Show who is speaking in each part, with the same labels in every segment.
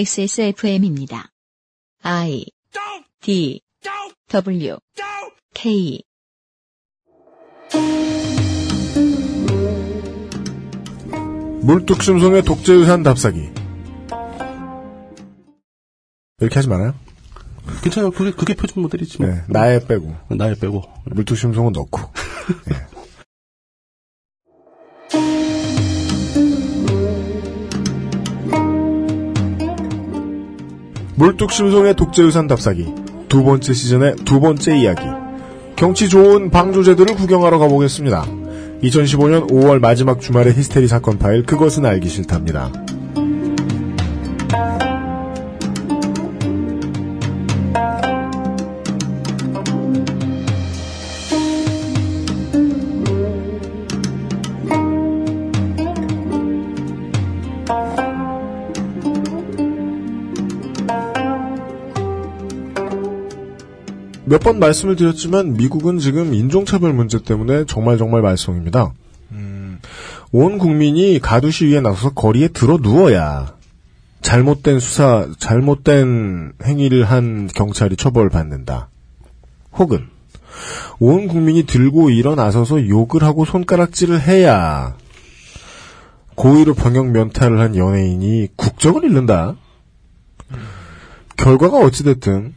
Speaker 1: XSFM입니다. I D W K
Speaker 2: 물뚝심송의 독재유산 답사기. 이렇게 하지 말아요?
Speaker 3: 괜찮아요. 그게, 그게 표준 모델이지 뭐.
Speaker 2: 네. 나에 빼고.
Speaker 3: 나이 빼고.
Speaker 2: 물뚝심송은 넣고. 네. 예. 물뚝심송의 독재유산 답사기. 두 번째 시즌의 두 번째 이야기. 경치 좋은 방조제들을 구경하러 가보겠습니다. 2015년 5월 마지막 주말의 히스테리 사건 파일, 그것은 알기 싫답니다. 몇 번 말씀을 드렸지만 미국은 지금 인종차별 문제 때문에 정말 정말 말썽입니다. 음, 온 국민이 가두 시위에 나서서 거리에 들어 누워야 잘못된 수사, 잘못된 행위를 한 경찰이 처벌받는다. 혹은 온 국민이 들고 일어나서서 욕을 하고 손가락질을 해야 고의로 병역 면탈을 한 연예인이 국적을 잃는다. 결과가 어찌됐든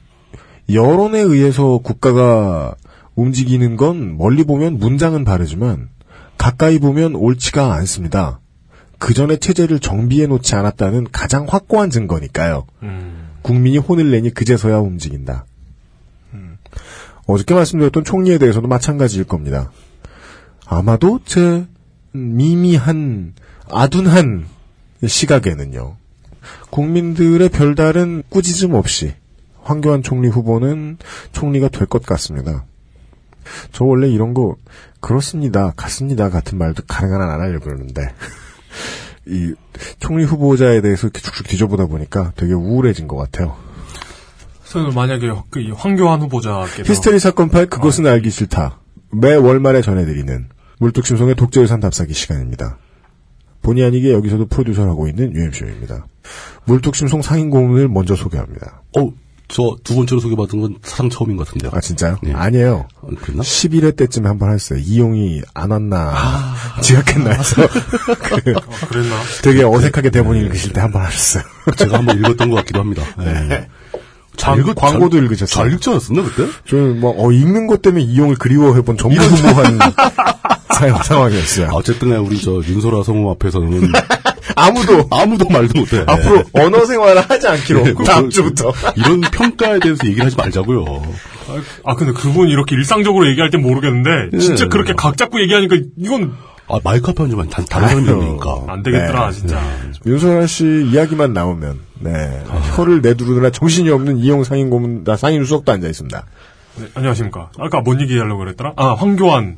Speaker 2: 여론에 의해서 국가가 움직이는 건 멀리 보면 문장은 바르지만 가까이 보면 옳지가 않습니다. 그 전에 체제를 정비해 놓지 않았다는 가장 확고한 증거니까요. 국민이 혼을 내니 그제서야 움직인다. 음. 어저께 말씀드렸던 총리에 대해서도 마찬가지일 겁니다. 아마도 제 미미한 아둔한 시각에는요. 국민들의 별다른 꾸짖음 없이 황교안 총리 후보는 총리가 될 것 같습니다. 저 원래 이런 거 그렇습니다, 같습니다 같은 말도 가능한 한 안 하려고 그러는데 이 총리 후보자에 대해서 이렇게 쭉쭉 뒤져보다 보니까 되게 우울해진 것 같아요.
Speaker 4: 저는 만약에 그이 황교안 후보자께서
Speaker 2: 히스테리 사건 파일 그것은 알기 싫다. 매 월말에 전해드리는 물뚝심송의 독재유산 답사기 시간입니다. 본의 아니게 여기서도 프로듀서를 하고 있는 UMC입니다. 물뚝심송 상인 고문을 먼저 소개합니다.
Speaker 3: 어, 저 두 번째로 소개받은 건 사상 처음인 것 같은데요.
Speaker 2: 아 진짜요?
Speaker 3: 네.
Speaker 2: 아니에요.
Speaker 3: 어, 그랬나?
Speaker 2: 11회 때쯤에 한 번 했어요. 이용이 안 왔나
Speaker 3: 아.
Speaker 2: 지각했나 해서 그
Speaker 4: 아, 그랬나?
Speaker 2: 되게 어색하게 대본 읽으실 때 한 번 하셨어요.
Speaker 3: 제가 한번 읽었던 것 같기도 합니다. 네.
Speaker 2: 광- 광고도 읽으셨어요.
Speaker 3: 잘 읽지 않았었나, 그때?
Speaker 2: 저는 뭐 어, 읽는 것 때문에 이용을 그리워해본 정말 부모한 사- 상황이었어요.
Speaker 3: 아, 어쨌든 간에 우리 저 윤소라 성우 앞에서는
Speaker 2: 아무도
Speaker 3: 아무도 말도 못해.
Speaker 2: 앞으로 언어 생활을 하지
Speaker 3: 네,
Speaker 2: 않기로 다음
Speaker 3: 그-
Speaker 2: 주부터.
Speaker 3: 이런 평가에 대해서 얘기를 하지 말자고요.
Speaker 4: 아 근데 그분 이렇게 일상적으로 얘기할 땐 모르겠는데 진짜
Speaker 3: 예.
Speaker 4: 그렇게 각 잡고 얘기하니까 이건
Speaker 3: 아, 마이크 앞에 앉으면 다, 다른 사람이
Speaker 2: 아유.
Speaker 3: 되니까.
Speaker 4: 안 되겠더라 진짜.
Speaker 2: 윤소라 씨 이야기만 나오면 네
Speaker 3: 아.
Speaker 2: 혀를 내두르느라 정신이 없는 이용 상인 고문 나 상인 수석도 앉아 있습니다.
Speaker 4: 네, 안녕하십니까? 아까 뭔 얘기하려고 그랬더라? 아 황교안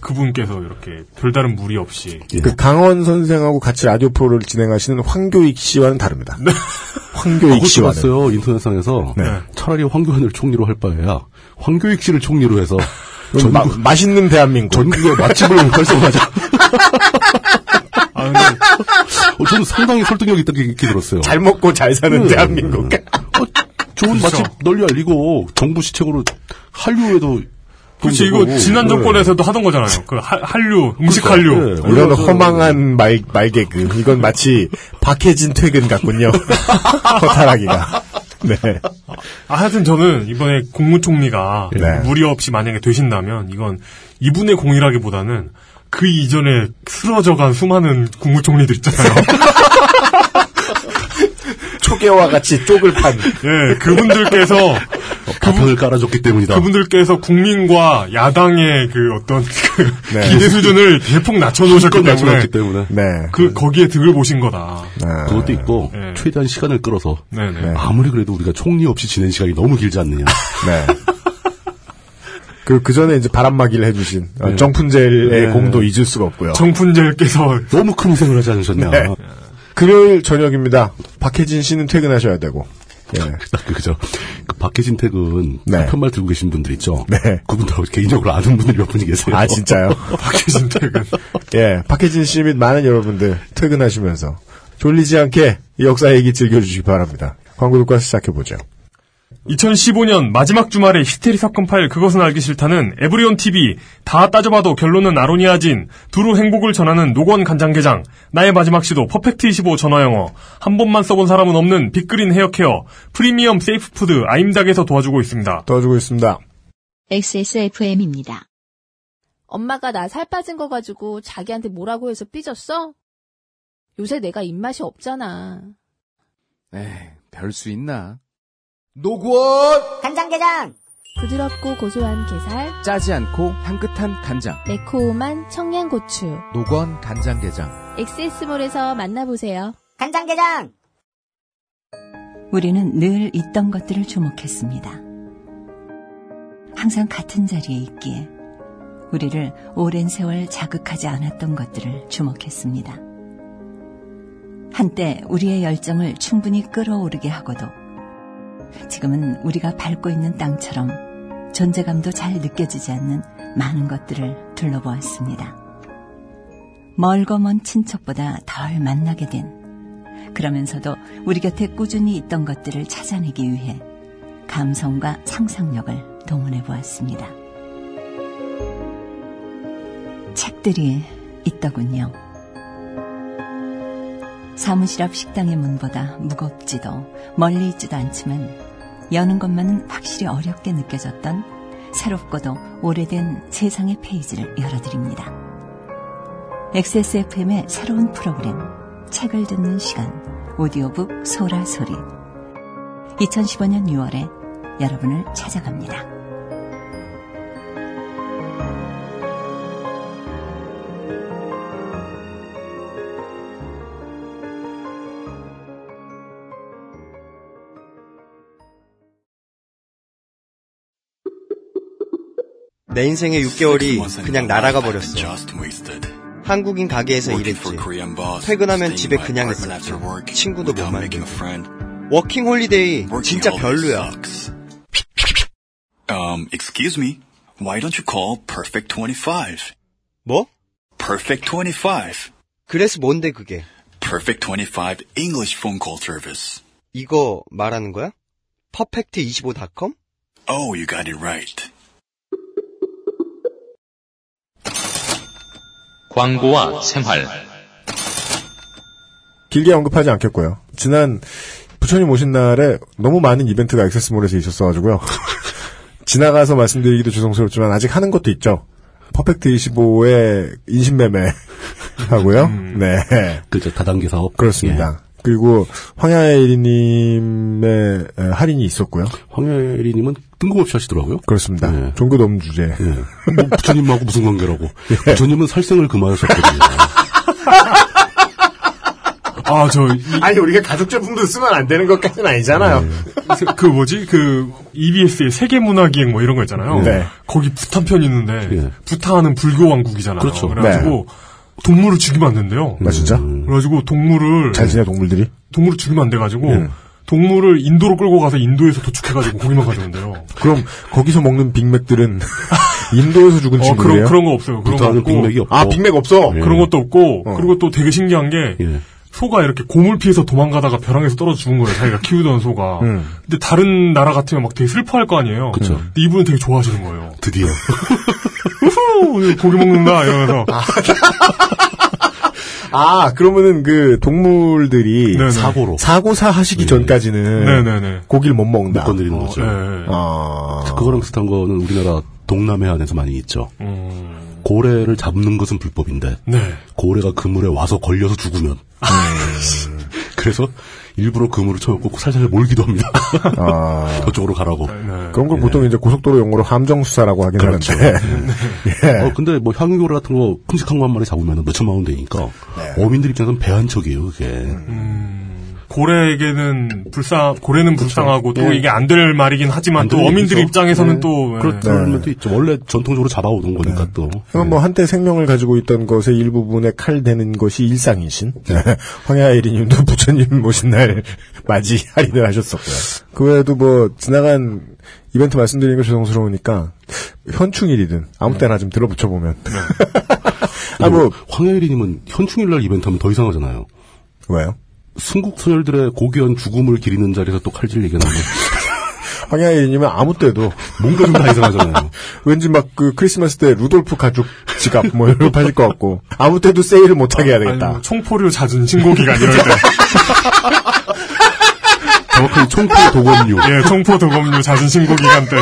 Speaker 4: 그분께서 이렇게 별다른 무리 없이
Speaker 3: 예.
Speaker 2: 그 강원 선생하고 같이 라디오 프로를 진행하시는 황교익 씨와는 다릅니다.
Speaker 3: 네.
Speaker 2: 황교익
Speaker 3: 그것도
Speaker 2: 씨와는
Speaker 3: 봤어요, 인터넷상에서.
Speaker 2: 네.
Speaker 3: 차라리 황교안을 총리로 할 바에야 황교익 씨를 총리로 해서
Speaker 2: 전 마, 맛있는 대한민국.
Speaker 3: 전국의 맛집을 활성화하자.
Speaker 4: 아 근데
Speaker 3: 어, 저는 상당히 설득력 있다 이렇게 들었어요.
Speaker 2: 잘 먹고 잘
Speaker 3: 음.
Speaker 2: 사는 대한민국.
Speaker 3: 어, 좋은
Speaker 4: 그렇죠.
Speaker 3: 맛집 널리 알리고 정부 시책으로 한류에도
Speaker 4: 그렇지 이거 지난 정권에서도 하던 거잖아요. 네. 그 하- 한류 음식 한류.
Speaker 3: 네.
Speaker 2: 이런
Speaker 3: 얼마 전-
Speaker 2: 허망한 말, 말개그. 이건 마치 박해진 퇴근 같군요. 허탈하기가. 네.
Speaker 4: 아, 하여튼 저는 이번에 국무총리가
Speaker 2: 네.
Speaker 4: 무리 없이 만약에 되신다면 이건 이분의 공이라기보다는 그 이전에 쓰러져간 수많은 국무총리들 있잖아요.
Speaker 2: 초계와 같이 쪽을 판.
Speaker 4: 예, 그분들께서
Speaker 3: 가평을 어, 깔아줬기 때문이다.
Speaker 4: 그분들께서 국민과 야당의 그 어떤 그
Speaker 2: 네.
Speaker 4: 기대 수준을 대폭 낮춰놓으셨기
Speaker 3: 그건
Speaker 4: 때문에
Speaker 3: 낮춰놨기 때문에
Speaker 2: 네.
Speaker 4: 그 거기에 득을 보신 거다.
Speaker 2: 아,
Speaker 3: 그것도 있고
Speaker 4: 네.
Speaker 3: 최대한 시간을 끌어서
Speaker 4: 네네.
Speaker 3: 아무리 그래도 우리가 총리 없이 지낸 시간이 너무 길지 않느냐.
Speaker 2: 네. 그, 그 전에 이제 바람막이를 해주신 어,
Speaker 3: 네.
Speaker 2: 정푼젤의 공도 잊을 수가 없고요.
Speaker 4: 정푼젤께서
Speaker 3: 너무 큰 희생을 하지 않으셨냐.
Speaker 2: 네. 금요일 저녁입니다. 박해진 씨는 퇴근하셔야 되고. 예.
Speaker 3: 그, 그죠. 그 박해진 태근
Speaker 2: 네.
Speaker 3: 편말 들고 계신 분들 있죠.
Speaker 2: 네.
Speaker 3: 그분들하고 개인적으로 아는 분들이 몇 분이 계세요.
Speaker 2: 아, 진짜요?
Speaker 4: 박해진 퇴근.
Speaker 2: 예, 박해진 씨 및 많은 여러분들 퇴근하시면서 졸리지 않게 역사 얘기 즐겨주시기 바랍니다. 광고 효과 시작해보죠.
Speaker 4: 2015년 마지막 주말에 히스테리 사건 파일 그것은 알기 싫다는 에브리온 TV 다 따져봐도 결론은 아로니아진 두루 행복을 전하는 노건 간장게장 나의 마지막 시도 퍼펙트 25 전화영어 한 번만 써본 사람은 없는 빅그린 헤어케어 프리미엄 세이프푸드 아임닭에서 도와주고 있습니다.
Speaker 2: 도와주고 있습니다.
Speaker 1: XSFM입니다.
Speaker 5: 엄마가 나 살 빠진 거 가지고 자기한테 뭐라고 해서 삐졌어? 요새 내가 입맛이 없잖아.
Speaker 6: 에이, 별 수 있나? 노건!
Speaker 7: 간장게장!
Speaker 5: 부드럽고 고소한 게살,
Speaker 6: 짜지 않고 향긋한 간장.
Speaker 5: 매콤한 청양고추.
Speaker 6: 노건 간장게장.
Speaker 5: 엑세스몰에서 만나보세요.
Speaker 7: 간장게장!
Speaker 8: 우리는 늘 있던 것들을 주목했습니다. 항상 같은 자리에 있기에 우리를 오랜 세월 자극하지 않았던 것들을 주목했습니다. 한때 우리의 열정을 충분히 끌어오르게 하고도 지금은 우리가 밟고 있는 땅처럼 존재감도 잘 느껴지지 않는 많은 것들을 둘러보았습니다. 멀고 먼 친척보다 덜 만나게 된 그러면서도 우리 곁에 꾸준히 있던 것들을 찾아내기 위해 감성과 상상력을 동원해 보았습니다. 책들이 있더군요. 사무실 앞 식당의 문보다 무겁지도 멀리 있지도 않지만 여는 것만은 확실히 어렵게 느껴졌던 새롭고도 오래된 세상의 페이지를 열어드립니다. XSFM의 새로운 프로그램 책을 듣는 시간 오디오북 소라 소리 2015년 6월에 여러분을 찾아갑니다.
Speaker 9: 내 인생의 6개월이 그냥 날아가 버렸어. 한국인 가게에서 일했지. 퇴근하면 집에 그냥 있었지. 친구도 못 만나고. 워킹 홀리데이 진짜 별로야.
Speaker 10: Um, excuse me. Why don't you call Perfect 25?
Speaker 9: 뭐?
Speaker 10: Perfect 25.
Speaker 9: 그래서 뭔데 그게?
Speaker 10: Perfect 25 English phone call service.
Speaker 9: 이거 말하는 거야? 퍼펙트25.com?
Speaker 10: Oh, you got it right.
Speaker 11: 광고와 생활.
Speaker 2: 길게 언급하지 않겠고요. 지난 부처님 오신 날에 너무 많은 이벤트가 액세스몰에서 있었어가지고요. 지나가서 말씀드리기도 죄송스럽지만 아직 하는 것도 있죠. 퍼펙트 25의 인신매매 하고요. 네.
Speaker 3: 그죠. 다단계 사업.
Speaker 2: 그렇습니다. 그리고 황야예리님의 에, 할인이 있었고요.
Speaker 3: 예, 황혜리님은 뜬금없이 하시더라고요.
Speaker 2: 그렇습니다.
Speaker 3: 네.
Speaker 2: 종교 넘 주제.
Speaker 3: 예. 뭐 부처님하고 무슨 관계라고.
Speaker 2: 예.
Speaker 3: 부처님은 살생을 금하셨거든요.
Speaker 4: 아 저
Speaker 2: 아니 우리가 가족 제품도 쓰면 안 되는 것까지는 아니잖아요.
Speaker 4: 그 뭐지 그 EBS의 세계 문화기행 뭐 이런 거 있잖아요.
Speaker 2: 네.
Speaker 4: 거기 부탄편 있는데
Speaker 3: 예.
Speaker 4: 부탄은 불교 왕국이잖아요.
Speaker 3: 그렇죠.
Speaker 4: 래가지고 동물을 죽이면 안 된대요. 음.
Speaker 2: 나 진짜
Speaker 4: 그래가지고 동물을
Speaker 2: 잘 지내 동물들이
Speaker 4: 동물을 죽이면 안 돼가지고 동물을 인도로 끌고 가서 인도에서 도축해가지고 고기만 가져온대요.
Speaker 2: 그럼 거기서 먹는 빅맥들은 인도에서 죽은
Speaker 4: 어
Speaker 2: 친구예요.
Speaker 4: 그런 그런 거 없어요. 그런 거
Speaker 3: 부탄은
Speaker 4: 없고
Speaker 3: 빅맥이 없고.
Speaker 2: 아 빅맥 없어.
Speaker 3: 예.
Speaker 4: 그런 것도 없고
Speaker 2: 어.
Speaker 4: 그리고 또 되게 신기한 게
Speaker 3: 예.
Speaker 4: 소가 이렇게 고물 피해서 도망가다가 벼랑에서 떨어져 죽은 거예요. 자기가 키우던 소가.
Speaker 2: 음.
Speaker 4: 근데 다른 나라 같으면 막 되게 슬퍼할 거 아니에요.
Speaker 3: 그쵸.
Speaker 4: 근데 이분은 되게 좋아하시는 거예요.
Speaker 3: 드디어.
Speaker 4: 우후, 뭐 고기 먹는다 이러면서
Speaker 2: 아 그러면은 그 동물들이
Speaker 4: 네네.
Speaker 3: 사고로.
Speaker 2: 사고사 하시기 전까지는
Speaker 4: 네네네.
Speaker 2: 고기를 못 먹는다.
Speaker 3: 건드리는 거죠.
Speaker 4: 네. 네.
Speaker 2: 아
Speaker 3: 그거랑 비슷한 거는 우리나라 동남 해안에서 많이 있죠.
Speaker 4: 음,
Speaker 3: 고래를 잡는 것은 불법인데
Speaker 4: 네.
Speaker 3: 고래가 그물에 와서 걸려서 죽으면
Speaker 2: 음.
Speaker 3: 그래서 일부러 그물을 쳐놓고 살살 몰기도 합니다.
Speaker 2: 아.
Speaker 3: 저쪽으로 가라고.
Speaker 4: 네.
Speaker 2: 그런 걸 보통 이제 고속도로 용어로 함정 수사라고 하긴
Speaker 3: 그렇죠.
Speaker 2: 하는데 예.
Speaker 4: 네.
Speaker 3: 어, 근데 뭐 향유고래 같은 거 큼직한 거 한 마리 잡으면 몇 천만 원 되니까
Speaker 4: 네.
Speaker 3: 어민들 입장에서는 배한척이에요. 그게
Speaker 4: 음. 고래에게는 불쌍 고래는 불쌍하고 또 이게 안 될 말이긴
Speaker 3: 그렇죠. 예.
Speaker 4: 하지만
Speaker 3: 안
Speaker 4: 또
Speaker 3: 될
Speaker 4: 어민들
Speaker 3: 일이죠.
Speaker 4: 입장에서는
Speaker 3: 네.
Speaker 4: 또
Speaker 3: 그런
Speaker 4: 네.
Speaker 3: 그런 면도 있죠. 원래 전통적으로 잡아오던 거니까 또
Speaker 2: 그럼 뭐 한때 생명을 가지고 있던 것의 일부분에 칼 대는 것이 일상이신 황야일이님도 부처님 모신 날 맞이 할인을 하셨었고요. 그 외에도 뭐 지나간 이벤트 말씀드리는 거 죄송스러우니까 현충일이든 아무 때나 좀 들어붙여 보면 아, 뭐 아뭐
Speaker 4: 아, 뭐. 음.
Speaker 3: 황혜리님은 현충일날 이벤트 하면 더 이상하잖아요.
Speaker 2: 왜요?
Speaker 3: 순국 소녀들의 고귀한 죽음을 기리는 자리에서 또 칼질 얘기가 나네.
Speaker 2: 황야인님은 아무 때도
Speaker 3: 뭔가 좀 다 이상하잖아요.
Speaker 2: 왠지 막 그 크리스마스 때 루돌프 가죽 지갑 뭐 이런 거 팔릴 것 같고 아무 때도 세일을 못하게 해야 되겠다.
Speaker 4: 아니, 뭐 총포류 잦은 신고 기간 이럴 때.
Speaker 3: 정확하게 총포 도검류.
Speaker 4: 예, 총포 도검류 잦은 신고 기간 때.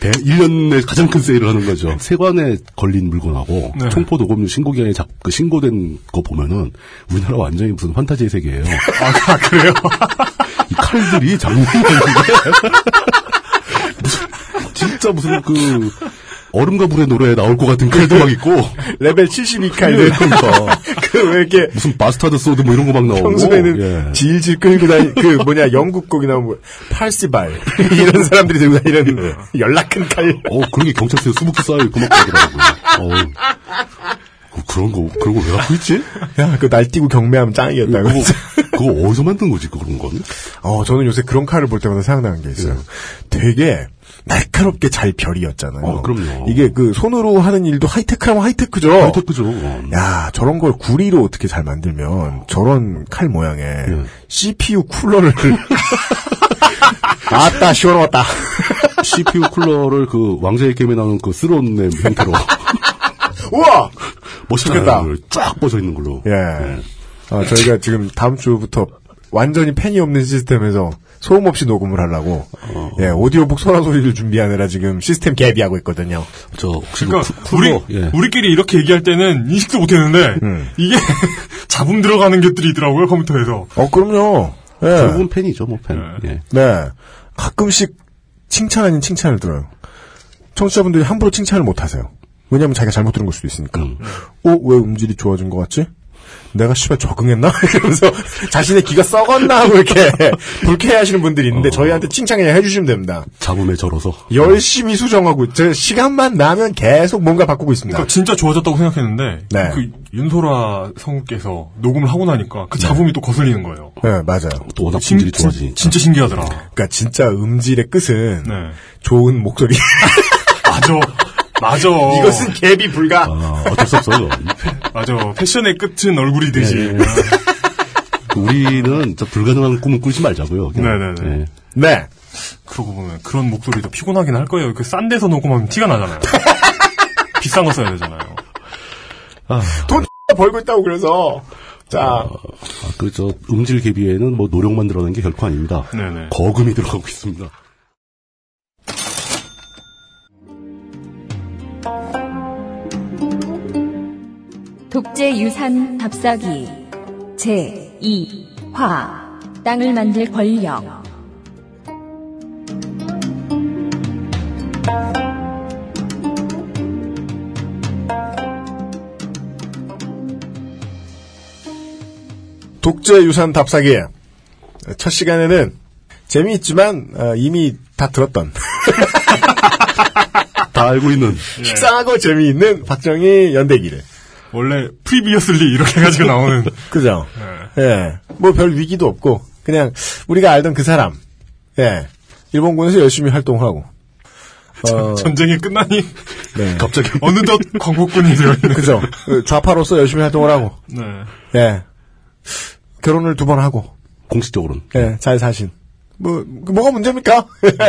Speaker 3: 대, 1년에 가장 큰 세일을 하는 거죠. 네. 세관에 걸린 물건하고
Speaker 4: 네.
Speaker 3: 총포 도검류 신고기한에 작, 그 신고된 거 보면은 우리나라 완전히 무슨 판타지의 세계예요.
Speaker 4: 아, 그래요?
Speaker 3: 이 칼들이 장군이 진짜 무슨 그 얼음과 불의 노래에 나올 것 같은 칼도 막 있고
Speaker 2: 레벨 72칼들. 그왜 이렇게
Speaker 3: 무슨 마스타드 소드 뭐 이런 거 막 나오고
Speaker 2: 평소에는
Speaker 3: 예.
Speaker 2: 질질 끌고 다니 그 뭐냐 영국 곡이나 뭐 팔시발 이런 사람들이 들고 다니는 연락 큰 칼
Speaker 3: 어 그런 게 경찰서에 수북히 쌓여 있고 막 그러더라고요. 어 그런 거 그런 거 왜 갖고 있지?
Speaker 2: 야, 그거 날뛰고 경매하면 짱이겠다고.
Speaker 3: 그거 그거 어디서 만든 거지 그런 건?
Speaker 2: 어, 저는 요새 그런 칼을 볼 때마다 생각나는 게 있어요. 되게 날카롭게 잘 별이었잖아요.
Speaker 3: 어, 그럼요.
Speaker 2: 이게 그 손으로 하는 일도 하이테크라면 하이테크죠.
Speaker 3: 하이테크죠. 어.
Speaker 2: 야, 저런 걸 구리로 어떻게 잘 만들면 저런 칼 모양의 CPU 쿨러를 아따 시원하다.
Speaker 3: CPU 쿨러를 그 왕자의 게임에 나오는 그 쓰론의 형태로
Speaker 2: 우와. 좋겠다.
Speaker 3: 멋있겠다. 쫙 뻗어 있는 걸로.
Speaker 2: 예. 아, 저희가 지금 다음 주부터 완전히 팬이 없는 시스템에서 소음 없이 녹음을 하려고 예, 오디오북 소라 소리를 준비하느라 지금 시스템 갭이하고 있거든요.
Speaker 3: 저 혹시
Speaker 4: 그러니까
Speaker 3: 그 쿨-
Speaker 4: 우리
Speaker 3: 쿨러, 예.
Speaker 4: 우리끼리 이렇게 얘기할 때는 인식도 못했는데 이게 잡음 들어가는 것들이 있더라고요 컴퓨터에서.
Speaker 2: 어, 그럼요. 예.
Speaker 3: 대부분 팬이죠, 뭐 팬. 예.
Speaker 2: 네. 가끔씩 칭찬 아닌 칭찬을 들어요. 청취자분들이 함부로 칭찬을 못 하세요. 왜냐면 자기가 잘못 들은 걸 수도 있으니까.
Speaker 3: 음.
Speaker 2: 어, 왜 음질이 좋아진 것 같지? 내가 씨발 적응했나? 이러면서 자신의 귀가 썩었나 하고 이렇게 불쾌해 하시는 분들이 있는데 저희한테 칭찬 그냥 해주시면 됩니다.
Speaker 3: 잡음에 절어서.
Speaker 2: 열심히 수정하고 제 시간만 나면 계속 뭔가 바꾸고 있습니다.
Speaker 3: 네.
Speaker 4: 그러니까 진짜 좋아졌다고 생각했는데
Speaker 2: 네.
Speaker 4: 그 윤소라 성우께서 녹음을 하고 나니까 그 잡음이 또 거슬리는 거예요.
Speaker 2: 네, 맞아요.
Speaker 3: 또 워낙
Speaker 4: 진-
Speaker 3: 품질이
Speaker 4: 진-
Speaker 3: 좋아지니까.
Speaker 4: 진짜 신기하더라.
Speaker 2: 그러니까 진짜 음질의 끝은
Speaker 4: 네.
Speaker 2: 좋은 목소리. 어.
Speaker 4: 맞아. 맞아.
Speaker 2: 이것은 갭이 불가.
Speaker 3: 아, 어쩔 수 없어요.
Speaker 4: 맞아. 패션의 끝은 얼굴이듯이.
Speaker 2: 네,
Speaker 3: 그 우리는 진짜 불가능한 꿈은 꾸지 말자고요. 그냥.
Speaker 4: 네네네.
Speaker 3: 예.
Speaker 2: 네.
Speaker 4: 그러고 보면 그런 목소리도 피곤하긴 할 거예요. 그 싼 데서 녹음하면 티가 나잖아요. 비싼 거 써야 되잖아요.
Speaker 2: 돈 어. 벌고 있다고 그래서. 자,
Speaker 3: 아, 그저 음질 개비에는 뭐 노력만 들어가는 게 결코 아닙니다.
Speaker 4: 네네.
Speaker 3: 거금이 들어가고 있습니다.
Speaker 7: 독재 유산 답사기 제2화 땅을 만들 권력
Speaker 2: 독재 유산 답사기. 첫 시간에는 재미있지만 어, 이미 다 들었던
Speaker 3: 다 알고 있는
Speaker 2: 네. 식상하고 재미있는 박정희 연대기를.
Speaker 4: 원래 프리비어슬리 이렇게 해가지고 나오는
Speaker 2: 그죠? 예. 뭐 별 위기도 없고 그냥 우리가 알던 그 사람. 예. 일본군에서 열심히 활동하고. 어,
Speaker 4: 전쟁이 끝나니
Speaker 2: 네.
Speaker 3: 갑자기 네.
Speaker 4: 어느덧 광복군이 되어있는
Speaker 2: 그죠? 그 좌파로서 열심히 활동을 하고.
Speaker 4: 네.
Speaker 2: 예. 결혼을 두 번 하고.
Speaker 3: 공식적으로는
Speaker 2: 예. 잘 사신. 뭐 그 뭐가 문제입니까?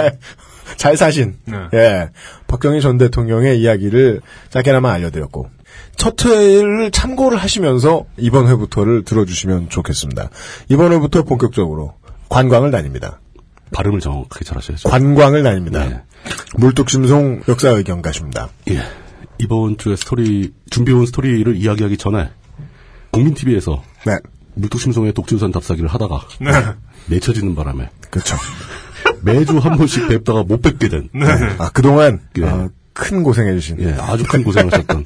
Speaker 2: 잘 사신.
Speaker 4: 네.
Speaker 2: 예. 박정희 전 대통령의 이야기를 짧게나마 알려드렸고. 첫 회를 참고를 하시면서 이번 회부터를 들어주시면 좋겠습니다. 이번 회부터 본격적으로 관광을 다닙니다.
Speaker 3: 발음을 정확하게 잘하셔야죠.
Speaker 2: 관광을 다닙니다.
Speaker 3: 네.
Speaker 2: 물뚝심송 역사의견 가십니다.
Speaker 3: 예. 이번 주에 스토리 준비해온 스토리를 이야기하기 전에 국민 TV에서
Speaker 2: 네.
Speaker 3: 물뚝심송의 독주산 답사기를 하다가
Speaker 4: 네.
Speaker 3: 맺혀지는 바람에
Speaker 2: 그렇죠.
Speaker 3: 매주 한 번씩 뵙다가 못 뵙게 된
Speaker 2: 아, 그동안
Speaker 3: 예.
Speaker 2: 아, 큰 고생해주신.
Speaker 3: 예, 아주 큰 고생하셨던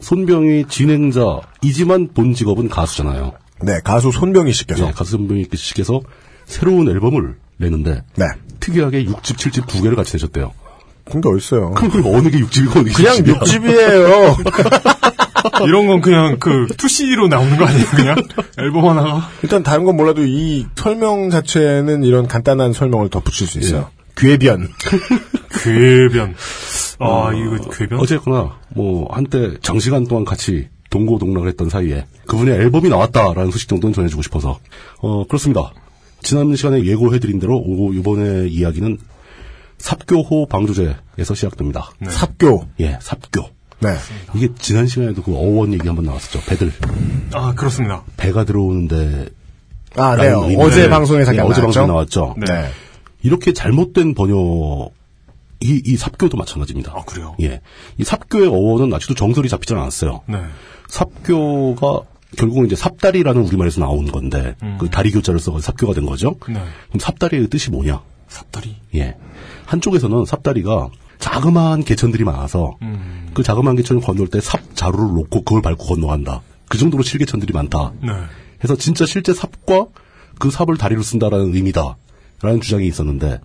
Speaker 3: 손병희 진행자이지만 본 직업은 가수잖아요.
Speaker 2: 네, 가수 손병희 씨께서.
Speaker 3: 예, 가수 손병희 씨께서 새로운 앨범을 내는데
Speaker 2: 네.
Speaker 3: 특이하게 6집, 7집 두 개를 같이 내셨대요.
Speaker 2: 그런 게 어딨어요.
Speaker 3: 그럼 그게 어느 게 6집이고 어느 게
Speaker 2: 그냥
Speaker 3: 7집이야?
Speaker 2: 육집이에요.
Speaker 4: 이런 건 그냥 그 2CD로 나오는 거 아니에요? 그냥 앨범 하나가
Speaker 2: 일단 다른 건 몰라도 이 설명 자체는 이런 간단한 설명을 덧붙일 수 있어요.
Speaker 3: 예.
Speaker 2: 괴변.
Speaker 4: 괴변. 아 이거 괴변?
Speaker 2: 어.
Speaker 3: 어쨌거나 뭐 한때 장시간 동안 같이 동고동락을 했던 사이에 그분의 앨범이 나왔다라는 소식 정도는 전해주고 싶어서 어 그렇습니다. 지난 시간에 예고해드린 대로 오, 이번에 이야기는 삽교호 방조제에서 시작됩니다.
Speaker 2: 음. 삽교 네.
Speaker 3: 예 삽교 이게 지난 시간에도 그 어원 얘기 한번 나왔었죠. 배들
Speaker 4: 아, 그렇습니다.
Speaker 3: 배가 들어오는데
Speaker 2: 아,
Speaker 3: 라는
Speaker 2: 네.
Speaker 3: 의미를-
Speaker 2: 어제 방송에서
Speaker 3: 네,
Speaker 2: 나왔죠?
Speaker 3: 어제 방송에 나왔죠.
Speaker 2: 네.
Speaker 3: 이렇게 잘못된 번역이 이 삽교도 마찬가지입니다. 아 그래요? 예, 이 삽교의 어원은 아직도 정설이 잡히지 않았어요.
Speaker 4: 네.
Speaker 3: 삽교가 결국은 이제 삽다리라는 우리말에서 나온 건데 그 다리 교자를 써서 삽교가 된 거죠.
Speaker 4: 네.
Speaker 3: 그럼 삽다리의 뜻이 뭐냐? 삽다리. 예, 한쪽에서는 삽다리가 자그마한 개천들이 많아서 그 자그마한 개천을 건널 때 삽 자루를 놓고 그걸 밟고 건너간다. 그 정도로 실개천들이 많다.
Speaker 4: 네.
Speaker 3: 해서 진짜 실제 삽과 그 삽을 다리로 쓴다라는 의미다. 라는 주장이 있었는데,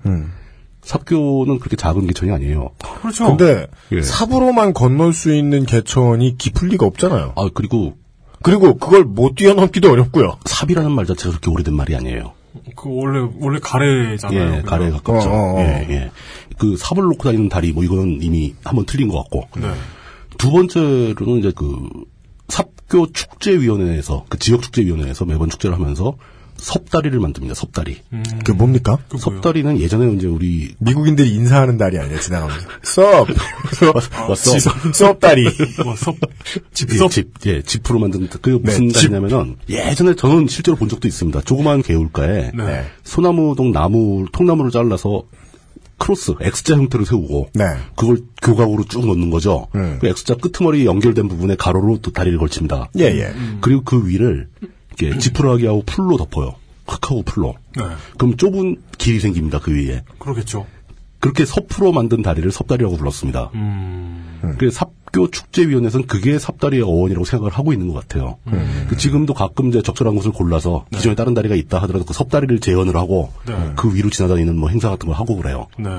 Speaker 3: 삽교는 그렇게 작은 개천이 아니에요.
Speaker 4: 그렇죠.
Speaker 2: 근데
Speaker 3: 예.
Speaker 2: 삽으로만 건널 수 있는 개천이 깊을 리가 없잖아요.
Speaker 3: 아, 그리고
Speaker 2: 그리고 그걸 못 뛰어넘기도 어렵고요.
Speaker 3: 삽이라는 말 자체가 그렇게 오래된 말이 아니에요.
Speaker 4: 그 원래 원래 가래잖아요.
Speaker 3: 예, 가래에 가깝죠.
Speaker 2: 어, 어, 어.
Speaker 3: 예, 예. 그 삽을 놓고 다니는 다리, 뭐 이거는 이미 한번 틀린 것 같고.
Speaker 4: 네.
Speaker 3: 두 번째로는 이제 그 삽교 축제위원회에서, 그 지역축제위원회에서 매번 축제를 하면서 섭다리를 만듭니다, 섭다리.
Speaker 2: 그 뭡니까?
Speaker 3: 섭다리는 예전에 이제 우리
Speaker 2: 미국인들이 인사하는 다리 아니에요, 지나가면서. 썹!
Speaker 3: 왔어.
Speaker 2: 썹- 썹다리.
Speaker 4: 뭐 섭.
Speaker 3: 집, 예, 집, 예, 집으로 만든 그 무슨
Speaker 2: 네, 집.
Speaker 3: 다리냐면은 예전에 저는 실제로 본 적도 있습니다. 조그마한 개울가에
Speaker 4: 네.
Speaker 3: 소나무동 나무 통나무를 잘라서 크로스 X자 형태로 세우고
Speaker 2: 네.
Speaker 3: 그걸 교각으로 쭉 넣는 거죠.
Speaker 2: 음.
Speaker 3: 그 X자 끄트머리 연결된 부분에 가로로 또 다리를 걸칩니다.
Speaker 2: 예, 예.
Speaker 3: 그리고 그 위를 이렇게 지푸라기하고 풀로 덮어요. 흙하고 풀로.
Speaker 4: 네.
Speaker 3: 그럼 좁은 길이 생깁니다. 그 위에.
Speaker 4: 그러겠죠.
Speaker 3: 그렇게 섭으로 만든 다리를 섭다리라고 불렀습니다.
Speaker 4: 음.
Speaker 3: 그 삽교 축제위원회에서는 그게 삽다리의 어원이라고 생각을 하고 있는 것 같아요.
Speaker 4: 음.
Speaker 3: 그 지금도 가끔 이제 적절한 곳을 골라서 기존에 다른 다리가 있다 하더라도 그 섭다리를 재현을 하고
Speaker 4: 네.
Speaker 3: 그 위로 지나다니는 뭐 행사 같은 걸 하고 그래요.
Speaker 4: 네.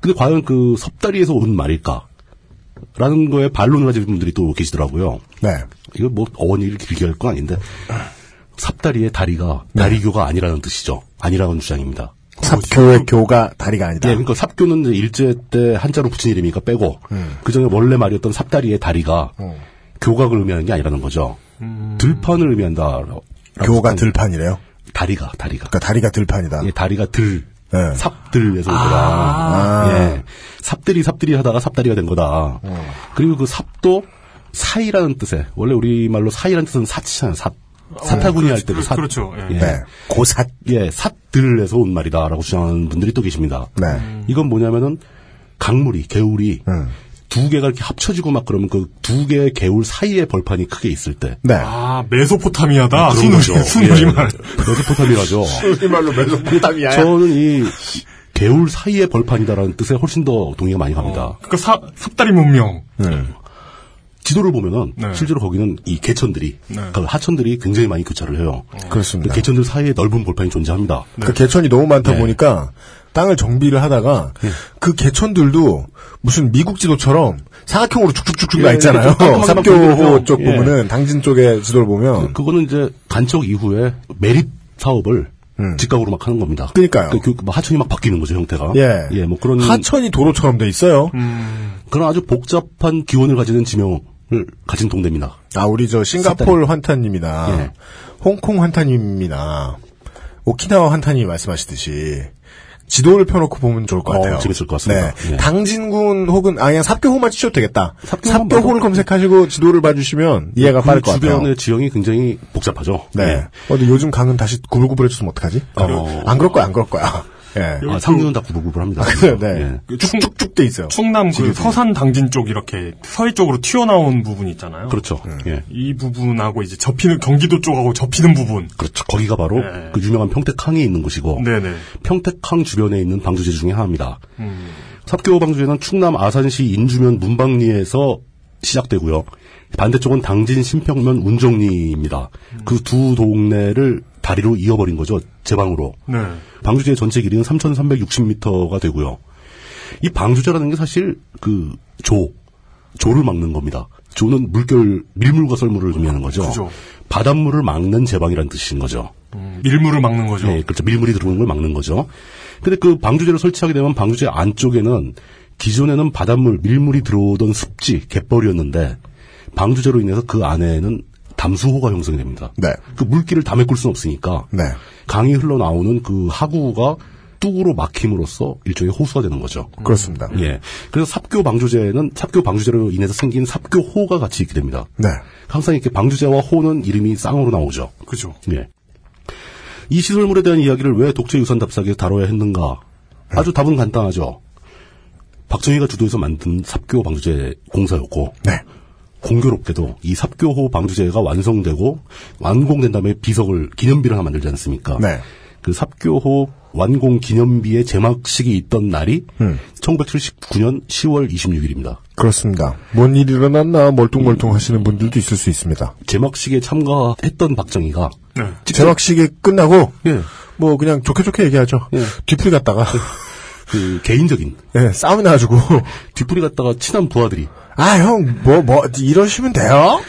Speaker 3: 근데 과연 그 섭다리에서 온 말일까? 라는 거에 반론을 하시는 분들이 또 계시더라고요.
Speaker 2: 네.
Speaker 3: 이거 뭐 어원 얘기를 길게 할 건 아닌데 삽다리의 다리가
Speaker 4: 네.
Speaker 3: 다리교가 아니라는 뜻이죠. 아니라는 주장입니다.
Speaker 2: 어, 삽교의 교가 다리가 아니다.
Speaker 3: 예, 그러니까 삽교는 이제 일제 때 한자로 붙인 이름이니까 빼고
Speaker 2: 예.
Speaker 3: 그 전에 원래 말이었던 삽다리의 다리가
Speaker 2: 어.
Speaker 3: 교각을 의미하는 게 아니라는 거죠. 들판을 의미한다.
Speaker 2: 음. 교가 들판이래요.
Speaker 3: 다리가 다리가
Speaker 2: 그러니까 다리가 들판이다.
Speaker 3: 예, 다리가 들
Speaker 2: 네.
Speaker 3: 삽들에서 오더라.
Speaker 2: 아.
Speaker 3: 예, 삽들이 삽들이 하다가 삽다리가 된 거다.
Speaker 2: 어.
Speaker 3: 그리고 그 삽도 사이라는 뜻에 원래 우리 말로 사이라는 뜻은 사치잖아요. 사
Speaker 2: 어,
Speaker 3: 사타구니 할 때도 사.
Speaker 4: 그렇죠. 예.
Speaker 2: 네. 고삿.
Speaker 3: 예, 삿들에서 온 말이다라고 주장하는 분들이 또 계십니다.
Speaker 2: 네.
Speaker 3: 이건 뭐냐면은 강물이 개울이
Speaker 2: 음.
Speaker 3: 두 개가 이렇게 합쳐지고 막 그러면 그 두 개의 개울 사이에 벌판이 크게 있을 때
Speaker 2: 네.
Speaker 4: 아, 메소포타미아다.
Speaker 3: 그런
Speaker 4: 순우리,
Speaker 3: 거죠. 예.
Speaker 4: 순우리말.
Speaker 3: 메소포타미아죠.
Speaker 2: 우리말로 메소포타미아야.
Speaker 3: 저는 이 개울 사이의 벌판이다라는 뜻에 훨씬 더 동의가 많이 갑니다.
Speaker 4: 그니까 그러니까 사, 삽다리 문명.
Speaker 3: 예. 지도를 보면은
Speaker 4: 네.
Speaker 3: 실제로 거기는 이 개천들이 그 하천들이 굉장히 많이 교차를 해요.
Speaker 2: 그렇습니다.
Speaker 3: 그 개천들 사이에 넓은 벌판이 존재합니다.
Speaker 2: 그 개천이 너무 많다 보니까 땅을 정비를 하다가 그 개천들도 무슨 미국 지도처럼 사각형으로 쭉쭉쭉쭉 나
Speaker 3: 예,
Speaker 2: 있잖아요.
Speaker 3: 깔끔하게
Speaker 2: 삽교호
Speaker 3: 만들죠.
Speaker 2: 쪽
Speaker 3: 예.
Speaker 2: 보면은 당진 쪽의 지도를 보면
Speaker 3: 그거는 이제 간척 이후에 매립 사업을 직각으로 막 하는 겁니다.
Speaker 2: 음. 그러니까요.
Speaker 3: 그, 그, 막 하천이 막 바뀌는 거죠 형태가.
Speaker 2: 예.
Speaker 3: 뭐 그런 음.
Speaker 2: 하천이 도로처럼 돼 있어요.
Speaker 3: 그런 아주 복잡한 기원을 가지는 지명을 가진 동네입니다.
Speaker 2: 아 우리 저 싱가포르 환타님이나
Speaker 3: 예.
Speaker 2: 홍콩 환타님이나 오키나와 환타님이 말씀하시듯이 지도를 펴놓고 보면 좋을 것
Speaker 3: 어,
Speaker 2: 같아요.
Speaker 3: 재밌을 것 같습니다.
Speaker 2: 네.
Speaker 3: 예.
Speaker 2: 당진군 혹은 아 그냥 삽교호만 치셔도 되겠다.
Speaker 3: 삽교호만
Speaker 2: 삽교호를
Speaker 3: 봐도-
Speaker 2: 검색하시고 지도를 봐주시면 이해가
Speaker 3: 그
Speaker 2: 빠를 것 같아요.
Speaker 3: 주변의 지형이 굉장히 복잡하죠.
Speaker 2: 네.
Speaker 3: 예.
Speaker 2: 어, 근데 요즘 강은 다시 구불구불해졌으면 어떡하지?
Speaker 3: 어.
Speaker 2: 안 그럴 거야, 안 그럴 거야. 예.
Speaker 3: 아, 상류는 다 구불구불합니다.
Speaker 2: 네.
Speaker 3: 예.
Speaker 2: 쭉쭉쭉 돼 있어요.
Speaker 4: 충남 그 서산 당진 쪽 이렇게 서해 쪽으로 튀어나온 부분이 있잖아요.
Speaker 3: 그렇죠.
Speaker 2: 네.
Speaker 3: 예.
Speaker 4: 이 부분하고 이제 접히는 경기도 쪽하고 접히는 부분.
Speaker 3: 그렇죠. 거기가 바로
Speaker 4: 네.
Speaker 3: 그 유명한 평택항이 있는 곳이고
Speaker 4: 네네.
Speaker 3: 평택항 주변에 있는 방조제 중에 하나입니다. 삽교 방조제는 충남 아산시 인주면 문방리에서 시작되고요. 반대쪽은 당진 신평면 운정리입니다. 그 두 동네를 다리로 이어버린 거죠. 제방으로.
Speaker 4: 네.
Speaker 3: 방조제 전체 길이는 3,360m가 되고요. 이 방조제라는 게 사실 그 조, 조를 막는 겁니다. 조는 물결, 밀물과 설물을 의미하는 거죠.
Speaker 4: 그죠.
Speaker 3: 바닷물을 막는 제방이라는 뜻인 거죠.
Speaker 4: 음, 밀물을 막는 거죠.
Speaker 3: 네, 그렇죠. 밀물이 들어오는 걸 막는 거죠. 근데 그 방조제를 설치하게 되면 방조제 안쪽에는 기존에는 바닷물, 밀물이 들어오던 습지, 갯벌이었는데 방조제로 인해서 그 안에는 담수호가 형성이 됩니다.
Speaker 2: 네.
Speaker 3: 그 물기를 담에 꿀 수는 없으니까
Speaker 2: 네.
Speaker 3: 강이 흘러나오는 그 하구가 뚝으로 막힘으로써 일종의 호수가 되는 거죠.
Speaker 2: 그렇습니다.
Speaker 3: 예. 그래서 삽교 방조제는 삽교 방조제로 인해서 생긴 삽교호가 같이 있게 됩니다.
Speaker 2: 네.
Speaker 3: 항상 이렇게 방조제와 호는 이름이 쌍으로 나오죠.
Speaker 2: 그죠.
Speaker 3: 예. 이 시설물에 대한 이야기를 왜 독재유산 답사기에서 다뤄야 했는가? 아주 답은 간단하죠. 박정희가 주도해서 만든 삽교 방조제 공사였고,
Speaker 2: 네.
Speaker 3: 공교롭게도 이 삽교호 방조제가 완성되고 완공된 다음에 비석을 기념비를 하나 만들지 않습니까?
Speaker 2: 네.
Speaker 3: 그 삽교호 완공 기념비의 제막식이 있던 날이
Speaker 2: 음.
Speaker 3: 1979년 10월 26일입니다.
Speaker 2: 그렇습니다. 뭔 일이 일어났나
Speaker 3: 음.
Speaker 2: 멀뚱멀뚱 하시는 분들도 있을 수 있습니다.
Speaker 3: 제막식에 참가했던 박정희가
Speaker 2: 네. 제왁식이 끝나고
Speaker 3: 예.
Speaker 2: 뭐 그냥 좋게 좋게 얘기하죠.
Speaker 3: 예.
Speaker 2: 뒤풀이 갔다가
Speaker 3: 그 개인적인
Speaker 2: 예, 싸움이 나가지고
Speaker 3: 뒷풀이 갔다가 친한 부하들이
Speaker 2: 아 형 뭐 뭐 이러시면 돼요.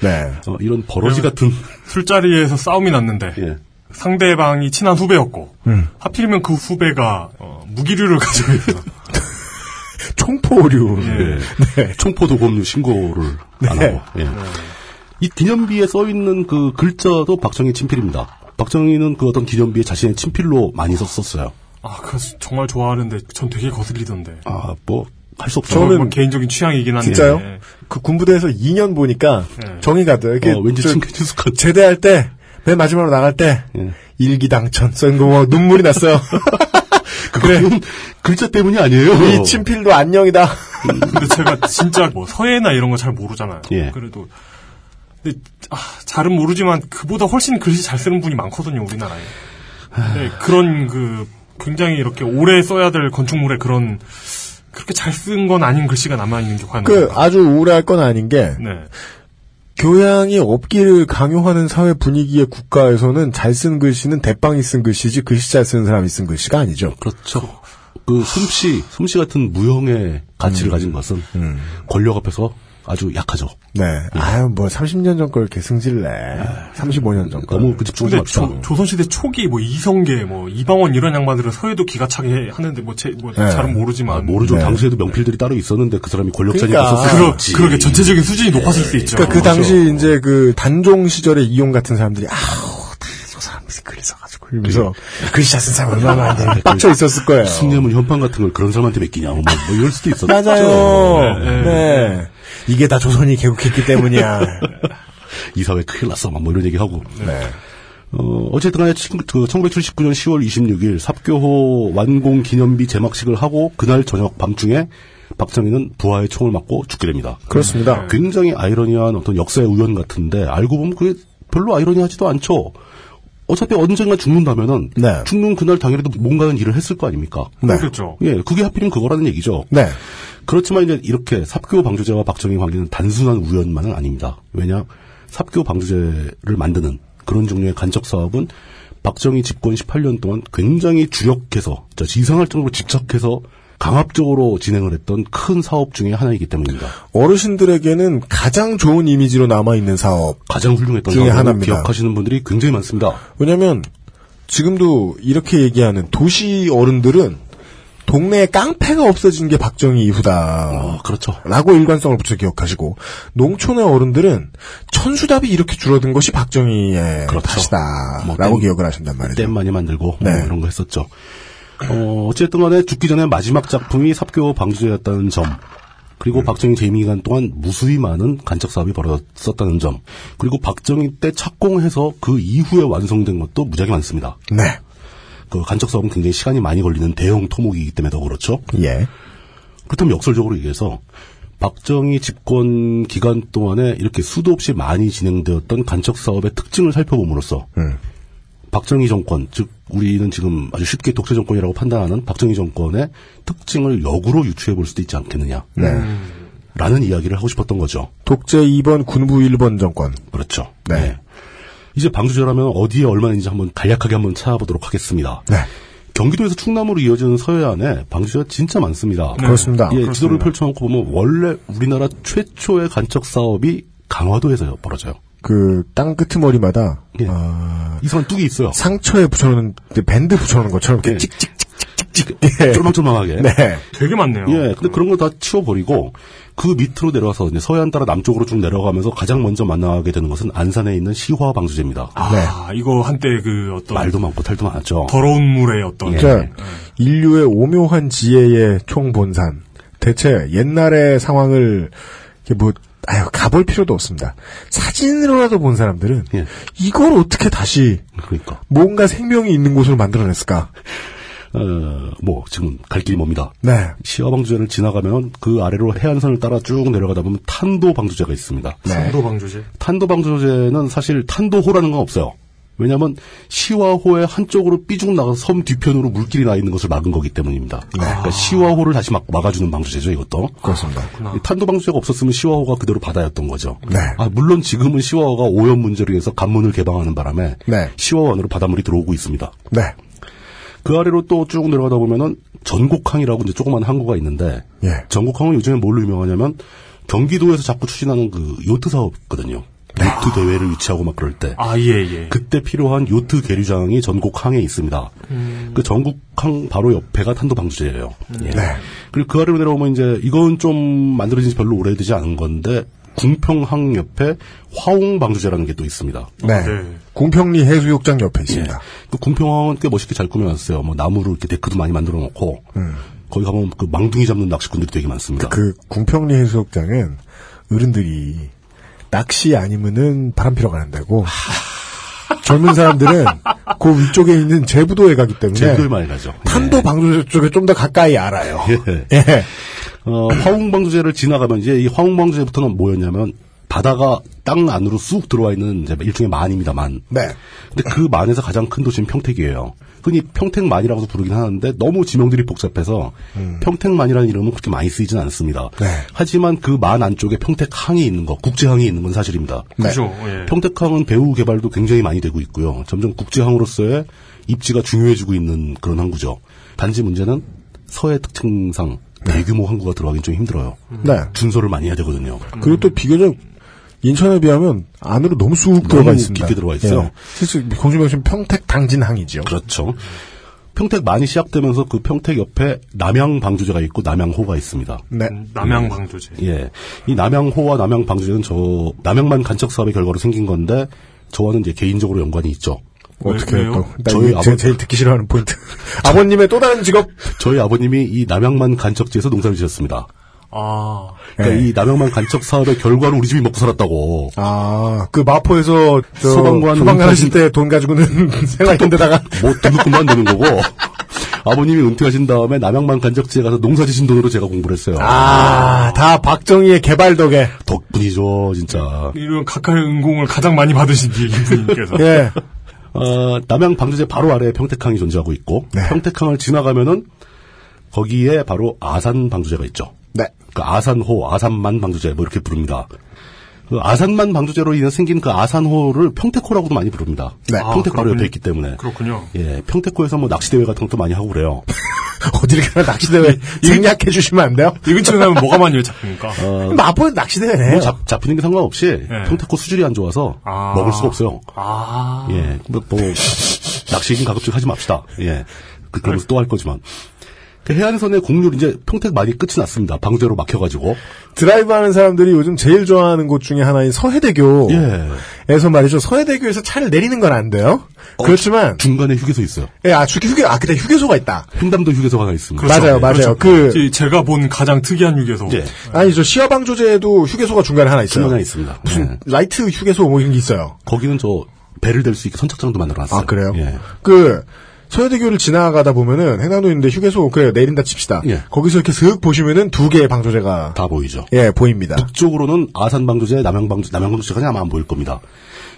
Speaker 2: 네.
Speaker 3: 어, 이런 버러지 같은
Speaker 4: 술자리에서 싸움이 났는데
Speaker 3: 예.
Speaker 4: 상대방이 친한 후배였고
Speaker 2: 음.
Speaker 4: 하필이면 그 후배가 어, 무기류를 가지고 있어.
Speaker 2: 총포류.
Speaker 3: 예. 총포도 법률 신고를 안
Speaker 2: 네.
Speaker 3: 하고. 예. 이 기념비에 써 있는 그 글자도 박정희 친필입니다. 박정희는 그 어떤 기념비에 자신의 친필로 많이 썼었어요.
Speaker 4: 아, 그 정말 좋아하는데 전 되게 거슬리던데.
Speaker 3: 아, 뭐 할 수 없죠.
Speaker 4: 저는 개인적인 취향이긴 한데.
Speaker 2: 진짜요? 그 군부대에서 2년 보니까
Speaker 4: 네.
Speaker 2: 정이 가더요. 이게
Speaker 3: 예. 어, 왠지
Speaker 2: 저-
Speaker 3: 친숙- 친숙한
Speaker 2: 제대할 때, 맨 마지막으로 나갈 때,
Speaker 3: 예.
Speaker 2: 일기당천 쓴 거, 뭐, 눈물이 났어요. 그래.
Speaker 3: 그건 글자 때문이 아니에요.
Speaker 2: 이 친필도 안녕이다.
Speaker 4: 근데 제가 진짜 뭐 서예나 이런 거 잘 모르잖아요.
Speaker 3: 예.
Speaker 4: 그래도 근데 아, 잘은 모르지만 그보다 훨씬 글씨 잘 쓰는 분이 많거든요 우리나라에. 근데 그런 그 굉장히 이렇게 오래 써야 될 건축물에 그런 그렇게 잘 쓴 건 아닌 글씨가 남아 있는 게
Speaker 3: 음.
Speaker 4: 과연.
Speaker 2: 그,
Speaker 4: 어떨까?
Speaker 2: 아주 우울할 건 아닌 게,
Speaker 4: 네.
Speaker 2: 교양이 없기를 강요하는 사회 분위기의 국가에서는 잘 쓴 글씨는 대빵이 쓴 글씨지, 글씨 잘 쓰는 사람이 쓴 글씨가 아니죠.
Speaker 3: 그렇죠. 그 솜씨, 솜씨 같은 무형의
Speaker 2: 음.
Speaker 3: 가치를 가진 것은 권력 앞에서 아주 약하죠.
Speaker 2: 네. 아유, 뭐, 30년 전 걸 개승질래. 35년 전 걸.
Speaker 3: 너무 그 집중 좀
Speaker 4: 근데
Speaker 3: 합시다.
Speaker 4: 조, 조선시대 초기 뭐 이성계 뭐 이방원 이런 양반들은 서예도 기가차게 하는데 뭐 제 뭐
Speaker 2: 네.
Speaker 4: 잘은 모르지만
Speaker 3: 아, 모르죠.
Speaker 2: 네.
Speaker 3: 당시에도 명필들이 따로 있었는데 그 사람이 권력자니까
Speaker 2: 그러니까.
Speaker 3: 썼을 수
Speaker 4: 그러,
Speaker 3: 없지. 네. 예.
Speaker 4: 그러게 전체적인 수준이 높았을 수 있죠.
Speaker 2: 그러니까 그 당시 이제 그 단종 시절의 이용 같은 사람들이 아우 다 저 사람 글 써가지고 이러면서 글씨 잘 쓴 사람 얼마나 많은데 빡쳐 있었을 거예요.
Speaker 3: 승려문 현판 같은 걸 그런 사람한테 맡기냐 뭐, 뭐 이럴 수도 있었죠.
Speaker 2: 맞아요.
Speaker 3: 네.
Speaker 2: 네. 이게 다 조선이 개국했기 때문이야.
Speaker 3: 이사회 큰일 났어 막 뭐 이런 얘기하고. 어, 어쨌든 간에 친- 그 1979년 10월 26일 삽교호 완공 기념비 제막식을 하고 그날 저녁 밤중에 박정희는 부하의 총을 맞고 죽게 됩니다. 음.
Speaker 2: 그렇습니다.
Speaker 3: 굉장히 아이러니한 어떤 역사의 우연 같은데 알고 보면 그게 별로 아이러니하지도 않죠. 어차피 언젠가 죽는다면은
Speaker 2: 네.
Speaker 3: 죽는 그날 당일에도 뭔가는 일을 했을 거 아닙니까?
Speaker 2: 네.
Speaker 4: 그렇죠.
Speaker 3: 예, 그게 하필이면 그거라는 얘기죠.
Speaker 2: 네.
Speaker 3: 그렇지만 이제 이렇게 삽교 방조제와 박정희 관계는 단순한 우연만은 아닙니다. 왜냐, 삽교 방조제를 만드는 그런 종류의 간척 사업은 박정희 집권 18년 동안 굉장히 주력해서, 진짜 지상할 정도로 집착해서 강압적으로 진행을 했던 큰 사업 중에 하나이기 때문입니다.
Speaker 2: 어르신들에게는 가장 좋은 이미지로 남아 있는 사업.
Speaker 3: 가장 훌륭했던
Speaker 2: 중에
Speaker 3: 사업을
Speaker 2: 하나입니다.
Speaker 3: 기억하시는 분들이 굉장히 많습니다.
Speaker 2: 왜냐면 지금도 이렇게 얘기하는 도시 어른들은 동네에 깡패가 없어진 게 박정희 이후다.
Speaker 3: 아, 그렇죠.
Speaker 2: 라고 일관성을 붙여 기억하시고 농촌의 어른들은 천수답이 이렇게 줄어든 것이 박정희의
Speaker 3: 그렇죠. 뭐
Speaker 2: 탓이다라고
Speaker 3: 땜-
Speaker 2: 기억을 하신단 말이죠.
Speaker 3: 댐 많이 만들고
Speaker 2: 네.
Speaker 3: 뭐 이런 거 했었죠. 어, 어쨌든 간에 죽기 전에 마지막 작품이 삽교 방조제였다는 점.
Speaker 2: 음.
Speaker 3: 그리고 박정희 재임기간 동안 무수히 많은 간척 사업이 벌어졌었다는 점. 그리고 박정희 때 착공해서 그 이후에 완성된 것도 무지하게 많습니다.
Speaker 2: 네,
Speaker 3: 그 간척 사업은 굉장히 시간이 많이 걸리는 대형 토목이기 때문에 더 그렇죠.
Speaker 2: 예,
Speaker 3: 그렇다면 역설적으로 얘기해서 박정희 집권 기간 동안에 이렇게 수도 없이 많이 진행되었던 간척 사업의 특징을 살펴봄으로써
Speaker 2: 음.
Speaker 3: 박정희 정권, 즉 우리는 지금 아주 쉽게 독재 정권이라고 판단하는 박정희 정권의 특징을 역으로 유추해 볼 수도 있지 않겠느냐.
Speaker 2: 네.
Speaker 3: 라는 이야기를 하고 싶었던 거죠.
Speaker 2: 독재 2번 군부 1번 정권.
Speaker 3: 그렇죠.
Speaker 2: 네.
Speaker 3: 이제 방주제라면 어디에 얼마인지 한번 간략하게 한번 찾아보도록 하겠습니다.
Speaker 2: 네,
Speaker 3: 경기도에서 충남으로 이어지는 서해안에 방주제가 진짜 많습니다.
Speaker 2: 네. 그렇습니다.
Speaker 3: 예, 지도를 펼쳐놓고 보면 원래 우리나라 최초의 간척 사업이 강화도에서 벌어져요.
Speaker 2: 그 땅 끄트머리마다
Speaker 3: 예.
Speaker 2: 아,
Speaker 3: 이상한 뚝이 있어요.
Speaker 2: 상처에 붙여놓는 그 밴드 붙여놓는 것처럼 이렇게
Speaker 3: 예.
Speaker 2: 찍찍찍찍찍. 예.
Speaker 3: 쫄망쫄망하게.
Speaker 2: 네,
Speaker 4: 되게 많네요.
Speaker 3: 예, 근데 그런 거 다 치워버리고 그 밑으로 내려와서 이제 서해안 따라 남쪽으로 쭉 내려가면서 가장 먼저 만나게 되는 것은 안산에 있는 시화 방조제입니다.
Speaker 4: 아, 이거 한때 그 어떤
Speaker 3: 네. 말도 예. 많고 탈도 많았죠.
Speaker 4: 더러운 물의 어떤
Speaker 2: 그러니까 인류의 오묘한 지혜의 총본산. 대체 옛날의 상황을 이게 뭐 아유 가볼 필요도 없습니다. 사진으로라도 본 사람들은 이걸 어떻게 다시
Speaker 3: 그러니까
Speaker 2: 뭔가 생명이 있는 곳으로 만들어냈을까?
Speaker 3: 어, 뭐 지금 갈 길이 멉니다.
Speaker 2: 네.
Speaker 3: 시화 방조제를 지나가면 그 아래로 해안선을 따라 쭉 내려가다 보면 탄도 방조제가 있습니다.
Speaker 4: 탄도 방조제.
Speaker 3: 탄도 방조제는 사실 탄도호라는 건 없어요. 왜냐하면 시와호의 한쪽으로 삐죽 나가서 섬 뒤편으로 물길이 나 있는 것을 막은 거기 때문입니다. 그러니까 시와호를 다시 막 막아주는 방조제죠, 이것도.
Speaker 2: 그렇습니다.
Speaker 3: 이 탄도 방조제가 없었으면 시와호가 그대로 바다였던 거죠.
Speaker 2: 네.
Speaker 3: 아, 물론 지금은 시와호가 오염 문제로 인해서 관문을 개방하는 바람에
Speaker 2: 네.
Speaker 3: 시와호 안으로 바닷물이 들어오고 있습니다.
Speaker 2: 네.
Speaker 3: 그 아래로 또 쭉 내려가다 보면은 전곡항이라고 이제 조그만 항구가 있는데
Speaker 2: 예.
Speaker 3: 전곡항은 요즘에 뭘로 유명하냐면 경기도에서 자꾸 추진하는 그 요트 사업거든요.
Speaker 2: 네.
Speaker 3: 요트 대회를 유치하고 막 그럴 때
Speaker 4: 아, 예, 예.
Speaker 3: 그때 필요한 요트 계류장이 전곡항에 있습니다.
Speaker 2: 음.
Speaker 3: 그 전곡항 바로 옆에가 탄도 방조제예요.
Speaker 2: 네.
Speaker 3: 예. 그리고 그 아래로 내려오면 이제 이건 좀 만들어진 지 별로 오래되지 않은 건데 궁평항 옆에 화옹 방조제라는 게 또 있습니다.
Speaker 2: 네. 공평리 해수욕장 옆에 있습니다.
Speaker 3: 그 궁평항은 꽤 멋있게 잘 꾸며놨어요. 뭐 나무로 이렇게 데크도 많이 만들어 놓고 거기 가면 그 망둥이 잡는 낚시꾼들이 되게
Speaker 2: 음.
Speaker 3: 많습니다.
Speaker 2: 그 궁평리 해수욕장은 어른들이 낚시 아니면은 바람 피러 가는다고 젊은 사람들은 그 위쪽에 있는 제부도에 가기 때문에
Speaker 3: 제주도에 많이 가죠.
Speaker 2: 그, 네. 탄도 방조제 쪽에 좀 더 가까이 알아요.
Speaker 3: 예.
Speaker 2: 예.
Speaker 3: 어, 화웅방조제를 지나가면 이제 이 화웅방조제부터는 뭐였냐면 바다가 땅 안으로 쑥 들어와 있는 이제 일종의 만입니다. 만.
Speaker 2: 네.
Speaker 3: 근데 그 만에서 가장 큰 도시는 평택이에요. 흔히 평택만이라고도 부르긴 하는데 너무 지명들이 복잡해서 평택만이라는 이름은 그렇게 많이 쓰이진 않습니다.
Speaker 2: 음. 네.
Speaker 3: 하지만 그 만 안쪽에 평택항이 있는 거, 국제항이 있는 건 사실입니다.
Speaker 2: 네.
Speaker 4: 그죠. 예.
Speaker 3: 평택항은 배후 개발도 굉장히 많이 되고 있고요. 점점 국제항으로서의 입지가 중요해지고 있는 그런 항구죠. 단지 문제는 서해 특징상 대규모 항구가 들어가긴 좀 힘들어요.
Speaker 2: 네.
Speaker 3: 준소를 많이 해야 되거든요.
Speaker 2: 그리고 또 비교적 인천에 비하면 안으로 너무 쑥 들어가 있습니다.
Speaker 3: 깊게 들어가 있어요.
Speaker 2: 예. 실수 공주명신 평택 당진항이지요.
Speaker 3: 그렇죠. 평택 많이 시작되면서 그 평택 옆에 남양 방조제가 있고 남양호가 있습니다.
Speaker 2: 네.
Speaker 4: 남양 방조제.
Speaker 3: 예. 이 남양호와 남양 방조제는 저 남양만 간척 사업의 결과로 생긴 건데 저와는 이제 개인적으로 연관이 있죠.
Speaker 2: 어떻게
Speaker 4: 왜요?
Speaker 2: 또 나
Speaker 3: 저희
Speaker 2: 이게 제-
Speaker 3: 아버-
Speaker 2: 제일 듣기 싫어하는 포인트. 아버님의 또 다른 직업.
Speaker 3: 저희 아버님이 이 남양만 간척지에서 농사를 지었습니다.
Speaker 4: 아,
Speaker 3: 그러니까
Speaker 2: 예.
Speaker 3: 이 남양만 간척 사업의 결과로 우리 집이 먹고 살았다고.
Speaker 2: 아, 그 마포에서 저
Speaker 3: 소방관
Speaker 2: 소방관 하실
Speaker 3: 은퇴하신-
Speaker 2: 때 돈 가지고는 생활 힘들다가
Speaker 3: 뭐 등록금만 되는 거고. 아버님이 은퇴하신 다음에 남양만 간척지에 가서 농사 지신 돈으로 제가 공부를 했어요.
Speaker 2: 아, 다 박정희의 개발 덕에.
Speaker 3: 덕분이죠, 진짜.
Speaker 4: 이런 가카의 은공을 가장 많이 받으신 이 분님께서.
Speaker 2: 예.
Speaker 3: 어, 남양 방조제 바로 아래에 평택항이 존재하고 있고
Speaker 2: 네.
Speaker 3: 평택항을 지나가면은 거기에 바로 아산 방조제가 있죠.
Speaker 2: 네.
Speaker 3: 그 아산호, 아산만 방조제 뭐 이렇게 부릅니다. 그 아산만 방조제로 인해 생긴 그 아산호를 평택호라고도 많이 부릅니다.
Speaker 2: 네.
Speaker 4: 아,
Speaker 3: 평택 바로
Speaker 4: 그렇군요.
Speaker 3: 옆에 있기 때문에.
Speaker 4: 그렇군요.
Speaker 3: 예, 평택호에서 뭐 낚시대회 같은 것도 많이 하고 그래요.
Speaker 2: 어디를 가나 낚시대회 생략해 주시면 안 돼요?
Speaker 4: 이 근처에 가면 뭐가 많이 잡힙니까?
Speaker 3: 어.
Speaker 2: 마포는 낚시대회네.
Speaker 3: 뭐 잡, 잡히는 게 상관없이
Speaker 2: 예.
Speaker 3: 평택호 수질이 안 좋아서
Speaker 4: 아.
Speaker 3: 먹을 수가 없어요.
Speaker 4: 아,
Speaker 3: 예, 뭐, 뭐 낚시긴 가급적 하지 맙시다. 예, 그, 그러면서 또 할 거지만. 그 해안선의 공률 이제 평택 많이 끝이 났습니다. 방제로 막혀가지고.
Speaker 2: 어. 드라이브 하는 사람들이 요즘 제일 좋아하는 곳 중에 하나인 서해대교에서
Speaker 3: 예. 어,
Speaker 2: 말이죠. 서해대교에서 차를 내리는 건 안 돼요. 그렇지만
Speaker 3: 중간에 휴게소 있어요.
Speaker 2: 예, 아, 휴게, 휴게, 아, 그때 휴게소가 있다.
Speaker 3: 횡담도 휴게소가 하나 있습니다.
Speaker 2: 맞아요, 맞아요. 그,
Speaker 4: 제- 제가 본 가장 특이한 휴게소.
Speaker 3: 그렇죠. 예,
Speaker 2: 아니, 저 시어방조제에도 휴게소가 중간에 하나 있어요.
Speaker 3: 중간에 하나 있습니다.
Speaker 2: 무슨,
Speaker 3: 예.
Speaker 2: 라이트 휴게소 뭐 이런 게 있어요.
Speaker 3: 거기는 저 배를 댈 수 있게 선착장도 만들어놨어요.
Speaker 2: 아, 그래요?
Speaker 3: 예.
Speaker 2: 그, 서해대교를 지나가다 보면은, 해남도 있는데 휴게소, 그래요, 내린다 칩시다.
Speaker 3: 예.
Speaker 2: 거기서 이렇게 슥 보시면은 두 개의 방조제가,
Speaker 3: 다 보이죠.
Speaker 2: 예, 보입니다.
Speaker 3: 북쪽으로는 아산방조제, 남양방조, 남양방조제가 아마 안 보일 겁니다.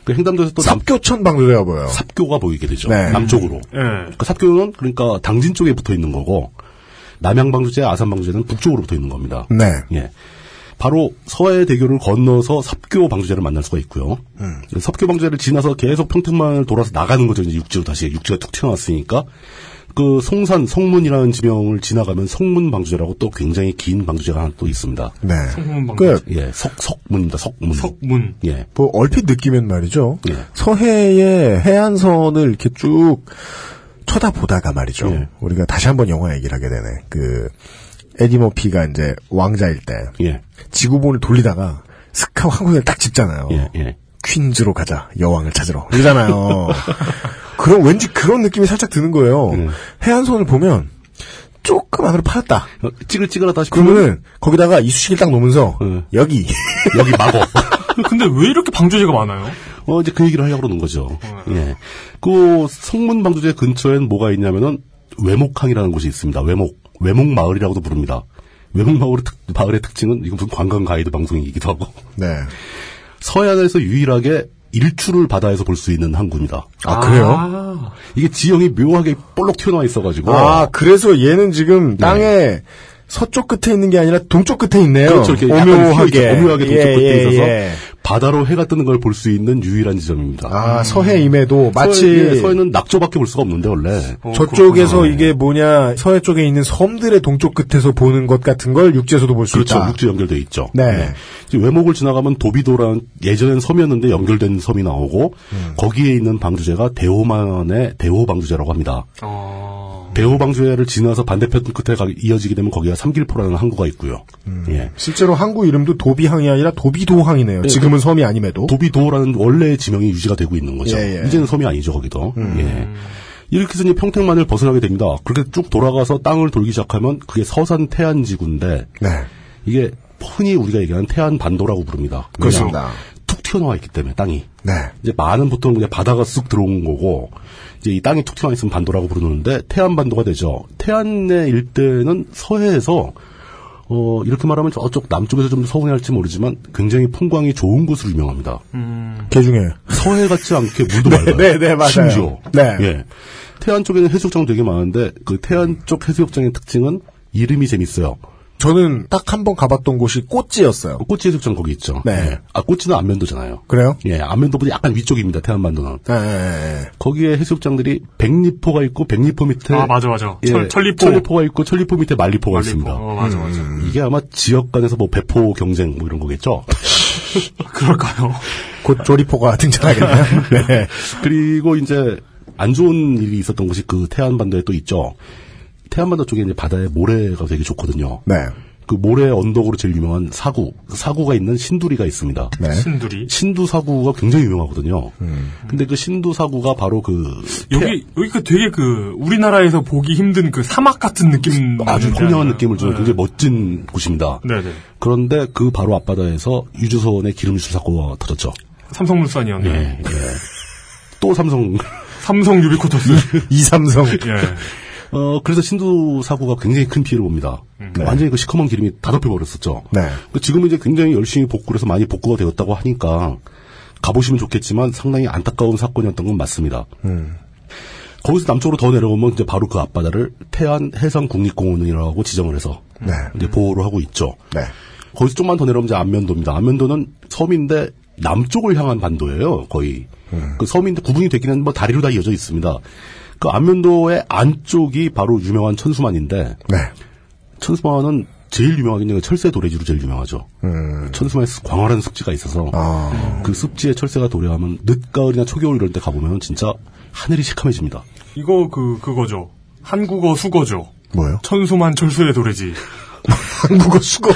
Speaker 3: 그 횡담도에서 또 남,
Speaker 2: 삽교천 방조제가 보여요.
Speaker 3: 삽교가 보이게 되죠.
Speaker 2: 네.
Speaker 3: 남쪽으로.
Speaker 4: 예.
Speaker 3: 그 삽교는 그러니까 당진 쪽에 붙어 있는 거고 남양방조제, 아산방조제는 북쪽으로 붙어 있는 겁니다.
Speaker 2: 네.
Speaker 3: 예. 바로 서해대교를 건너서 삽교 방조제를 만날 수가 있고요. 삽교 방조제를 지나서 계속 평택만을 돌아서 나가는 거죠. 이제 육지로 다시 육지가 툭 튀어나왔으니까 그 송산 성문이라는 지명을 지나가면 성문 방조제라고 또 굉장히 긴 방조제가 하나 또 있습니다.
Speaker 2: 네.
Speaker 4: 성문 방조제.
Speaker 2: 그,
Speaker 3: 예, 석 석문입니다. 석문.
Speaker 4: 음, 석문.
Speaker 3: 예.
Speaker 2: 뭐, 얼핏 느끼면 말이죠.
Speaker 3: 예.
Speaker 2: 서해의 해안선을 이렇게 쭉 쳐다보다가 말이죠.
Speaker 3: 예.
Speaker 2: 우리가 다시 한번 영화 얘기를 하게 되네. 그, 에디 머피가 이제 왕자일 때
Speaker 3: 예.
Speaker 2: 지구본을 돌리다가 스카우 한국을 딱
Speaker 3: 예,
Speaker 2: 짚잖아요. 퀸즈로 가자 여왕을 찾으러 이러잖아요. 그럼 왠지 그런 느낌이 살짝 드는 거예요. 해안선을 보면 조금 안으로 팔았다.
Speaker 3: 어, 찌글찌글하다 싶으면
Speaker 2: 그러면은 거기다가 이쑤시개를 딱 놓으면서 여기
Speaker 3: 여기 막어.
Speaker 4: 근데 왜 이렇게 방조제가 많아요?
Speaker 3: 어, 이제 그 얘기를 하려고 그러는 거죠.
Speaker 2: 음.
Speaker 3: 예. 그 성문 방조제 근처엔 뭐가 있냐면은 외목항이라는 곳이 있습니다. 외목. 외목 마을이라고도 부릅니다. 외목 마을의, 특, 마을의 특징은 이건 무슨 관광 가이드 방송이기도 하고.
Speaker 2: 네.
Speaker 3: 서해안에서 유일하게 일출을 바다에서 볼 수 있는 항구입니다.
Speaker 2: 아, 그래요?
Speaker 3: 이게 지형이 묘하게 볼록 튀어나와 있어가지고.
Speaker 2: 아 그래서 얘는 지금 땅에 서쪽 끝에 있는 게 아니라 동쪽 끝에 있네요.
Speaker 3: 그렇죠. 이렇게 약간
Speaker 2: 오묘하게
Speaker 3: 휘어있죠. 오묘하게 동쪽
Speaker 2: 예,
Speaker 3: 끝에
Speaker 2: 예,
Speaker 3: 있어서
Speaker 2: 예.
Speaker 3: 바다로 해가 뜨는 걸 볼 수 있는 유일한 지점입니다.
Speaker 2: 아 서해임에도 마치 어,
Speaker 3: 서해, 예, 서해는 낙조밖에 볼 수가 없는데 원래
Speaker 2: 저쪽에서 이게 뭐냐 서해 쪽에 있는 섬들의 동쪽 끝에서 보는 것 같은 걸 육지에서도 볼 수
Speaker 3: 그렇죠.
Speaker 2: 있다.
Speaker 3: 육지 연결돼 있죠.
Speaker 2: 네.
Speaker 3: 이제 외목을 지나가면 도비도라는 예전엔 섬이었는데 연결된 섬이 나오고
Speaker 2: 음.
Speaker 3: 거기에 있는 방주제가 대호만의 대호방주제라고 합니다. 대호방주제를 지나서 반대편 끝에 가- 이어지게 되면 거기가 삼길포라는 항구가 있고요.
Speaker 2: 음.
Speaker 3: 예.
Speaker 2: 실제로 항구 이름도 도비항이 아니라 도비도항이네요. 지금은 섬이 아님에도
Speaker 3: 도비도라는 원래의 지명이 유지가 되고 있는 거죠.
Speaker 2: 예, 음. 예.
Speaker 3: 이제는 섬이 아니죠, 거기도. 예. 이렇게 해서 이제 평택만을 벗어나게 됩니다. 그렇게 쭉 돌아가서 땅을 돌기 시작하면 그게 서산 태안지구인데
Speaker 2: 네.
Speaker 3: 이게 흔히 우리가 얘기하는 태안 반도라고 부릅니다.
Speaker 2: 그렇습니다.
Speaker 3: 왜냐? 툭 튀어나와 있기 때문에 땅이.
Speaker 2: 네.
Speaker 3: 이제 많은 보통 그냥 바다가 쑥 들어온 거고 이제 이 땅이 툭 튀어나와 있으면 반도라고 부르는데 태안 반도가 되죠. 태안의 일대는 서해에서 어 이렇게 말하면 저쪽 남쪽에서 좀 서운해할지 모르지만 굉장히 풍광이 좋은 곳으로 유명합니다.
Speaker 2: 개그 중에
Speaker 3: 서해 같지 않게 물도 맑아요.
Speaker 2: 네, 네, 맞아요.
Speaker 3: 심지어.
Speaker 2: 네.
Speaker 3: 예. 태안 쪽에는 해수욕장 되게 많은데 그 태안 쪽 해수욕장의 특징은 이름이 재밌어요.
Speaker 2: 저는 딱 한 번 가봤던 곳이 꽃지였어요.
Speaker 3: 꽃지 해수욕장 거기 있죠.
Speaker 2: 네.
Speaker 3: 예. 아, 꽃지는 안면도잖아요.
Speaker 2: 그래요?
Speaker 3: 예, 안면도보다 약간 위쪽입니다. 태안반도는.
Speaker 2: 예, 예, 예.
Speaker 3: 거기에 해수욕장들이 백리포가 있고 백리포 밑에
Speaker 4: 아 맞아 맞아.
Speaker 3: 예,
Speaker 4: 철, 천리포.
Speaker 3: 가 있고 천리포 밑에 말리포가
Speaker 4: 말리포.
Speaker 3: 있습니다.
Speaker 4: 어, 맞아 맞아.
Speaker 3: 이게 아마 지역 간에서 뭐 배포 경쟁 뭐 이런 거겠죠.
Speaker 4: 그럴까요?
Speaker 2: 곧 조리포가 등장하겠네요. 네.
Speaker 3: 그리고 이제 안 좋은 일이 있었던 것이 그 태안반도에 또 있죠. 태안반도 쪽에 이제 바다에 모래가 되게 좋거든요.
Speaker 2: 네.
Speaker 3: 그 모래 언덕으로 제일 유명한 사구, 사구가 있는 신두리가 있습니다.
Speaker 2: 네.
Speaker 4: 신두리.
Speaker 3: 신두 사구가 굉장히 유명하거든요. 근데 그 신두 사구가 바로 그
Speaker 4: 여기 여기가 되게 그 우리나라에서 보기 힘든 그 사막 같은 느낌
Speaker 3: 아주
Speaker 4: 나는데
Speaker 3: 청량한
Speaker 4: 아니에요?
Speaker 3: 느낌을 주는 굉장히 멋진 곳입니다.
Speaker 4: 네네.
Speaker 3: 그런데 그 바로 앞바다에서 유조선의 기름실 사고가 터졌죠.
Speaker 4: 삼성물산이었네. 요
Speaker 3: 예. 또 삼성.
Speaker 4: 삼성 유비코토스.
Speaker 2: 이삼성.
Speaker 4: 예.
Speaker 3: 어, 그래서 신두 사고가 굉장히 큰 피해를 봅니다. 완전히 그 시커먼 기름이 다 덮여버렸었죠.
Speaker 2: 음. 네.
Speaker 3: 그 지금은 이제 굉장히 열심히 복구해서 많이 복구가 되었다고 하니까 가보시면 좋겠지만 상당히 안타까운 사건이었던 건 맞습니다.
Speaker 2: 음.
Speaker 3: 거기서 남쪽으로 더 내려오면 이제 바로 그 앞바다를 태안 해상 국립공원이라고 지정을 해서
Speaker 2: 네.
Speaker 3: 이제 보호를 하고 있죠.
Speaker 2: 네.
Speaker 3: 거기서 좀만 더 내려오면 이제 안면도입니다. 안면도는 섬인데 남쪽을 향한 반도예요. 거의 그 섬인데 구분이 되기는 뭐 다리로 다 이어져 있습니다. 그 안면도의 안쪽이 바로 유명한 천수만인데
Speaker 2: 네.
Speaker 3: 천수만은 제일 유명하긴 해요. 철새 도래지로 제일 유명하죠.
Speaker 2: 네. 음,
Speaker 3: 천수만에 습- 광활한 습지가 있어서 그 습지에 철새가 도래하면 늦가을이나 초겨울 이런 때 가보면 진짜 하늘이 시커매집니다.
Speaker 4: 이거 그 그거죠. 한국어 수거죠.
Speaker 2: 뭐요?
Speaker 4: 천수만 철수의 도래지.
Speaker 2: 한국어 수거.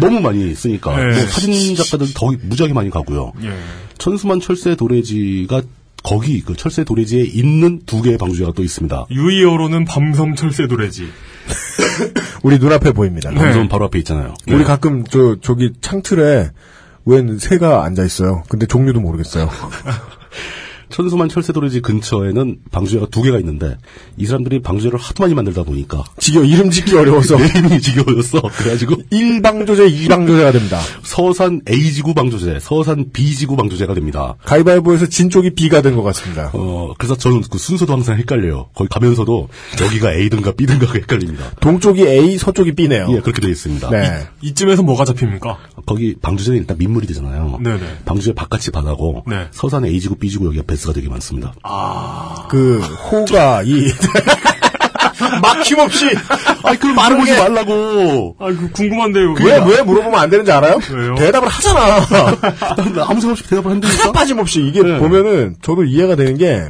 Speaker 3: 너무 많이 쓰니까
Speaker 4: 예.
Speaker 3: 뭐 사진 작가들 더 무지하게 많이 가고요.
Speaker 4: 예.
Speaker 3: 천수만 철새 도래지가 거기 그 철새 도래지에 있는 두 개의 방주제가 또 있습니다.
Speaker 4: 유이어로는 밤섬 철새 도래지.
Speaker 2: 우리 눈앞에 보입니다.
Speaker 3: 방송 바로 앞에 있잖아요.
Speaker 2: 우리 가끔 저 저기 창틀에 웬 새가 앉아 있어요. 근데 종류도 모르겠어요.
Speaker 3: 천수만 철새 도래지 근처에는 방주제가 두 개가 있는데 이 사람들이 방주제를 하도 많이 만들다 보니까
Speaker 2: 지겨 이름 짓기 어려워서
Speaker 3: 내 이름이 지겨워졌어. 그래가지고
Speaker 2: 일방조제 이방조제가 됩니다.
Speaker 3: 서산 A 지구 방조제, 서산 B 지구 방조제가 됩니다.
Speaker 2: 가위바위보에서 진 쪽이 B가 된 것 같습니다.
Speaker 3: 어 그래서 저는 그 순서도 항상 헷갈려요. 거기 가면서도 여기가 A든가 B든가가 헷갈립니다.
Speaker 2: 동쪽이 A, 서쪽이 B네요.
Speaker 3: 예 그렇게 되어 있습니다.
Speaker 2: 네.
Speaker 4: 이쯤에서 뭐가 잡힙니까?
Speaker 3: 거기 방주제는 일단 민물이 되잖아요.
Speaker 4: 네네.
Speaker 3: 방주제 바깥이 바다고
Speaker 4: 네. 아,
Speaker 3: 서산에 A지구, B지구 여기가 배스가 되게 많습니다.
Speaker 2: 그 호가 이 막힘없이
Speaker 3: 아, 그걸 말해보지 말라고.
Speaker 4: 아, 그 궁금한데요.
Speaker 2: 왜 왜 물어보면 안 되는지 알아요?
Speaker 4: 왜요?
Speaker 2: 대답을 하잖아.
Speaker 3: 나 아무 생각 없이 대답을 한다니까.
Speaker 2: 빠짐없이 이게 보면은 저도 이해가 되는 게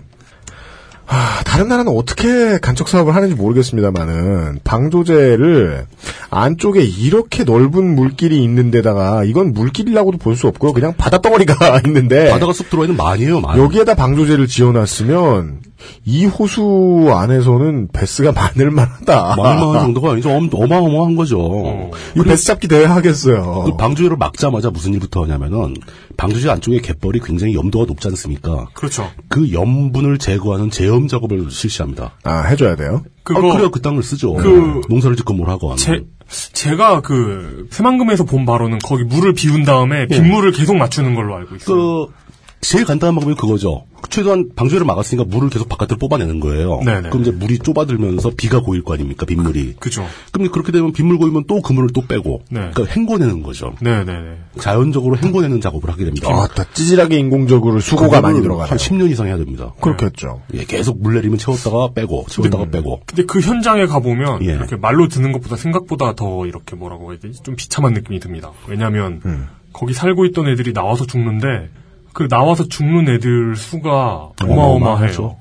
Speaker 2: 하, 아, 다른 나라는 어떻게 간척 사업을 하는지 모르겠습니다만은 방조제를 안쪽에 이렇게 넓은 물길이 있는데다가 이건 물길이라고도 볼 수 없고요. 그냥 바다 덩어리가 있는데
Speaker 3: 바다가 쑥 들어있는 많이에요, 많이.
Speaker 2: 여기에다 방조제를 지어놨으면 이 호수 안에서는 베스가 많을 만하다.
Speaker 3: 막막한 정도가 뭐 아니죠. 엄- 어마어마한 거죠.
Speaker 2: 이 베스 잡기 대회 하겠어요.
Speaker 3: 그 방조제를 막자마자 무슨 일부터 하냐면은 방조제 안쪽에 갯벌이 굉장히 염도가 높지 않습니까?
Speaker 4: 그렇죠.
Speaker 3: 그 염분을 제거하는 제염 작업을 실시합니다.
Speaker 2: 아 해줘야 돼요.
Speaker 3: 그거 아, 그래야 그 땅을 쓰죠.
Speaker 4: 그-
Speaker 3: 농사를 짓건 뭘 하건.
Speaker 4: 제, 제가 그, 새만금에서 본 바로는 거기 물을 비운 다음에 빗물을 계속 맞추는 걸로 알고 있어요.
Speaker 3: 그 제일 간단한 방법이 그거죠. 최소한 방조제를 막았으니까 물을 계속 바깥으로 뽑아내는 거예요.
Speaker 4: 네네.
Speaker 3: 그럼 이제 물이 좁아들면서 비가 고일 거 아닙니까? 빗물이.
Speaker 4: 그죠.
Speaker 3: 그럼 이제 그렇게 되면 빗물 고이면 또 그물을 또 빼고
Speaker 4: 네.
Speaker 3: 그러니까 헹궈내는 거죠.
Speaker 4: 네네네.
Speaker 3: 자연적으로 헹궈내는 작업을 하게 됩니다.
Speaker 2: 아, 다 찌질하게 인공적으로 수고가
Speaker 3: 그거를
Speaker 2: 많이 들어가요.
Speaker 3: 한 10년 이상 해야 됩니다.
Speaker 2: 그렇겠죠.
Speaker 3: 예, 계속 물 내리면 채웠다가 빼고 채웠다가 빼고
Speaker 4: 근데 그 현장에 가보면,
Speaker 3: 예.
Speaker 4: 이렇게 말로 듣는 것보다 생각보다 더 이렇게 뭐라고 해야 되지? 좀 비참한 느낌이 듭니다. 왜냐면,
Speaker 3: 음.
Speaker 4: 거기 살고 있던 애들이 나와서 죽는데, 그 나와서 죽는 애들 수가 어마어마해요. 음. 그-
Speaker 3: 어마어마하죠.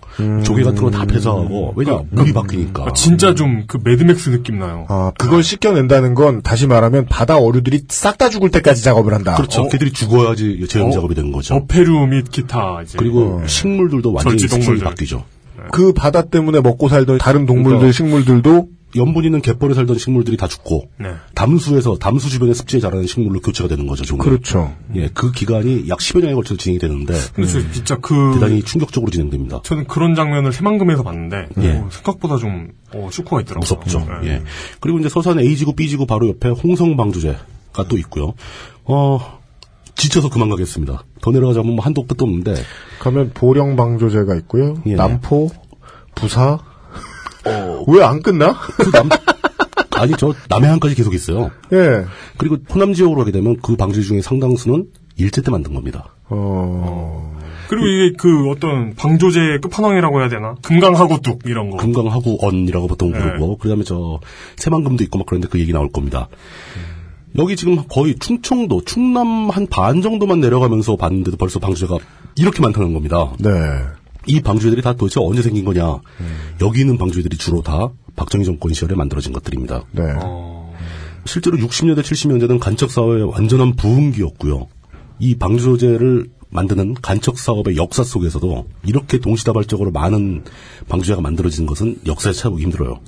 Speaker 3: 조개 같은 거 다 폐사하고 왜냐 물이 바뀌니까.
Speaker 4: 아, 진짜 좀 그 매드맥스 느낌 나요.
Speaker 2: 아, 그걸 씻겨낸다는 건 다시 말하면 바다 어류들이 싹 다 죽을 때까지 작업을 한다.
Speaker 3: 그렇죠.
Speaker 2: 어,
Speaker 3: 걔들이 죽어야지 제염
Speaker 4: 어.
Speaker 3: 작업이 되는 거죠.
Speaker 4: 어패류 및 기타 이제
Speaker 3: 그리고 식물들도 완전히
Speaker 4: 절지동물들.
Speaker 3: 스킬이 바뀌죠.
Speaker 2: 그 바다 때문에 먹고 살던 다른 동물들,
Speaker 3: 그러니까.
Speaker 2: 식물들도
Speaker 3: 염분 있는 갯벌에 살던 식물들이 다 죽고
Speaker 4: 네.
Speaker 3: 담수에서 담수 주변의 습지에 자라는 식물로 교체가 되는 거죠. 종이.
Speaker 2: 그렇죠.
Speaker 3: 예, 그 기간이 약 10여 년에 걸쳐 서 진행이 되는데
Speaker 4: 근데 저 진짜 그
Speaker 3: 대단히 충격적으로 진행됩니다.
Speaker 4: 저는 그런 장면을 새만금에서 봤는데
Speaker 3: 예.
Speaker 4: 어, 생각보다 좀 어, 쇼크가 있더라고요.
Speaker 3: 무섭죠.
Speaker 4: 네.
Speaker 3: 예. 그리고 이제 서산 A지구, B지구 바로 옆에 홍성방조제가 또 있고요. 어, 지쳐서 그만 가겠습니다. 더 내려가자면 뭐 한도 끝도 없는데
Speaker 2: 가면 보령 방조제가 있고요.
Speaker 3: 예. 어.
Speaker 2: 남포, 부사. 왜 안 끝나?
Speaker 3: 그 남, 아니 저 남해안까지 계속 있어요.
Speaker 2: 예.
Speaker 3: 그리고 호남 지역으로 가게 되면 그 방조제 중에 상당수는 일제 때 만든 겁니다.
Speaker 2: 어,
Speaker 4: 그리고 이게 그 어떤 방조제의 끝판왕이라고 해야 되나? 금강하고 뚝 이런 거.
Speaker 3: 금강하구 언이라고 보통
Speaker 4: 네.
Speaker 3: 부르고 그다음에 저 새만금도 있고 막 그런데 그 얘기 나올 겁니다. 여기 지금 거의 충청도, 충남 한 반 정도만 내려가면서 봤는데도 벌써 방조제가 이렇게 많다는 겁니다.
Speaker 2: 네.
Speaker 3: 이 방조제들이 다 도대체 언제 생긴 거냐? 여기 있는 방조제들이 주로 다 박정희 정권 시절에 만들어진 것들입니다.
Speaker 2: 네.
Speaker 3: 실제로 60년대, 70년대는 간척 사업의 완전한 부흥기였고요. 이 방조제를 만드는 간척 사업의 역사 속에서도 이렇게 동시다발적으로 많은 방조제가 만들어진 것은 역사에 찾아보기 힘들어요.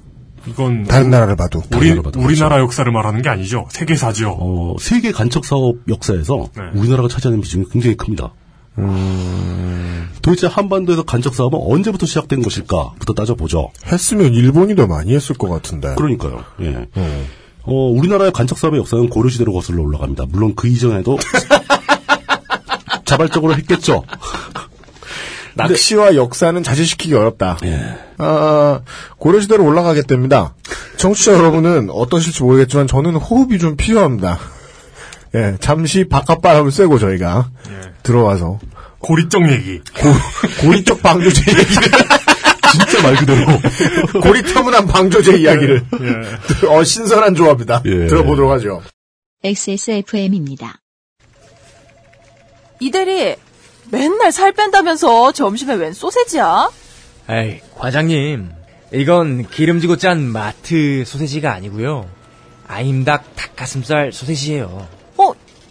Speaker 4: 이건
Speaker 2: 다른 나라를 봐도.
Speaker 4: 우리
Speaker 3: 나라로 봐도
Speaker 4: 우리나라 역사를 말하는 게 아니죠. 세계사죠.
Speaker 3: 네, 어, 세계 간척 사업 역사에서
Speaker 4: 네.
Speaker 3: 우리나라가 차지하는 비중이 굉장히 큽니다.
Speaker 2: 음.
Speaker 3: 도대체 한반도에서 간척 사업은 언제부터 시작된 것일까부터 따져보죠.
Speaker 2: 네. 했으면 일본이 더 많이 했을 것 같은데.
Speaker 3: 그러니까요. 예.
Speaker 2: 네.
Speaker 3: 어, 우리나라의 간척 사업의 역사는 고려 시대로 거슬러 올라갑니다. 물론 그 이전에도 자발적으로 했겠죠.
Speaker 2: 낚시와 역사는 자제시키기 어렵다.
Speaker 3: 예.
Speaker 2: 아, 고려시대로 올라가게 됩니다. 청취자 여러분은 어떠실지 모르겠지만 저는 호흡이 좀 필요합니다. 예, 잠시 바깥바람을 쐬고 저희가 들어와서
Speaker 4: 고리적 얘기.
Speaker 2: 고, 고리 쪽 방조제 얘기를
Speaker 3: 진짜 말 그대로
Speaker 2: 고리 터무난 방조제 이야기를
Speaker 4: 예.
Speaker 2: 어, 신선한 조합이다.
Speaker 3: 예.
Speaker 2: 들어보도록 하죠.
Speaker 1: XSFM입니다.
Speaker 12: 이 대리, 맨날 살 뺀다면서 점심에 웬 소세지야?
Speaker 13: 에이, 과장님. 이건 기름지고 짠 마트 소세지가 아니고요. 아임닭 닭가슴살 소세지예요.
Speaker 12: 어,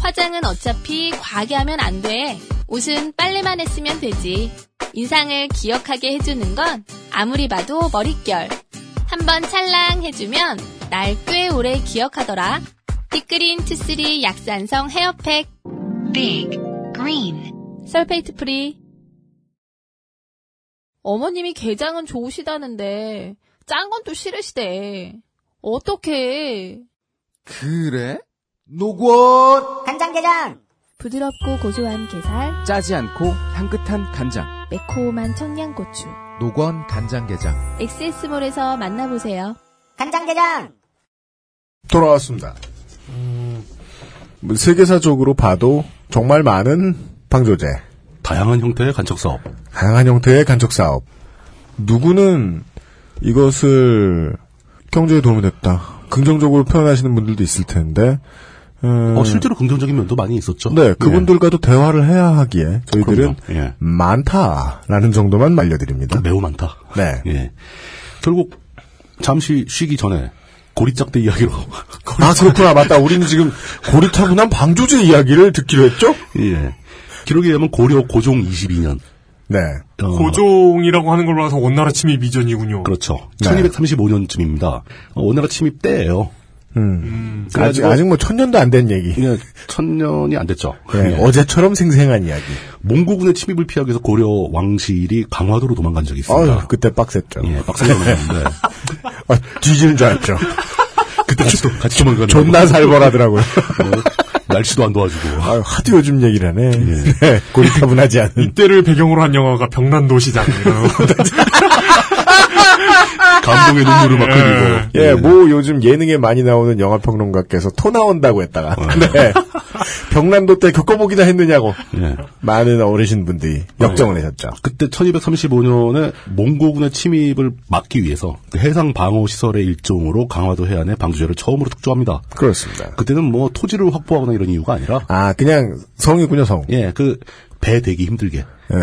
Speaker 14: 화장은 어차피 과하게 하면 안 돼. 옷은 빨래만 했으면 되지. 인상을 기억하게 해주는 건 아무리 봐도 머릿결. 한번 찰랑 해주면 날 꽤 오래 기억하더라. 빅그린 투쓰리 약산성 헤어팩. 빅 그린 설페이트 프리.
Speaker 5: 어머님이 게장은 좋으시다는데 짠 건 또 싫으시대. 어떡해.
Speaker 6: 그래? 노곤!
Speaker 7: 간장게장!
Speaker 5: 부드럽고 고소한 게살,
Speaker 6: 짜지 않고 향긋한 간장.
Speaker 5: 매콤한 청양고추,
Speaker 6: 노건 간장게장.
Speaker 5: XS몰에서 만나보세요.
Speaker 15: 간장게장!
Speaker 2: 돌아왔습니다. 뭐 세계사적으로 봐도 정말 많은 방조제.
Speaker 3: 다양한 형태의 간척 사업. 어,
Speaker 2: 다양한 형태의 간척 사업. 누구는 이것을 경제에 도움이 됐다. 긍정적으로 표현하시는 분들도 있을 텐데. 음,
Speaker 3: 어, 실제로 긍정적인 면도 많이 있었죠.
Speaker 2: 네, 그분들과도 대화를 해야 하기에 저희들은
Speaker 3: 어, 예. 그럼요. 예.
Speaker 2: 많다라는 정도만 말려드립니다.
Speaker 3: 아, 매우 많다.
Speaker 2: 네.
Speaker 3: 예. 결국 잠시 쉬기 전에 고리짝대 이야기로
Speaker 2: 아 그렇구나 맞다. 우리는 지금 고리타분한 방조제 이야기를 듣기로 했죠.
Speaker 3: 예. 기록에 의하면 고려 고종 22년.
Speaker 2: 네.
Speaker 4: 고종이라고 하는 걸로 봐서 원나라 침입 이전이군요.
Speaker 3: 어. 그렇죠. 1235년쯤입니다. 원나라 어, 침입 때예요.
Speaker 2: 음. 아직
Speaker 3: 그래가지고-
Speaker 2: 아직 뭐 천년도 안 된 얘기.
Speaker 3: 예, 천년이 안 됐죠.
Speaker 2: 네,
Speaker 3: 예.
Speaker 2: 어제처럼 생생한 이야기.
Speaker 3: 몽고군의 침입을 피하기 위해서 고려 왕실이 강화도로 도망간 적이 있습니다.
Speaker 2: 아유, 그때 빡셌죠.
Speaker 3: 예, 빡세게 도망갔는데
Speaker 2: 아, 뒤지는 줄 알았죠.
Speaker 3: 그때 같이, 도- 같이 도망가는
Speaker 2: 존나
Speaker 3: 거고.
Speaker 2: 살벌하더라고요.
Speaker 3: 어, 날씨도 안 도와주고.
Speaker 2: 아유, 하도 요즘 얘기를 하네. 네, 고리타분하지 않은.
Speaker 4: 이때를 배경으로 한 영화가 병난도 시장이에요.
Speaker 3: 감동의 눈물을 막 흘리고.
Speaker 2: 예, 뭐 요즘 예능에 많이 나오는 영화평론가께서 토 나온다고 했다가. 네. 병난도 때 겪어보기나 했느냐고.
Speaker 3: 예.
Speaker 2: 많은 어르신분들이 역정을 내셨죠.
Speaker 3: 그때 1235년에 몽고군의 침입을 막기 위해서 그 해상 방어 시설의 일종으로 강화도 해안에 방조제를 처음으로 특조합니다.
Speaker 2: 그렇습니다.
Speaker 3: 그때는 뭐 토지를 확보하거나 이런 이유가 아니라
Speaker 2: 아, 그냥 성이군요, 성.
Speaker 3: 예, 그 배 대기 힘들게.
Speaker 2: 예.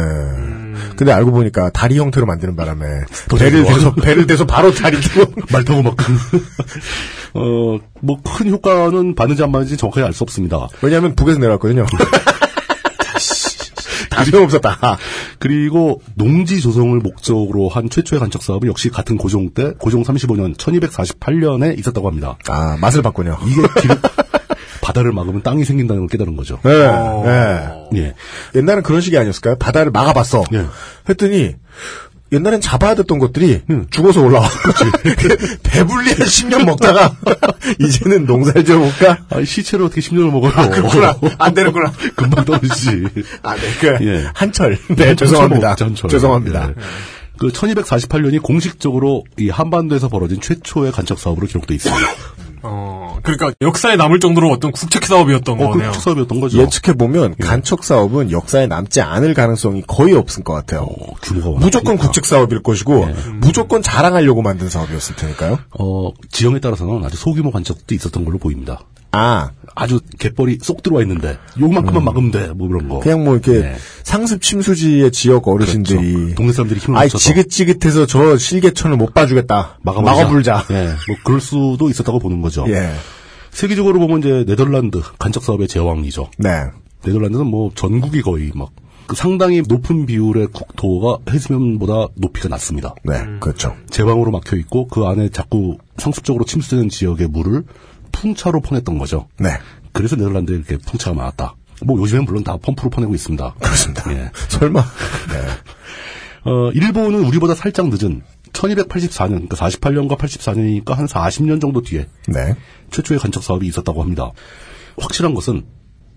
Speaker 2: 근데 알고 보니까 다리 형태로 만드는 바람에
Speaker 3: 더
Speaker 2: 배를
Speaker 3: 좋아.
Speaker 2: 대서 배를 대서 바로 다리 끼고
Speaker 3: 말 타고 막 어, 뭐 큰 효과는 받는지 안 받는지 정확하게 알 수 없습니다.
Speaker 2: 왜냐하면 북에서 내려왔거든요. 다 소용없었다.
Speaker 3: 그리고 농지 조성을 목적으로 한 최초의 간척 사업은 역시 같은 고종 때 고종 35년 1248년에 있었다고 합니다.
Speaker 2: 아 맛을 봤군요.
Speaker 3: 이게 길- 바다를 막으면 땅이 생긴다는 걸 깨달은 거죠.
Speaker 2: 네, 네.
Speaker 3: 예.
Speaker 2: 옛날엔 그런 식이 아니었을까요? 바다를 막아봤어.
Speaker 3: 예.
Speaker 2: 했더니 옛날엔 잡아야 됐던 것들이 죽어서 올라와. 배불리 한 10년 먹다가 이제는 농사를 지어볼까?
Speaker 3: 아, 시체를 어떻게 10년을 먹어요?
Speaker 2: 그렇구나. 안 되는구나.
Speaker 3: 금방 떨어지지.
Speaker 2: 아, 네. 그
Speaker 3: 예.
Speaker 2: 한철. 네, 죄송합니다.
Speaker 3: 전철.
Speaker 2: 죄송합니다.
Speaker 3: 예. 그 1248년이 공식적으로 이 한반도에서 벌어진 최초의 간척 사업으로 기록돼 있습니다.
Speaker 4: 어, 그러니까 역사에 남을 정도로 어떤 국책 사업이었던
Speaker 3: 어, 그
Speaker 4: 거네요.
Speaker 3: 간척 사업이었던 거죠.
Speaker 2: 예측해 보면 간척 사업은 역사에 남지 않을 가능성이 거의 없을 것 같아요.
Speaker 3: 어, 규모가 워낙
Speaker 2: 무조건
Speaker 3: 크니까.
Speaker 2: 국책 사업일 것이고 무조건 자랑하려고 만든 사업이었을 테니까요.
Speaker 3: 어, 지형에 따라서는 아주 소규모 간척도 있었던 걸로 보입니다.
Speaker 2: 아,
Speaker 3: 아주 갯벌이 쏙 들어와 있는데 요만큼만 막으면 돼. 뭐 그런 거.
Speaker 2: 음. 그냥 뭐 이렇게
Speaker 3: 네.
Speaker 2: 상습 침수지의 지역 어르신들이
Speaker 3: 그렇죠. 동네 사람들이 힘을
Speaker 2: 아이
Speaker 3: 합쳐서.
Speaker 2: 지긋지긋해서 저 실개천을 못 봐주겠다.
Speaker 3: 막아버리자.
Speaker 2: 막아불자.
Speaker 3: 예. 뭐 그럴 수도 있었다고 보는 거죠.
Speaker 2: 예,
Speaker 3: 세계적으로 보면 이제 네덜란드 간척 사업의 제왕이죠.
Speaker 2: 네,
Speaker 3: 네덜란드는 뭐 전국이 거의 막그 상당히 높은 비율의 국토가 해수면보다 높이가 낮습니다.
Speaker 2: 네, 그렇죠.
Speaker 3: 제방으로 막혀 있고 그 안에 자꾸 상습적으로 침수되는 지역의 물을 풍차로 퍼냈던 거죠.
Speaker 2: 네,
Speaker 3: 그래서 네덜란드에 이렇게 풍차가 많았다. 뭐 요즘엔 물론 다 펌프로 퍼내고 있습니다.
Speaker 2: 그렇습니다.
Speaker 3: 예.
Speaker 2: 설마. 네.
Speaker 3: 어, 일본은 우리보다 살짝 늦은 1284년, 그러니까 48년과 84년이니까 한 40년 정도 뒤에
Speaker 2: 네.
Speaker 3: 최초의 간척 사업이 있었다고 합니다. 확실한 것은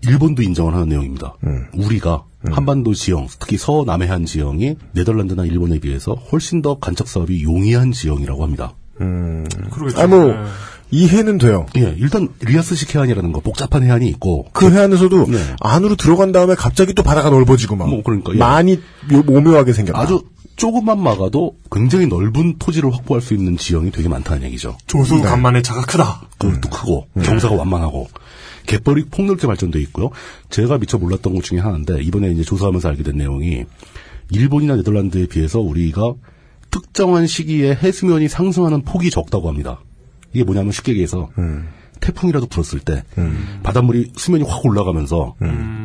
Speaker 3: 일본도 인정을 하는 내용입니다. 우리가 한반도 지형, 특히 서남해안 지형이 네덜란드나 일본에 비해서 훨씬 더 간척 사업이 용이한 지형이라고 합니다.
Speaker 4: 그러겠죠.
Speaker 2: 아, 뭐,
Speaker 4: 네.
Speaker 2: 이해는 돼요.
Speaker 3: 예, 일단 리아스식 해안이라는 거 복잡한 해안이 있고
Speaker 2: 그 해안에서도 안으로 들어간 다음에 갑자기 또 바다가 넓어지고 막.
Speaker 3: 네. 뭐 그러니까, 예.
Speaker 2: 많이 요- 오묘하게 생겼다.
Speaker 3: 아주 조금만 막아도 굉장히 넓은 토지를 확보할 수 있는 지형이 되게 많다는 얘기죠.
Speaker 4: 조수 간만에 자가 크다.
Speaker 3: 네. 그것도 크고 경사가 완만하고 갯벌이 폭넓게 발전돼 있고요. 제가 미처 몰랐던 것 중에 하나인데 이번에 이제 조사하면서 알게 된 내용이 일본이나 네덜란드에 비해서 우리가 특정한 시기에 해수면이 상승하는 폭이 적다고 합니다. 이게 뭐냐면 쉽게 얘기해서 태풍이라도 불었을 때 바닷물이 수면이 확 올라가면서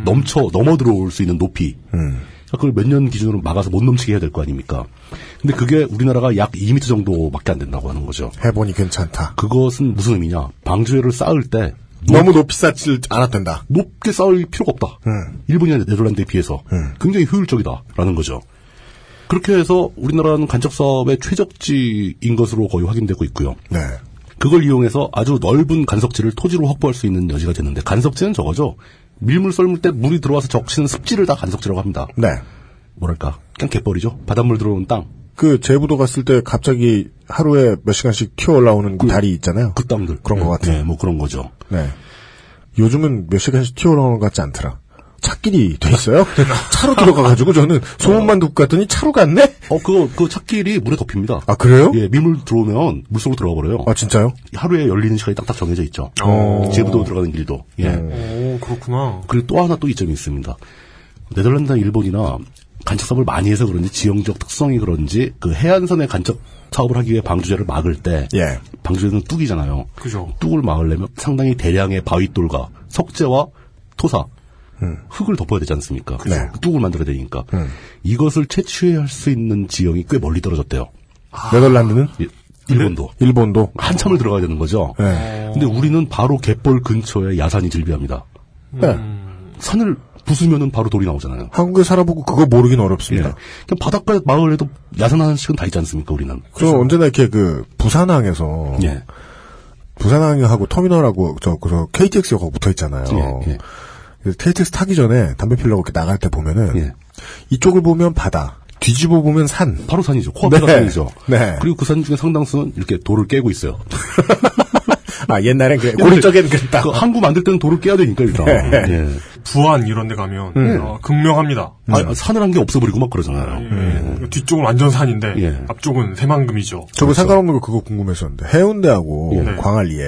Speaker 3: 넘쳐 넘어 들어올 수 있는 높이 그러니까 그걸 몇 년 기준으로 막아서 못 넘치게 해야 될 거 아닙니까? 근데 그게 우리나라가 약 2m 정도밖에 안 된다고 하는 거죠.
Speaker 2: 해보니 괜찮다.
Speaker 3: 그것은 무슨 의미냐? 방조회를 쌓을 때
Speaker 2: 너무 높이 쌓지 않았던다.
Speaker 3: 높게 쌓을 필요가 없다.
Speaker 2: 네.
Speaker 3: 일본이나 네덜란드에 비해서 굉장히 효율적이다라는 거죠. 그렇게 해서 우리나라는 간척 사업의 최적지인 것으로 거의 확인되고 있고요.
Speaker 2: 네.
Speaker 3: 그걸 이용해서 아주 넓은 간석지를 토지로 확보할 수 있는 여지가 되는데 간석지는 저거죠. 밀물 썰물 때 물이 들어와서 적시는 습지를 다 간석지라고 합니다.
Speaker 2: 네.
Speaker 3: 뭐랄까 그냥 갯벌이죠. 바닷물 들어오는 땅
Speaker 2: 그 제부도 갔을 때 갑자기 하루에 몇 시간씩 튀어 올라오는 다리 있잖아요.
Speaker 3: 그 극단들
Speaker 2: 그런 것 같아요.
Speaker 3: 네, 뭐 그런 거죠.
Speaker 2: 네. 요즘은 몇 시간씩 튀어 올라오는 것 같지 않더라. 차길이 돼 있어요. 차로 들어가가지고 저는 소문만 듣고 갔더니 차로 갔네.
Speaker 3: 어 그거 그 찻길이 물에 덮입니다.
Speaker 2: 아 그래요?
Speaker 3: 예, 밀물 들어오면 물속으로 들어가 버려요.
Speaker 2: 아 진짜요?
Speaker 3: 하루에 열리는 시간이 딱딱 정해져 있죠.
Speaker 4: 어.
Speaker 3: 제부도 들어가는 길도. 예.
Speaker 2: 네.
Speaker 4: 오, 그렇구나.
Speaker 3: 그리고 또 하나 또 이점이 있습니다. 네덜란드나 일본이나 간척 사업을 많이 해서 그런지 지형적 특성이 그런지 그 해안선의 간척 사업을 하기 위해 방조제를 막을 때
Speaker 2: 예.
Speaker 3: 방조제는 뚝이잖아요.
Speaker 4: 그죠.
Speaker 3: 뚝을 막으려면 상당히 대량의 바위돌과 석재와 토사 흙을 덮어야 되지 않습니까?
Speaker 2: 음. 그죠. 음. 네.
Speaker 3: 뚝을 만들어야 되니까 이것을 채취할 수 있는 지형이 꽤 멀리 떨어졌대요.
Speaker 2: 네덜란드는
Speaker 3: 예, 일본도
Speaker 2: 일본도
Speaker 3: 한참을 들어가야 되는 거죠.
Speaker 2: 네.
Speaker 3: 근데 우리는 바로 갯벌 근처에 야산이 즐비합니다.
Speaker 2: 네.
Speaker 3: 음. 산을 부수면은 바로 돌이 나오잖아요.
Speaker 2: 한국에 살아보고 그거 모르긴
Speaker 3: 예.
Speaker 2: 어렵습니다.
Speaker 3: 그냥 바닷가 마을에도 야산 하나씩은 다 있지 않습니까, 우리는?
Speaker 2: 저 언제나 이렇게 그 부산항에서
Speaker 3: 예.
Speaker 2: 부산항하고 터미널하고 저 그래서 KTX역하고 붙어 있잖아요.
Speaker 3: 예, 예.
Speaker 2: 그래서 KTX 타기 전에 담배 피려고 이렇게 나갈 때 보면은
Speaker 3: 예.
Speaker 2: 이쪽을 보면 바다, 뒤집어 보면 산.
Speaker 3: 바로 산이죠. 코앞에가
Speaker 2: 네.
Speaker 3: 산이죠.
Speaker 2: 네.
Speaker 3: 그리고 그 산 중에 상당수는 이렇게 돌을 깨고 있어요.
Speaker 2: 아 옛날엔 그래. 고리적엔 네. 그랬다.
Speaker 3: 그 항구 만들 때는 돌을 깨야 되니까 일단. 예.
Speaker 4: 부안 이런 데 가면
Speaker 3: 음.
Speaker 4: 아, 극명합니다.
Speaker 3: 아,
Speaker 2: 음.
Speaker 3: 아, 산을 한 게 없어버리고 막 그러잖아요. 네.
Speaker 4: 예. 뒤쪽은 완전 산인데
Speaker 3: 음. 예.
Speaker 4: 앞쪽은 새만금이죠.
Speaker 2: 저도 상관없는 거 그거 궁금했었는데 해운대하고
Speaker 3: 예.
Speaker 2: 광안리에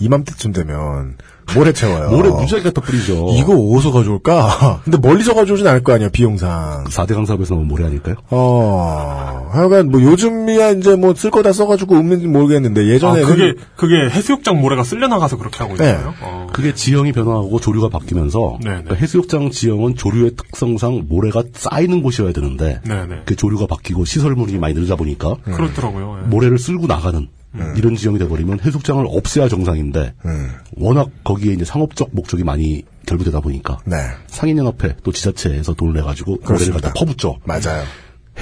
Speaker 2: 이맘때쯤 되면 모래 채워요.
Speaker 3: 모래 무지하게 갖다 뿌리죠.
Speaker 2: 어. 이거 어디서 가져올까? 근데 멀리서 가져오진 않을 거 아니야 비용상.
Speaker 3: 4대 강사업에서 나온 모래 아닐까요?
Speaker 2: 어, 하여간 뭐 요즘이야 이제 뭐 쓸 거다 써가지고 없는지 모르겠는데
Speaker 4: 아,
Speaker 2: 예전에
Speaker 4: 그게 그게 해수욕장 모래가 쓸려나 가서 그렇게 하고
Speaker 2: 네.
Speaker 4: 있어요. 어.
Speaker 3: 그게 지형이 변화하고 조류가 바뀌면서
Speaker 4: 네네.
Speaker 3: 그러니까 해수욕장 지형은 조류의 특성상 모래가 쌓이는 곳이어야 되는데
Speaker 4: 네네.
Speaker 3: 그 조류가 바뀌고 시설물이 많이 늘다 보니까
Speaker 2: 음, 네.
Speaker 4: 그렇더라고요. 예.
Speaker 3: 모래를 쓸고 나가는 이런 지형이 돼버리면 해수욕장을 없애야 정상인데
Speaker 2: 음.
Speaker 3: 워낙 거기에 이제 상업적 목적이 많이 결부되다 보니까
Speaker 2: 네
Speaker 3: 상인연합회 또 지자체에서 돈을 내가지고 모래를
Speaker 2: 그렇습니다.
Speaker 3: 갖다 퍼붓죠.
Speaker 2: 맞아요.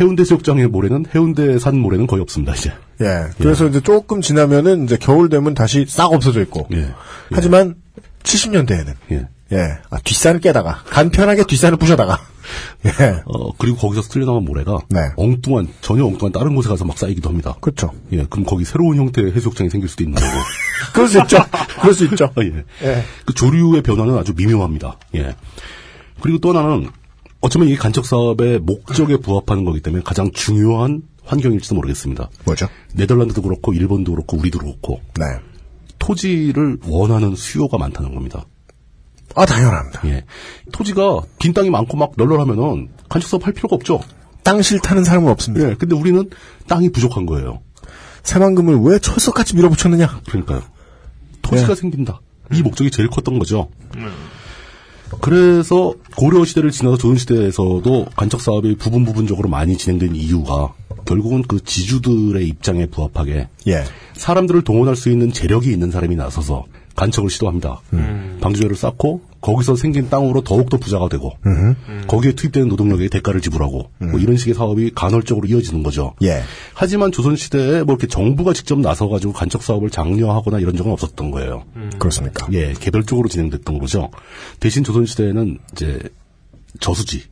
Speaker 3: 해운대 해수욕장의 모래는 해운대산 모래는 거의 없습니다 이제.
Speaker 2: 예. 그래서 이제 조금 지나면은 이제 겨울 되면 다시 싹 없어져 있고.
Speaker 3: 예.
Speaker 2: 하지만 70년대에는
Speaker 3: 예.
Speaker 2: 예. 아, 뒷산을 깨다가 간편하게 뒷산을 부셔다가 예.
Speaker 3: 어 그리고 거기서 쓸려나온 모래가
Speaker 2: 네.
Speaker 3: 엉뚱한 전혀 엉뚱한 다른 곳에 가서 막 쌓이기도 합니다.
Speaker 2: 그렇죠.
Speaker 3: 예, 그럼 거기 새로운 형태의 해수욕장이 생길 수도 있는 거고.
Speaker 2: 그럴 수 있죠. 그럴 수 있죠.
Speaker 3: 아, 예.
Speaker 2: 예.
Speaker 3: 그 조류의 변화는 아주 미묘합니다. 예. 그리고 또 하나는 어쩌면 이 간척 사업의 목적에 부합하는 거기 때문에 가장 중요한 환경일지도 모르겠습니다.
Speaker 2: 뭐죠?
Speaker 3: 네덜란드도 그렇고 일본도 그렇고 우리도 그렇고
Speaker 2: 네.
Speaker 3: 토지를 원하는 수요가 많다는 겁니다.
Speaker 2: 아 당연합니다.
Speaker 3: 예. 토지가 빈 땅이 많고 막 널널하면은 간척 사업 할 필요가 없죠.
Speaker 2: 땅 싫다는 사람은 없습니다.
Speaker 3: 예. 근데 우리는 땅이 부족한 거예요.
Speaker 2: 새만금을 왜 철석같이 밀어붙였느냐?
Speaker 3: 그러니까요. 토지가
Speaker 2: 네.
Speaker 3: 생긴다. 이 목적이 제일 컸던 거죠. 그래서 고려 시대를 지나서 조선 시대에서도 간척 사업이 부분 부분적으로 많이 진행된 이유가 결국은 그 지주들의 입장에 부합하게
Speaker 2: 예.
Speaker 3: 사람들을 동원할 수 있는 재력이 있는 사람이 나서서 간척을 시도합니다.
Speaker 2: 음.
Speaker 3: 방조제를 쌓고 거기서 생긴 땅으로 더욱더 부자가 되고 거기에 투입되는 노동력에 대가를 지불하고 뭐 이런 식의 사업이 간헐적으로 이어지는 거죠.
Speaker 2: 음. 예.
Speaker 3: 하지만 조선 시대에 뭐 이렇게 정부가 직접 나서 가지고 간척 사업을 장려하거나 이런 적은 없었던 거예요.
Speaker 2: 음. 그렇습니까?
Speaker 3: 예, 개별적으로 진행됐던 거죠. 대신 조선 시대에는 이제 저수지,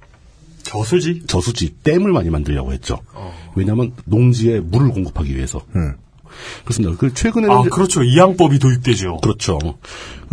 Speaker 4: 저수지?
Speaker 3: 저수지 댐을 많이 만들려고 했죠. 왜냐하면 농지에 물을 공급하기 위해서. 그렇습니다. 그 최근에는
Speaker 4: 아
Speaker 3: 이제-
Speaker 4: 그렇죠. 이양법이 도입되죠.
Speaker 3: 그렇죠.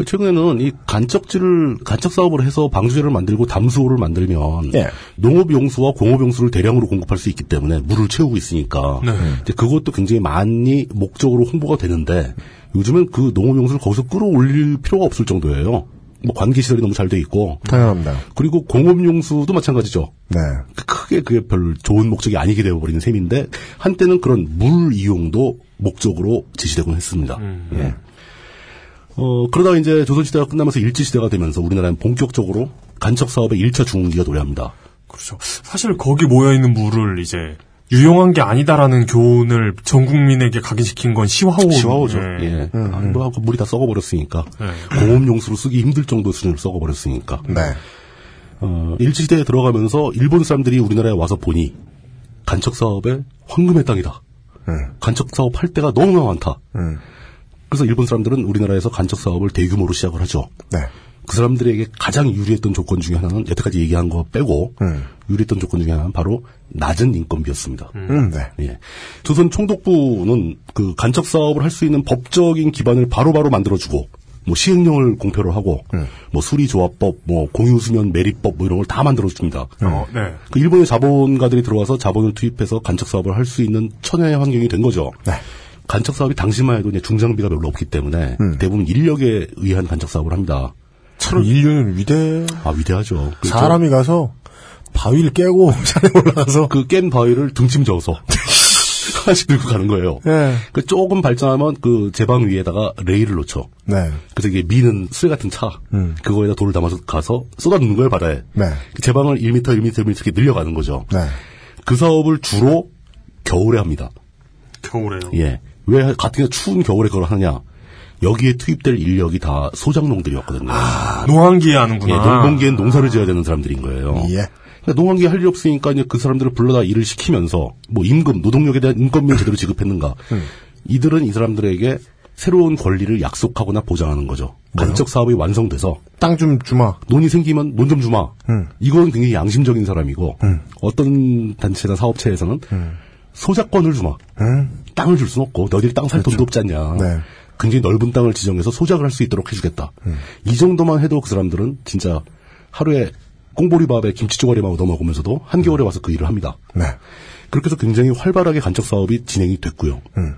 Speaker 3: 최근에는 이 간척지를 간척 사업을 해서 방수제를 만들고 담수호를 만들면
Speaker 2: 예.
Speaker 3: 농업 용수와 공업 용수를 대량으로 공급할 수 있기 때문에 물을 채우고 있으니까
Speaker 4: 네.
Speaker 3: 이제 그것도 굉장히 많이 목적으로 홍보가 되는데 요즘은 그 농업 용수를 거기서 끌어올릴 필요가 없을 정도예요. 뭐 관계 시설이 너무 잘 돼 있고
Speaker 2: 당연합니다.
Speaker 3: 그리고 공업 용수도 마찬가지죠.
Speaker 2: 네.
Speaker 3: 크게 그게 별 좋은 목적이 아니게 되어버리는 셈인데 한때는 그런 물 이용도 목적으로 제시되곤 했습니다. 예. 어, 그러다 이제 조선시대가 끝나면서 일제시대가 되면서 우리나라는 본격적으로 간척 사업의 1차 중흥기가 도래합니다.
Speaker 4: 그렇죠. 사실 거기 모여 있는 물을 이제 유용한 게 아니다라는 교훈을 전 국민에게 각인시킨 건 시화호.
Speaker 3: 시화호죠.
Speaker 4: 예.
Speaker 3: 예. 아, 뭐, 하고 물이 다 썩어버렸으니까.
Speaker 4: 예.
Speaker 3: 공업용수로 쓰기 힘들 정도 수준으로 썩어버렸으니까.
Speaker 2: 네.
Speaker 3: 어, 일제시대에 들어가면서 일본 사람들이 우리나라에 와서 보니 간척 사업의 황금의 땅이다.
Speaker 2: 음.
Speaker 3: 간척 사업 할 때가 너무나 많다.
Speaker 2: 음.
Speaker 3: 그래서 일본 사람들은 우리나라에서 간척 사업을 대규모로 시작을 하죠.
Speaker 2: 네.
Speaker 3: 그 사람들에게 가장 유리했던 조건 중에 하나는 여태까지 얘기한 거 빼고 유리했던 조건 중에 하나는 바로 낮은 인건비였습니다.
Speaker 2: 네. 음, 네.
Speaker 3: 예. 조선 총독부는 그 간척 사업을 할 수 있는 법적인 기반을 바로바로 만들어주고 뭐 시행령을 공표를 하고
Speaker 2: 예.
Speaker 3: 뭐 수리조합법, 뭐 공유수면 매립법 뭐 이런 걸 다 만들어줍니다.
Speaker 2: 예. 음.
Speaker 4: 어, 네.
Speaker 3: 그 일본의 자본가들이 들어와서 자본을 투입해서 간척 사업을 할 수 있는 천혜의 환경이 된 거죠.
Speaker 2: 예. 네.
Speaker 3: 간척 사업이 당시만 해도 이제 중장비가 별로 없기 때문에
Speaker 2: 음.
Speaker 3: 대부분 인력에 의한 간척 사업을 합니다.
Speaker 2: 참 인류는 위대.
Speaker 3: 아 위대하죠. 그
Speaker 2: 사람이 가서 바위를 깨고 산에 올라가서
Speaker 3: 그 깬 바위를 등짐 저어서 하나씩 들고 가는 거예요.
Speaker 2: 예.
Speaker 3: 그 조금 발전하면 그 제방 위에다가 레일을 놓죠.
Speaker 2: 네.
Speaker 3: 그래서 이게 미는 쇠 같은 차
Speaker 2: 음.
Speaker 3: 그거에다 돌을 담아서 가서 쏟아붓는 거예요 바다에.
Speaker 2: 네.
Speaker 3: 그 제방을 1m, 1m, 1m 이렇게 늘려가는 거죠.
Speaker 2: 네.
Speaker 3: 그 사업을 주로 겨울에 합니다.
Speaker 4: 겨울에요.
Speaker 3: 예. 왜 같은 게 추운 겨울에 그걸 하느냐? 여기에 투입될 인력이 다 소장농들이었거든요.
Speaker 2: 아,
Speaker 4: 노한기에 하는구나.
Speaker 3: 예, 농공기엔 농사를 지어야 되는 사람들인 거예요. 그러니까 농한기 할 일 없으니까 이제 그 사람들을 불러다 일을 시키면서 뭐 임금, 노동력에 대한 인건비를 제대로 지급했는가. 이들은 이 사람들에게 새로운 권리를 약속하거나 보장하는 거죠. 간척 사업이 완성돼서
Speaker 2: 땅 좀 주마.
Speaker 3: 논이 생기면 논 좀 주마.
Speaker 2: 음.
Speaker 3: 이건 굉장히 양심적인 사람이고 어떤 단체나 사업체에서는 소작권을 주마.
Speaker 2: 음.
Speaker 3: 땅을 줄 수는 없고 너희들이 땅 살 돈도 없지 않냐.
Speaker 2: 네.
Speaker 3: 굉장히 넓은 땅을 지정해서 소작을 할 수 있도록 해주겠다.
Speaker 2: 음.
Speaker 3: 이 정도만 해도 그 사람들은 진짜 하루에 꽁보리밥에 김치조가리만 얻어먹으면서도 한겨울에 와서 그 일을 합니다.
Speaker 2: 음. 네.
Speaker 3: 그렇게 해서 굉장히 활발하게 간척 사업이 진행이 됐고요.
Speaker 2: 음.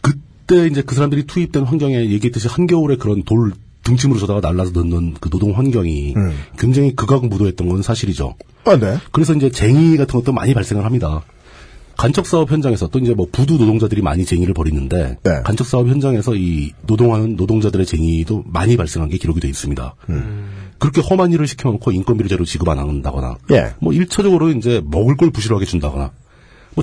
Speaker 3: 그때 이제 그 사람들이 투입된 환경에 얘기했듯이 한겨울에 그런 돌 등짐으로 저다가 날라서 넣는 그 노동 환경이
Speaker 2: 음.
Speaker 3: 굉장히 극악무도했던 건 사실이죠.
Speaker 2: 아, 네.
Speaker 3: 그래서 이제 쟁의 같은 것도 많이 발생을 합니다. 간척 사업 현장에서 또 이제 뭐 부두 노동자들이 많이 쟁의를 벌이는데
Speaker 2: 네.
Speaker 3: 간척 사업 현장에서 이 노동하는 노동자들의 쟁의도 많이 발생한 게 기록이 돼 있습니다. 그렇게 험한 일을 시켜놓고 인건비를 제대로 지급 안 한다거나
Speaker 2: 음. 예.
Speaker 3: 뭐 일차적으로 이제 먹을 걸 부실하게 준다거나 뭐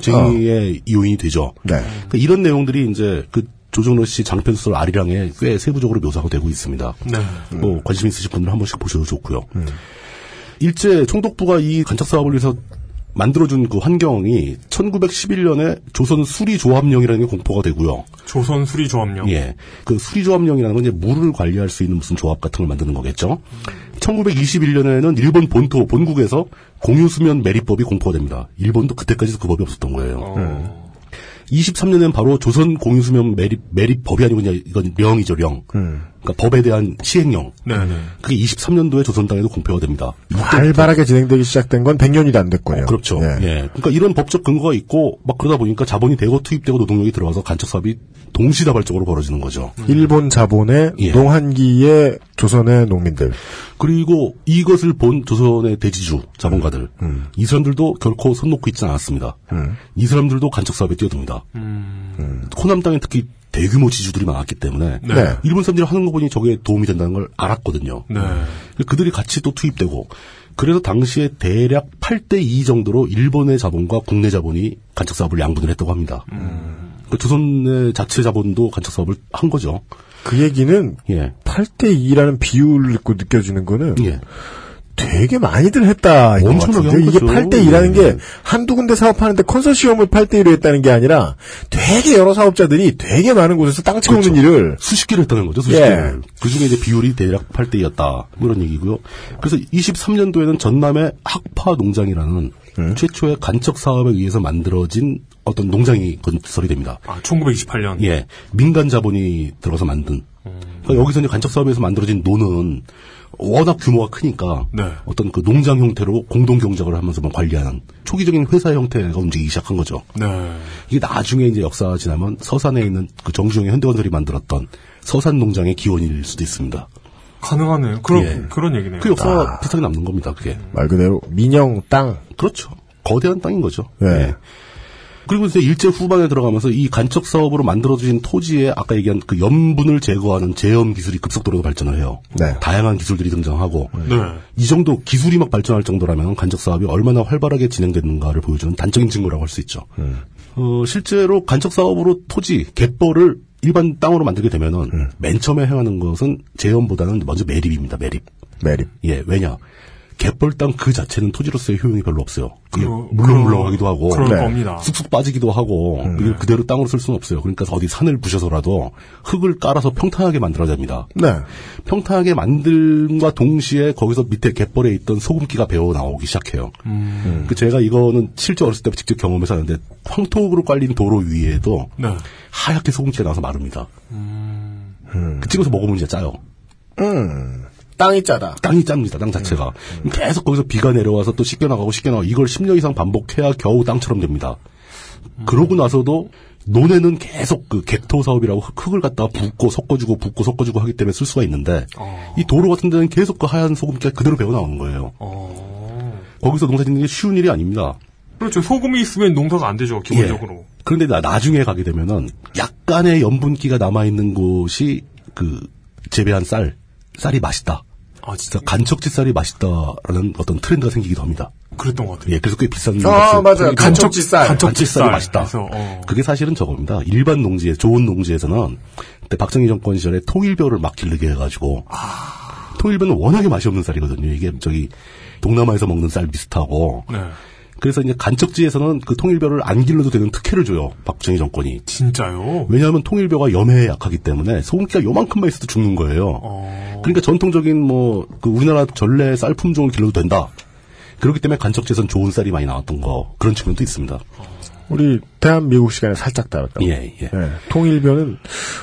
Speaker 2: 어.
Speaker 3: 쟁의의 요인이 되죠.
Speaker 2: 네.
Speaker 3: 그러니까 이런 내용들이 이제 그 조정로 씨 장편 소설 아리랑에 꽤 세부적으로 묘사가 되고 있습니다.
Speaker 4: 네.
Speaker 3: 뭐 관심 있으신 분들 한 번씩 보셔도 좋고요. 일제 총독부가 이 간척 사업을 위해서 만들어준 그 환경이 1911년에 조선 수리조합령이라는 게 공포가 되고요.
Speaker 4: 조선 수리 조합령.
Speaker 3: 예. 그 수리조합령이라는 건 이제 물을 관리할 수 있는 무슨 조합 같은 걸 만드는 거겠죠. 1921년에는 일본 본토, 본국에서 공유수면 매립법이 공포가 됩니다. 일본도 그때까지 그 법이 없었던 거예요.
Speaker 4: 어.
Speaker 3: 23년엔 바로 조선 공유수면 매립, 매립법이 아니고 그냥 이건 령이죠, 령. 그러니까 법에 대한 시행령.
Speaker 4: 음. 네네. 아,
Speaker 3: 그게 23년도에 조선당에도 공표가 됩니다.
Speaker 2: 활발하게 진행되기 시작된 건 100년이도 안 됐군요.
Speaker 3: 그렇죠.
Speaker 4: 네.
Speaker 2: 예.
Speaker 3: 예. 그러니까 이런 법적 근거가 있고 막 그러다 보니까 자본이 대거 투입되고 노동력이 들어와서 간척 사업이 동시다발적으로 벌어지는 거죠.
Speaker 2: 일본 자본의
Speaker 3: 예.
Speaker 2: 농한기의 조선의 농민들.
Speaker 3: 그리고 이것을 본 조선의 대지주 자본가들
Speaker 2: 음.
Speaker 3: 이 사람들도 결코 손 놓고 있지 않았습니다. 이 사람들도 간척 사업에 뛰어듭니다. 호남 땅에 특히 대규모 지주들이 많았기 때문에
Speaker 2: 음. 네.
Speaker 3: 일본 사람들이 하는 거 보니 저게 도움이 된다는 걸 알았거든요.
Speaker 4: 네.
Speaker 3: 그들이 같이 또 투입되고 그래서 당시에 대략 8대 2 정도로 일본의 자본과 국내 자본이 간척 사업을 양분을 했다고 합니다.
Speaker 2: 음.
Speaker 3: 그 조선의 자체 자본도 간척 사업을 한 거죠.
Speaker 2: 그 얘기는
Speaker 3: 예.
Speaker 2: 8대 2라는 비율을 읽고 느껴지는 거는
Speaker 3: 예.
Speaker 2: 되게 많이들 했다. 이거
Speaker 3: 엄청나게
Speaker 2: 같은데
Speaker 3: 한
Speaker 2: 이게
Speaker 3: 거죠.
Speaker 2: 8대 2라는
Speaker 3: 예.
Speaker 2: 게 한두 군데 사업하는데 컨소시엄을 8대 1로 했다는 게 아니라 되게 여러 사업자들이 되게 많은 곳에서 땅 채우는
Speaker 3: 그렇죠.
Speaker 2: 일을
Speaker 3: 수십 개를 했다는 거죠, 수십
Speaker 2: 예.
Speaker 3: 개를. 그 중에 이제 비율이 대략 8대 2였다. 뭐 이런 얘기고요. 그래서 23년도에는 전남의 학파 농장이라는 최초의 간척 사업에 의해서 만들어진 어떤 농장이 건설이 됩니다.
Speaker 4: 아, 1928년.
Speaker 3: 예. 민간 자본이 들어서 만든. 그러니까 여기서 이제 간척 사업에서 만들어진 노는 워낙 규모가 크니까
Speaker 4: 네.
Speaker 3: 어떤 그 농장 형태로 공동 경작을 하면서 뭐 관리하는 초기적인 회사 형태가 움직이기 시작한 거죠.
Speaker 4: 네.
Speaker 3: 이게 나중에 이제 역사가 지나면 서산에 있는 그 정주영의 현대건설이 만들었던 서산 농장의 기원일 수도 있습니다.
Speaker 4: 가능하네요. 그런
Speaker 3: 예.
Speaker 4: 그런 얘기네요. 음.
Speaker 3: 그 역사가 비슷하게 남는 겁니다. 그게
Speaker 2: 말 그대로 민영 땅.
Speaker 3: 그렇죠. 거대한 땅인 거죠.
Speaker 2: 예.
Speaker 3: 예. 그리고 이제 일제 후반에 들어가면서 이 간척 사업으로 만들어진 토지에 아까 얘기한 그 염분을 제거하는 제염 기술이 급속도로 발전을 해요.
Speaker 2: 네.
Speaker 3: 다양한 기술들이 등장하고
Speaker 4: 네.
Speaker 3: 이 정도 기술이 막 발전할 정도라면 간접 사업이 얼마나 활발하게 진행됐는가를 보여주는 단적인 증거라고 할 수 있죠. 어, 실제로 간접 사업으로 토지, 갯벌을 일반 땅으로 만들게 되면은 맨 처음에 행하는 것은 재현보다는 먼저 매립입니다. 매립.
Speaker 2: 매립.
Speaker 3: 예, 왜냐? 갯벌땅 그 자체는 토지로서의 효용이 별로 없어요. 그게
Speaker 4: 그러-
Speaker 3: 물렁물렁하기도 하고
Speaker 4: 그럴 겁니다.
Speaker 3: 쑥쑥 빠지기도 하고 이걸 그대로 땅으로 쓸 수는 없어요. 그러니까 어디 산을 부셔서라도 흙을 깔아서 평탄하게 만들어야 됩니다. 평탄하게 만듦과 동시에 거기서 밑에 갯벌에 있던 소금기가 배어 나오기 시작해요. 그 제가 이거는 실제 어렸을 때 직접 경험해서 하는데 황토으로 깔린 도로 위에도
Speaker 4: 네.
Speaker 3: 하얗게 소금기가 나와서 마릅니다. 그 찍어서 먹으면 진짜 짜요.
Speaker 2: 땅이 짜다.
Speaker 3: 땅이 짭니다, 땅 자체가.
Speaker 4: 네.
Speaker 3: 계속 거기서 비가 내려와서 또 씻겨나가고 씻겨나가고 이걸 10년 이상 반복해야 겨우 땅처럼 됩니다.
Speaker 4: 음.
Speaker 3: 그러고 나서도 논에는 계속 그 객토 사업이라고 흙- 흙을 갖다가 붓고 섞어주고 붓고 섞어주고 하기 때문에 쓸 수가 있는데
Speaker 4: 어.
Speaker 3: 이 도로 같은 데는 계속 그 하얀 소금기가 그대로 배어나오는 거예요. 거기서 농사 짓는 게 쉬운 일이 아닙니다. 예.
Speaker 4: 그렇죠. 소금이 있으면 농사가 안 되죠, 기본적으로.
Speaker 3: 그런데 나, 나중에 가게 되면은 약간의 염분기가 남아있는 곳이 그 재배한 쌀, 쌀이 맛있다.
Speaker 4: 아,
Speaker 3: 진짜 간척지 쌀이 맛있다라는 어떤 트렌드가 생기기도 합니다.
Speaker 4: 그랬던 것 같아요.
Speaker 3: 예, 그래서 꽤 비싼.
Speaker 2: 아,
Speaker 3: 값을-
Speaker 2: 맞아요.
Speaker 3: 그리고
Speaker 2: 간척지 쌀.
Speaker 3: 간척지 쌀이
Speaker 2: 쌀.
Speaker 3: 맛있다.
Speaker 2: 그래서, 어.
Speaker 3: 그게 사실은 저겁니다. 일반 농지에, 좋은 농지에서는 그때 박정희 정권 시절에 통일벼를 막 기르게 해가지고.
Speaker 2: 아.
Speaker 3: 통일벼는 워낙에 맛이 없는 쌀이거든요. 이게 저기 동남아에서 먹는 쌀 비슷하고.
Speaker 4: 네.
Speaker 3: 그래서 이제 간척지에서는 그 통일벼를 안 길러도 되는 특혜를 줘요. 박정희 정권이.
Speaker 4: 진짜요?
Speaker 3: 왜냐하면 통일벼가 염해에 약하기 때문에 소금기가 요만큼만 있어도 죽는 거예요. 그러니까 전통적인 뭐 그 우리나라 전래 쌀 품종을 길러도 된다. 그렇기 때문에 간척지에선 좋은 쌀이 많이 나왔던 거 그런 측면도 있습니다.
Speaker 2: 우리 대한민국 시간에 살짝 다뤘다.
Speaker 3: 예, 예.
Speaker 2: 통일변은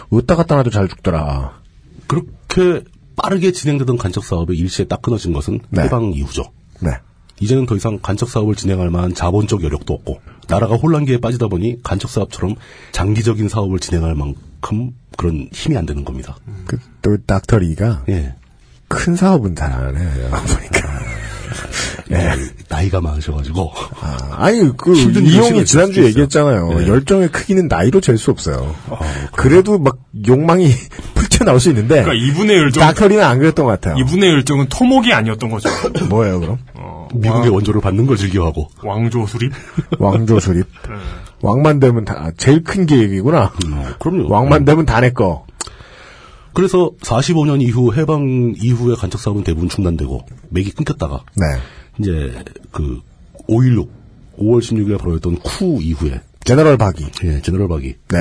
Speaker 2: 왔다 갔다 하도 잘 죽더라.
Speaker 3: 그렇게 빠르게 진행되던 간척 사업이 일시에 딱 끊어진 것은 해방 이후죠.
Speaker 2: 네.
Speaker 3: 이제는 더 이상 간척 사업을 진행할 만한 자본적 여력도 없고 나라가 혼란기에 빠지다 보니 간척 사업처럼 장기적인 사업을 진행할 만큼 그런 힘이 안 되는 겁니다.
Speaker 2: 그, 또 닥터리가
Speaker 3: 예.
Speaker 2: 큰 사업은 잘 안 해요. 보니까. 예.
Speaker 3: 나이가 많으셔가지고
Speaker 2: 아, 니 그,
Speaker 3: 힘든
Speaker 2: 이용이
Speaker 3: 일이
Speaker 2: 지난주에
Speaker 3: 있을 수
Speaker 2: 얘기했잖아요. 열정의 크기는 나이로 잴 수 없어요. 그래도 막 욕망이 풀쳐나올 수 있는데.
Speaker 4: 그러니까 이분의 열정-
Speaker 2: 닥터리는 안 그랬던 것 같아요.
Speaker 4: 이분의 열정은 토목이 아니었던 거죠.
Speaker 2: 뭐예요, 그럼? 아.
Speaker 3: 미국의 원조를 받는 걸 즐겨하고.
Speaker 4: 왕조 수립?
Speaker 2: 왕조 수립. 왕만 되면 다, 아, 제일 큰 계획이구나.
Speaker 3: 음. 그럼요.
Speaker 2: 네. 왕만 되면 다 내 거.
Speaker 3: 그래서 45년 이후 해방 이후에 간척 사업은 대부분 중단되고 맥이 끊겼다가
Speaker 2: 네.
Speaker 3: 이제 그 5.16 5월 16일에 벌어졌던 쿠 이후에
Speaker 2: 제너럴 박이
Speaker 3: 예 제너럴 박이
Speaker 2: 네.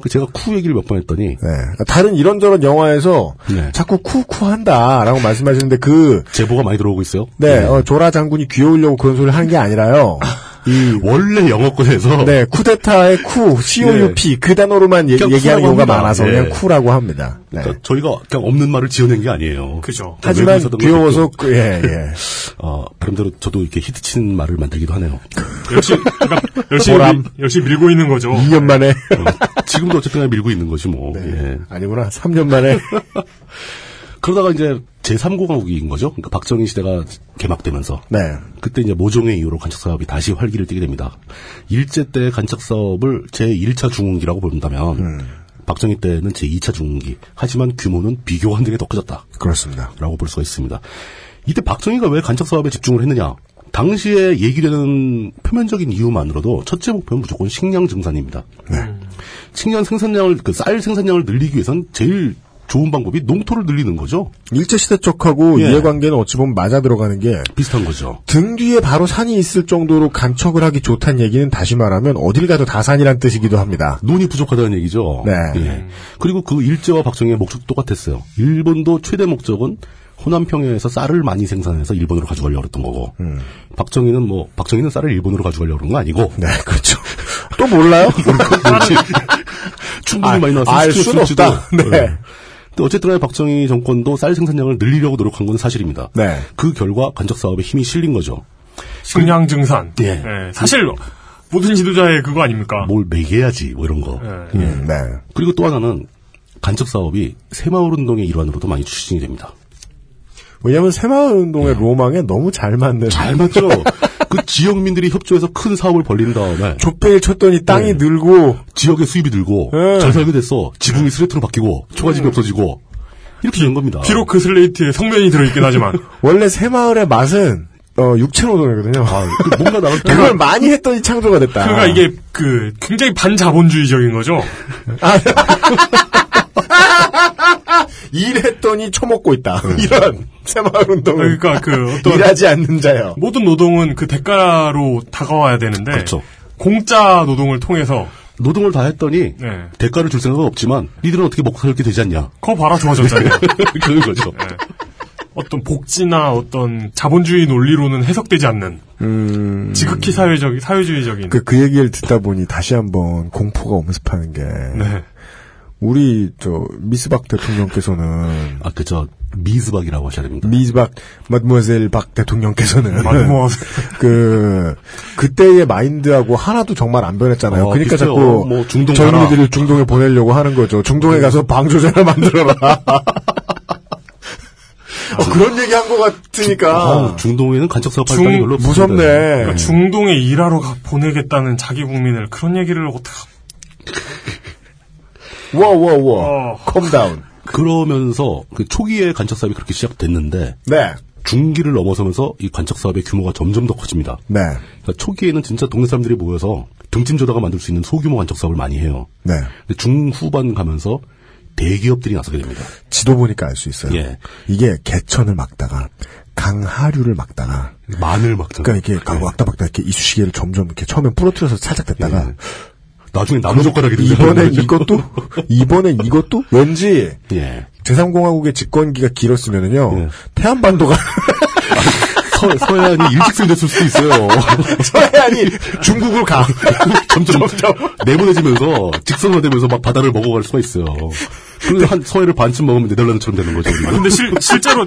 Speaker 3: 그 제가 쿠 얘기를 몇 번 했더니
Speaker 2: 그러니까 다른 이런저런 영화에서
Speaker 3: 네.
Speaker 2: 자꾸 쿠쿠한다라고 말씀하시는데 그
Speaker 3: 제보가 많이 들어오고 있어요. 예.
Speaker 2: 네, 어, 조라 장군이 귀여우려고 그런 소리를 하는 게 아니라요. 이
Speaker 3: 원래 영어권에서
Speaker 2: 네 쿠데타의 쿠 C O U P 그 단어로만 얘-
Speaker 3: 네. 그냥
Speaker 2: 얘기하는
Speaker 3: 쿠라고
Speaker 2: 경우가
Speaker 3: 합니다.
Speaker 2: 많아서
Speaker 3: 예.
Speaker 2: 그냥 쿠라고 합니다.
Speaker 3: 그러니까 저희가 그냥 없는 말을 지어낸 게 아니에요. 그러니까
Speaker 4: 그죠.
Speaker 2: 네. 하지만 귀여워서 그- 예, 예.
Speaker 3: 어, 바람대로 저도 이렇게 히트치는 말을 만들기도 하네요.
Speaker 4: 역시, 그러니까 열심히,
Speaker 3: 보람.
Speaker 4: 밀- 열심히 밀고 있는 거죠.
Speaker 2: 2년 만에
Speaker 3: 지금도 어쨌든 그냥 밀고 있는 거지 뭐.
Speaker 4: 네.
Speaker 3: 예.
Speaker 2: 아니구나. 3년 만에.
Speaker 3: 그러다가 이제 제3공화국인 거죠. 그러니까 박정희 시대가 개막되면서.
Speaker 2: 네.
Speaker 3: 그때 이제 모종의 이유로 간척 사업이 다시 활기를 띠게 됩니다. 일제 때 간척 사업을 제1차 중흥기라고 본다면 박정희 때는 제2차 중흥기. 하지만 규모는 비교가 안 되게 더 커졌다.
Speaker 2: 그렇습니다.
Speaker 3: 라고 볼 수가 있습니다. 이때 박정희가 왜 간척 사업에 집중을 했느냐? 당시에 얘기되는 표면적인 이유만으로도 첫째 목표는 무조건 식량 증산입니다. 식량 생산량을 그 쌀 생산량을 늘리기 위해선 제일 좋은 방법이 농토를 늘리는 거죠.
Speaker 2: 일제 시대 쪽하고
Speaker 3: 예.
Speaker 2: 이해관계는 어찌 보면 맞아 들어가는 게
Speaker 3: 비슷한 거죠.
Speaker 2: 등 뒤에 바로 산이 있을 정도로 간척을 하기 좋다는 얘기는 다시 말하면 어딜 가도 다 산이란 뜻이기도 합니다.
Speaker 3: 논이 부족하다는 얘기죠.
Speaker 2: 네.
Speaker 3: 예. 그리고 그 일제와 박정희의 목적 도 똑같았어요. 일본도 최대 목적은 호남 평야에서 쌀을 많이 생산해서 일본으로 가져가려고 했던 거고.
Speaker 2: 음.
Speaker 3: 박정희는 뭐 박정희는 쌀을 일본으로 가져가려고 그런 거 아니고.
Speaker 2: 네, 그렇죠. 또 몰라요?
Speaker 3: 충분히
Speaker 2: 아,
Speaker 3: 많이 나왔으면
Speaker 2: 알
Speaker 3: 시킬 수
Speaker 2: 수는
Speaker 3: 있을지도. 예.
Speaker 2: 없다. 네.
Speaker 3: 근데 어쨌든 간에 박정희 정권도 쌀 생산량을 늘리려고 노력한 건 사실입니다.
Speaker 2: 네.
Speaker 3: 그 결과 간척 사업에 힘이 실린 거죠.
Speaker 4: 식량 증산.
Speaker 3: 예.
Speaker 4: 예, 사실, 모든 지도자의 그거 아닙니까?
Speaker 3: 뭘 매개야지 뭐 이런
Speaker 2: 네.
Speaker 3: 거.
Speaker 4: 예.
Speaker 3: 예.
Speaker 2: 음,
Speaker 3: 그리고 또 하나는 간척 사업이 새마을 운동의 일환으로도 많이 추진이 됩니다.
Speaker 2: 왜냐하면 새마을 운동의 로망에 너무 음. 잘 맞는
Speaker 3: 잘 맞죠. 그 지역민들이 협조해서 큰 사업을 벌린 다음에
Speaker 2: 조폐를 쳤더니 땅이 늘고
Speaker 3: 지역의 수입이 늘고
Speaker 2: 예.
Speaker 3: 잘 살게 됐어. 지붕이 스레트로 바뀌고 초가집이 없어지고 이렇게 된 겁니다.
Speaker 4: 비록 그 슬레이트에 성면이 들어있긴 하지만.
Speaker 2: 원래 새마을의 맛은 어, 아, 육체노동이거든요. 그러니까
Speaker 3: 뭔가 나는
Speaker 2: 그걸 많이 했더니 창조가 됐다.
Speaker 4: 그러니까 이게 그 굉장히 반자본주의적인 거죠.
Speaker 2: 일했더니 처먹고 있다. 이런 새마을 운동은
Speaker 4: 그러니까 그 어떤
Speaker 2: 일하지 않는 자요.
Speaker 4: 모든 노동은 그 대가로 다가와야 되는데
Speaker 3: 그렇죠.
Speaker 4: 공짜 노동을 통해서
Speaker 3: 노동을 다 했더니
Speaker 2: 예.
Speaker 3: 대가를 줄 생각은 없지만 니들은 어떻게 먹고 살게 되지 않냐.
Speaker 4: 거 봐라 좋아졌잖아요.
Speaker 3: 그런 거죠.
Speaker 2: 예.
Speaker 4: 어떤 복지나 어떤 자본주의 논리로는 해석되지 않는
Speaker 2: 음.
Speaker 4: 지극히 사회적 사회주의적인
Speaker 2: 그, 그 얘기를 듣다 보니 다시 한번 공포가 엄습하는 게.
Speaker 4: 네.
Speaker 2: 우리, 저, 미스박 대통령께서는.
Speaker 3: 아, 그죠. 미즈박이라고 하셔야 됩니다.
Speaker 2: 미즈박, 마드모아셀 박 대통령께서는.
Speaker 4: 마드모아셀.
Speaker 2: 그, 그때의 마인드하고 하나도 정말 안 변했잖아요.
Speaker 3: 어,
Speaker 2: 그러니까
Speaker 3: 비슷해요.
Speaker 2: 자꾸.
Speaker 3: 뭐 중동
Speaker 2: 젊은이들을 중동에 보내려고 하는 거죠. 중동에 가서 방조제나 만들어라. 어, 그런 얘기 한 것 같으니까.
Speaker 3: 아, 중동에는 간척 사업 발달이
Speaker 4: 중
Speaker 3: 별로
Speaker 2: 무섭네.
Speaker 3: 없습니다.
Speaker 4: 그러니까 중동에 일하러 가- 보내겠다는 자기 국민을 그런 얘기를 어떻게
Speaker 2: 와, 와, 와. 컴다운.
Speaker 3: 그러면서 그 초기에 간척 사업이 그렇게 시작됐는데
Speaker 2: 네.
Speaker 3: 중기를 넘어서면서 이 간척 사업의 규모가 점점 더 커집니다.
Speaker 2: 네.
Speaker 3: 그러니까 초기에는 진짜 동네 사람들이 모여서 등짐조다가 만들 수 있는 소규모 간척 사업을 많이 해요.
Speaker 2: 네.
Speaker 3: 근데 중후반 가면서 대기업들이 나서게 됩니다.
Speaker 2: 지도 보니까 알 수 있어요. 이게 개천을 막다가 강하류를 막다가
Speaker 3: 마늘 막다가
Speaker 2: 그러니까 이렇게 가고 왔다 막다 이렇게 이쑤시개를 점점 이렇게 처음엔 부러뜨려서 살짝 됐다가
Speaker 3: 나중에 나무 예, 젓가락이 되는
Speaker 2: 이번엔
Speaker 3: 거죠.
Speaker 2: 이것도 이번엔 이것도 왠지
Speaker 3: 예.
Speaker 2: 제3공화국의 집권기가 길었으면은요 태안반도가
Speaker 3: 서, 서해안이 일직선 됐을 수도 있어요.
Speaker 2: 서해안이 중국으로 가.
Speaker 3: 점점, 내보내지면서 직선화되면서 막 바다를 먹어갈 수가 있어요. 그래서 한 서해를 반쯤 먹으면 네덜란드처럼 되는 거죠. 우리가.
Speaker 4: 아, 근데 실, 실제로,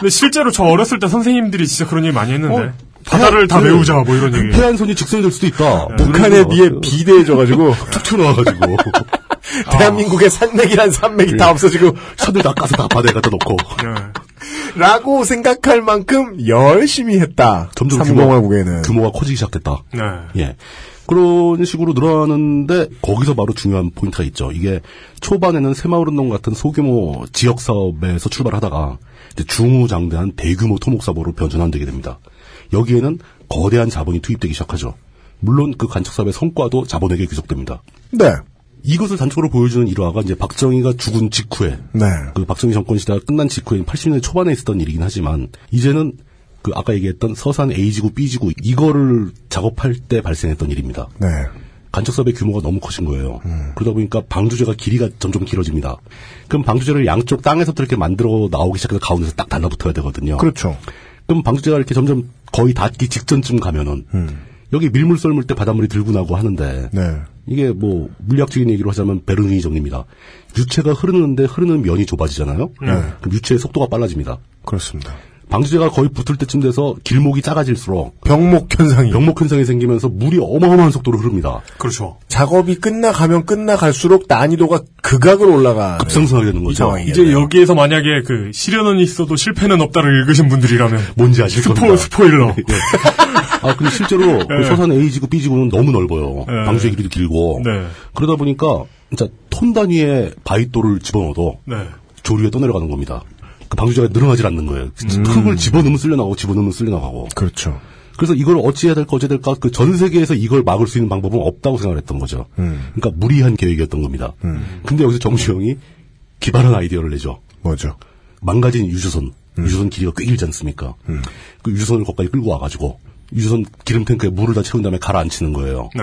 Speaker 4: 근데 실제로 저 어렸을 때 선생님들이 진짜 그런 얘기 많이
Speaker 3: 네.
Speaker 4: 했는데. 어, 바다를 다
Speaker 3: 어, 그래.
Speaker 4: 메우자, 뭐 이런 얘기. 네.
Speaker 3: 태안선이 직선이 될 수도 있다.
Speaker 2: 북한에
Speaker 3: 그런
Speaker 2: 비해
Speaker 3: 거.
Speaker 2: 비대해져가지고
Speaker 3: 툭 튀어나와가지고. 아.
Speaker 2: 대한민국의 산맥이란 산맥이 다 없어지고
Speaker 3: 산을 낚아서 다 바다에 갖다 놓고.
Speaker 4: 네.
Speaker 2: 라고 생각할 만큼 열심히 했다.
Speaker 3: 점점 규모가,
Speaker 2: 3공화국에는
Speaker 3: 규모가 커지기 시작했다.
Speaker 4: 네.
Speaker 3: 예. 그런 식으로 늘어나는데 거기서 바로 중요한 포인트가 있죠. 이게 초반에는 새마을운동 같은 소규모 지역 사업에서 출발하다가 이제 중후장대한 대규모 토목 사업으로 변전환되게 됩니다. 여기에는 거대한 자본이 투입되기 시작하죠. 물론 그 간척 사업의 성과도 자본에게 귀속됩니다.
Speaker 2: 네.
Speaker 3: 이것을 단적으로 보여주는 일화가 이제 박정희가 죽은 직후에
Speaker 2: 네.
Speaker 3: 그 박정희 정권 시대가 끝난 직후인 80년대 초반에 있었던 일이긴 하지만 이제는 그 아까 얘기했던 서산 A지구 B지구 이거를 작업할 때 발생했던 일입니다.
Speaker 2: 네. 음.
Speaker 3: 간척사업의 규모가 너무 커진 거예요. 그러다 보니까 방주제가 길이가 점점 길어집니다. 그럼 방주제를 양쪽 땅에서부터 이렇게 만들어 나오기 시작해서 가운데서 딱 달라붙어야 되거든요.
Speaker 2: 그렇죠.
Speaker 3: 그럼 방주제가 이렇게 점점 거의 닿기 직전쯤 가면은 여기 밀물 썰물 때 바닷물이 들고 나고 하는데
Speaker 2: 네.
Speaker 3: 이게 뭐 물리학적인 얘기로 하자면 베르누이 정리입니다. 유체가 흐르는데 흐르는 면이 좁아지잖아요. 그럼 유체의 속도가 빨라집니다.
Speaker 2: 그렇습니다.
Speaker 3: 방주제가 거의 붙을 때쯤 돼서 길목이 작아질수록
Speaker 2: 병목 현상이
Speaker 3: 병목 현상이 생기면서 물이 어마어마한 속도로 흐릅니다.
Speaker 4: 그렇죠.
Speaker 2: 작업이 끝나가면 끝나갈수록 난이도가 극악으로 올라가.
Speaker 3: 급성장하게 되는 거죠.
Speaker 4: 이제 여기에서 만약에 그, 시련은 네. 있어도 실패는 없다를 읽으신 분들이라면.
Speaker 3: 뭔지 아실
Speaker 4: 스포,
Speaker 3: 겁니다. 네.
Speaker 4: 스포일러.
Speaker 3: 아, 근데 실제로
Speaker 4: 예.
Speaker 3: 그 서산 A지구, B지구는 너무 넓어요.
Speaker 4: 예.
Speaker 3: 방주의 길이도 길고.
Speaker 4: 네.
Speaker 3: 그러다 보니까 진짜 톤 단위의 바위돌을 집어넣어도
Speaker 4: 네.
Speaker 3: 조류에 떠내려가는 겁니다. 그 방주제가 늘어나질 않는 거예요.
Speaker 4: 음.
Speaker 3: 흙을 집어넣으면 쓸려나가고 집어넣으면 쓸려나가고.
Speaker 2: 그렇죠.
Speaker 3: 그래서 이걸 어찌해야 될까 어찌해야 될까 그 전 세계에서 이걸 막을 수 있는 방법은 없다고 생각을 했던 거죠.
Speaker 4: 음.
Speaker 3: 그러니까 무리한 계획이었던 겁니다. 근데 여기서 정수영이 기발한 아이디어를 내죠.
Speaker 2: 뭐죠?
Speaker 3: 망가진 유조선. 유조선 길이가 꽤 길지 않습니까? 그 유조선을 거기까지 끌고 와가지고 유조선 기름 탱크에 물을 다 채운 다음에 가라앉히는 거예요.
Speaker 4: 네.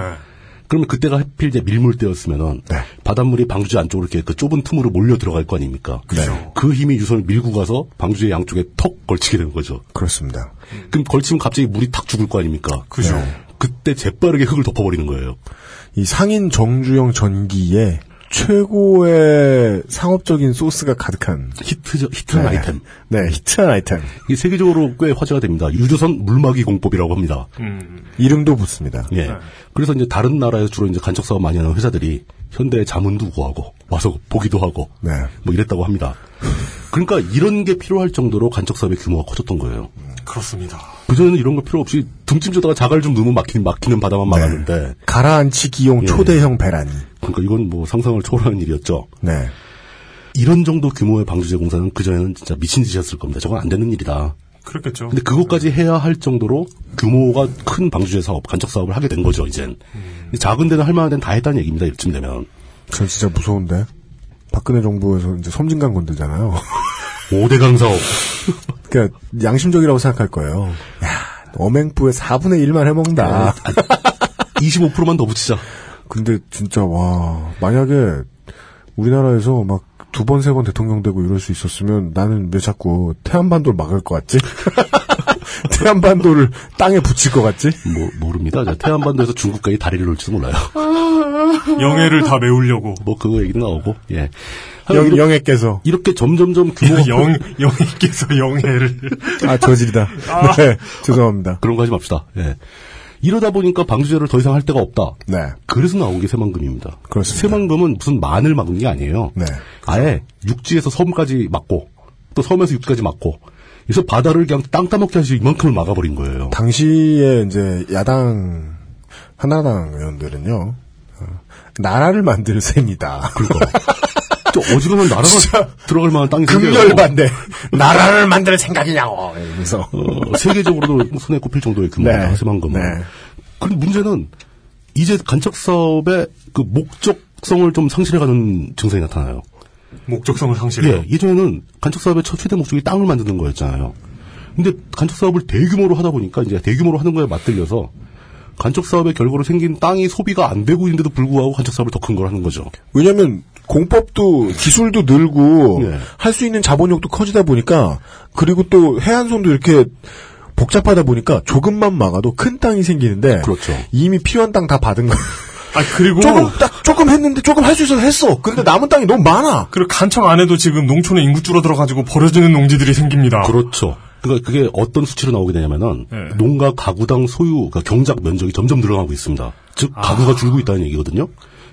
Speaker 3: 그러면 그때가 하필 이제 밀물 때였으면은 바닷물이 방주제 안쪽으로 이렇게 그 좁은 틈으로 몰려 들어갈 거 아닙니까?
Speaker 2: 그죠.
Speaker 3: 그 힘이 유선을 밀고 가서 방주제 양쪽에 턱 걸치게 되는 거죠.
Speaker 2: 그렇습니다.
Speaker 3: 그럼 걸치면 갑자기 물이 탁 죽을 거 아닙니까? 네.
Speaker 4: 그죠.
Speaker 3: 그때 재빠르게 흙을 덮어버리는 거예요.
Speaker 2: 이 상인 정주영 전기에 최고의 상업적인 소스가 가득한
Speaker 3: 히트죠, 히트한
Speaker 2: 네.
Speaker 3: 아이템.
Speaker 2: 네, 히트한 아이템.
Speaker 3: 이게 세계적으로 꽤 화제가 됩니다. 유조선 물막이 공법이라고 합니다.
Speaker 2: 이름도 붙습니다.
Speaker 3: 예. 그래서 이제 다른 나라에서 주로 이제 간척 사업 많이 하는 회사들이 현대에 자문도 구하고 와서 보기도 하고
Speaker 2: 네.
Speaker 3: 뭐 이랬다고 합니다. 그러니까 이런 게 필요할 정도로 간척 사업의 규모가 커졌던 거예요.
Speaker 4: 그렇습니다.
Speaker 3: 그전에는 이런 거 필요 없이 등짐조다가 자갈 좀 넣으면 막히는, 막히는 바다만 막았는데
Speaker 2: 가라앉히기용
Speaker 3: 예.
Speaker 2: 초대형 배란이.
Speaker 3: 그러니까 이건 뭐 상상을 초월하는 일이었죠.
Speaker 2: 네.
Speaker 3: 이런 정도 규모의 방주제 공사는 그전에는 진짜 미친 짓이었을 겁니다. 저건 안 되는 일이다.
Speaker 4: 그렇겠죠.
Speaker 3: 근데 그것까지 해야 할 정도로 규모가 큰 방주제 사업, 간척 사업을 하게 된 거죠, 이젠. 작은 데는 할 만한 데는 다 했다는 얘기입니다, 이쯤 되면.
Speaker 2: 전 진짜 무서운데. 박근혜 정부에서 이제 섬진강 건들잖아요.
Speaker 3: 5대강 사업.
Speaker 2: 그러니까 양심적이라고 생각할 거예요. 야, 어맹부의 4분의 1만 해먹는다.
Speaker 3: 25%만 더 붙이자.
Speaker 2: 근데 진짜 와 만약에 우리나라에서 막 두 번 세 번 대통령 되고 이럴 수 있었으면 나는 왜 자꾸 태안반도를 막을 것 같지? 태안반도를 땅에 붙일 것 같지?
Speaker 3: 뭐, 모릅니다. 제가 태안반도에서 중국까지 다리를 놓을지도 몰라요.
Speaker 4: 영해를 다 메우려고.
Speaker 3: 뭐그 그거 얘기도 나오고. 예.
Speaker 2: 영, 영해께서
Speaker 3: 이렇게 점점점 규모가
Speaker 4: 영, 영해께서 영해를.
Speaker 2: 아 저질이다. 네, 죄송합니다.
Speaker 3: 그런 거 하지 맙시다. 예. 이러다 보니까 방조제를 더 이상 할 데가 없다.
Speaker 2: 네.
Speaker 3: 그래서 나온 게 새만금입니다.
Speaker 2: 그렇습니다.
Speaker 3: 새만금은 무슨 만을 막은 게 아니에요.
Speaker 2: 네.
Speaker 3: 아예 육지에서 섬까지 막고 또 섬에서 육지까지 막고 그래서 바다를 그냥 땅 따먹게 할수 이만큼을 막아버린 거예요.
Speaker 2: 당시에 이제 야당 하나당 의원들은요 어, 나라를 만들 셈이다.
Speaker 3: 또 어지러우면 나라가 들어갈 만한 땅이 생겨요.
Speaker 2: 금열반대 나라를 만들 생각이냐고 이러면서
Speaker 3: 어, 세계적으로도 손에 꼽힐 정도의 규모입니다.
Speaker 2: 네.
Speaker 3: 새만금은.
Speaker 2: 네.
Speaker 3: 그런데 문제는 이제 간척 사업의 그 목적성을 좀 상실해가는 증상이 나타나요.
Speaker 4: 목적성을 상실해요.
Speaker 3: 예, 예전에는 간척 사업의 첫 최대 목적이 땅을 만드는 거였잖아요. 근데 간척 사업을 대규모로 하다 보니까 이제 대규모로 하는 거에 맞들려서 간척 사업의 결과로 생긴 땅이 소비가 안 되고 있는데도 불구하고 간척 사업을 더 큰 걸 하는 거죠.
Speaker 2: 왜냐면 공법도 기술도 늘고
Speaker 3: 네.
Speaker 2: 할 수 있는 자본력도 커지다 보니까 그리고 또 해안선도 이렇게 복잡하다 보니까 조금만 막아도 큰 땅이 생기는데
Speaker 3: 그렇죠.
Speaker 2: 이미 필요한 땅 다 받은 거
Speaker 4: 아 그리고
Speaker 2: 조금 딱 조금 했는데 조금 할 수 있어서 했어. 근데 남은 땅이 너무 많아.
Speaker 4: 그리고 간척 안 해도 지금 농촌에 인구 줄어들어가지고 버려지는 농지들이 생깁니다.
Speaker 3: 그렇죠. 그러니까 그게 어떤 수치로 나오게 되냐면은
Speaker 4: 아. 네.
Speaker 3: 농가 가구당 소유 그러니까 경작 면적이 점점 늘어나고 있습니다. 즉 가구가 줄고 있다는 얘기거든요.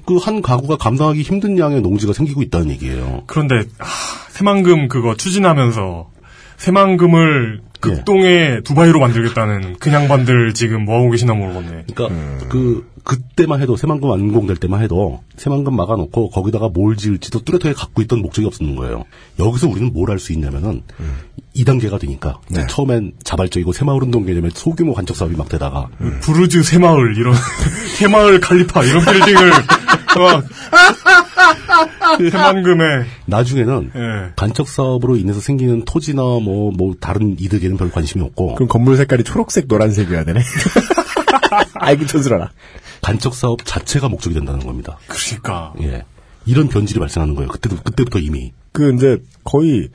Speaker 3: 그 한 가구가 감당하기 힘든 양의 농지가 생기고 있다는 얘기예요.
Speaker 4: 그런데 아, 새만금 그거 추진하면서
Speaker 3: 예.
Speaker 4: 새만금을 극동의 두바이로 만들겠다는 그냥 반들 지금 뭐 하고 계시나 모르겠네.
Speaker 3: 그러니까 그 그때만 해도 새만금 완공될 때만 해도 새만금 막아놓고 거기다가 뭘 지을지도 뚜렷하게 갖고 있던 목적이 없었는 거예요. 여기서 우리는 뭘 할 수 있냐면은 이 2단계가 되니까 처음엔 자발적이고 새마을운동 개념의 소규모 간척 사업이 막 되다가
Speaker 4: 부르즈 새마을 이런 새마을 칼리파 이런 빌딩을 막 새만금에
Speaker 3: 나중에는
Speaker 4: 예.
Speaker 3: 간척 사업으로 인해서 생기는 토지나 뭐, 뭐, 다른 이득에는 별 관심이 없고,
Speaker 2: 그럼 건물 색깔이 초록색 노란색이어야 되네. 아이고 그 천스러라.
Speaker 3: 간척 사업 자체가 목적이 된다는 겁니다.
Speaker 4: 그러니까
Speaker 3: 예. 이런 변질이 발생하는 거예요. 그때도, 그때부터 이미.
Speaker 2: 그 이제 거의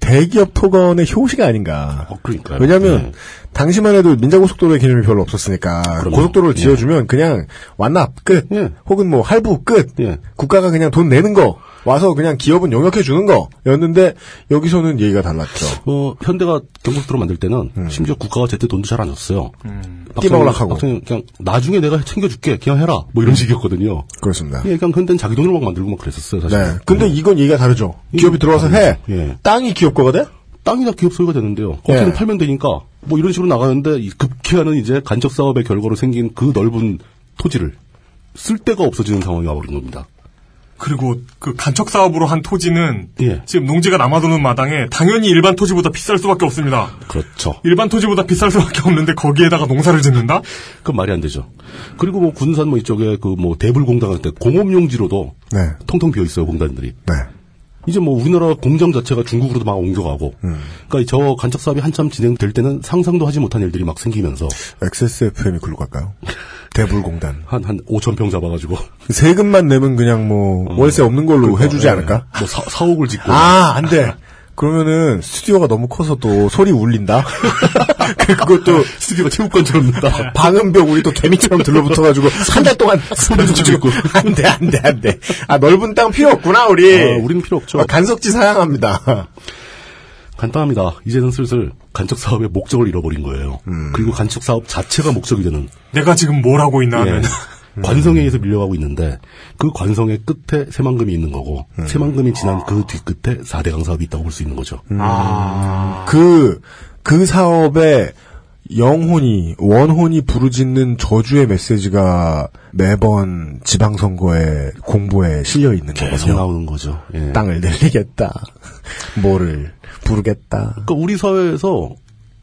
Speaker 2: 대기업 토건의 효시가 아닌가.
Speaker 3: 어, 그러니까요.
Speaker 2: 왜냐하면
Speaker 3: 예.
Speaker 2: 당시만 해도 민자고속도로의 개념이 별로 없었으니까
Speaker 3: 그럼요.
Speaker 2: 고속도로를
Speaker 3: 예.
Speaker 2: 지어주면 그냥 완납 끝,
Speaker 3: 예.
Speaker 2: 혹은 뭐 할부 끝,
Speaker 3: 예.
Speaker 2: 국가가 그냥 돈 내는 거 와서 그냥 기업은 용역해 주는 거였는데 여기서는 얘기가 달랐죠.
Speaker 3: 어, 현대가 경북도로 만들 때는 심지어 국가가 제때 돈도 잘 안 줬어요.
Speaker 2: 음. 띠먹으락하고. 음.
Speaker 3: 박정희 그냥 나중에 내가 챙겨줄게. 그냥 해라. 뭐 이런 식이었거든요.
Speaker 2: 그렇습니다.
Speaker 3: 예, 그냥 현대는 자기 돈으로 막 만들고 막 그랬었어요. 사실.
Speaker 2: 네. 근데 이건 얘기가 다르죠. 기업이 들어와서 해.
Speaker 3: 예.
Speaker 2: 땅이 기업 거가 돼?
Speaker 3: 땅이나 기업 소유가 되는데요. 거기는
Speaker 2: 예.
Speaker 3: 팔면 되니까 뭐 이런 식으로 나가는데 이 급기야는 이제 간접 사업의 결과로 생긴 그 넓은 토지를 쓸 데가 없어지는 상황이 와버린 겁니다.
Speaker 4: 그리고 그 간척 사업으로 한 토지는
Speaker 3: 예.
Speaker 4: 지금 농지가 남아도는 마당에 당연히 일반 토지보다 비쌀 수밖에 없습니다.
Speaker 3: 그렇죠.
Speaker 4: 일반 토지보다 비쌀 수밖에 없는데 거기에다가 농사를 짓는다?
Speaker 3: 그건 말이 안 되죠. 그리고 뭐 군산 뭐 이쪽에 그 뭐 대불공단 같은 데 공업용지로도
Speaker 2: 네.
Speaker 3: 통통 비어 있어요 공단들이.
Speaker 2: 네.
Speaker 3: 이제 뭐 우리나라 공장 자체가 중국으로도 막 옮겨가고.
Speaker 2: 음.
Speaker 3: 그러니까 저 간척 사업이 한참 진행될 때는 상상도 하지 못한 일들이 막 생기면서
Speaker 2: XSFM이 글로 갈까요? 대불공단.
Speaker 3: 한 한 5천 평 잡아가지고
Speaker 2: 세금만 내면 그냥 뭐 월세 없는 걸로 해주지
Speaker 3: 어, 예.
Speaker 2: 않을까?
Speaker 3: 뭐 사, 사옥을 짓고.
Speaker 2: 아, 안 돼. 그러면은 스튜디오가 너무 커서 또 소리 울린다. 그것도
Speaker 3: 스튜디오가 체육관처럼 다
Speaker 2: 어, 방음벽 우리 또 개미처럼 들러붙어가지고 한 달 동안 소리 죽이고 안돼 안돼 안돼. 아 넓은 땅 필요 없구나 우리.
Speaker 3: 아, 우리는 필요 없죠.
Speaker 2: 아, 간석지 사양합니다.
Speaker 3: 간단합니다. 이제는 슬슬 간척 사업의 목적을 잃어버린 거예요. 그리고 간척 사업 자체가 목적이 되는
Speaker 4: 내가 지금 뭘 하고 있나 하면
Speaker 3: 예, 관성에 의해서 밀려가고 있는데 그 관성의 끝에 새만금이 있는 거고 새만금이 지난 그 뒤끝에 4대강 사업이 있다고 볼 수 있는 거죠.
Speaker 2: 그, 그 사업에 영혼이, 원혼이 부르짖는 저주의 메시지가 매번 지방선거의 공보에 실려 있는
Speaker 3: 계속
Speaker 2: 거거든요.
Speaker 3: 나오는 거죠. 예.
Speaker 2: 땅을 늘리겠다. 뭐를 부르겠다.
Speaker 3: 그러니까 우리 사회에서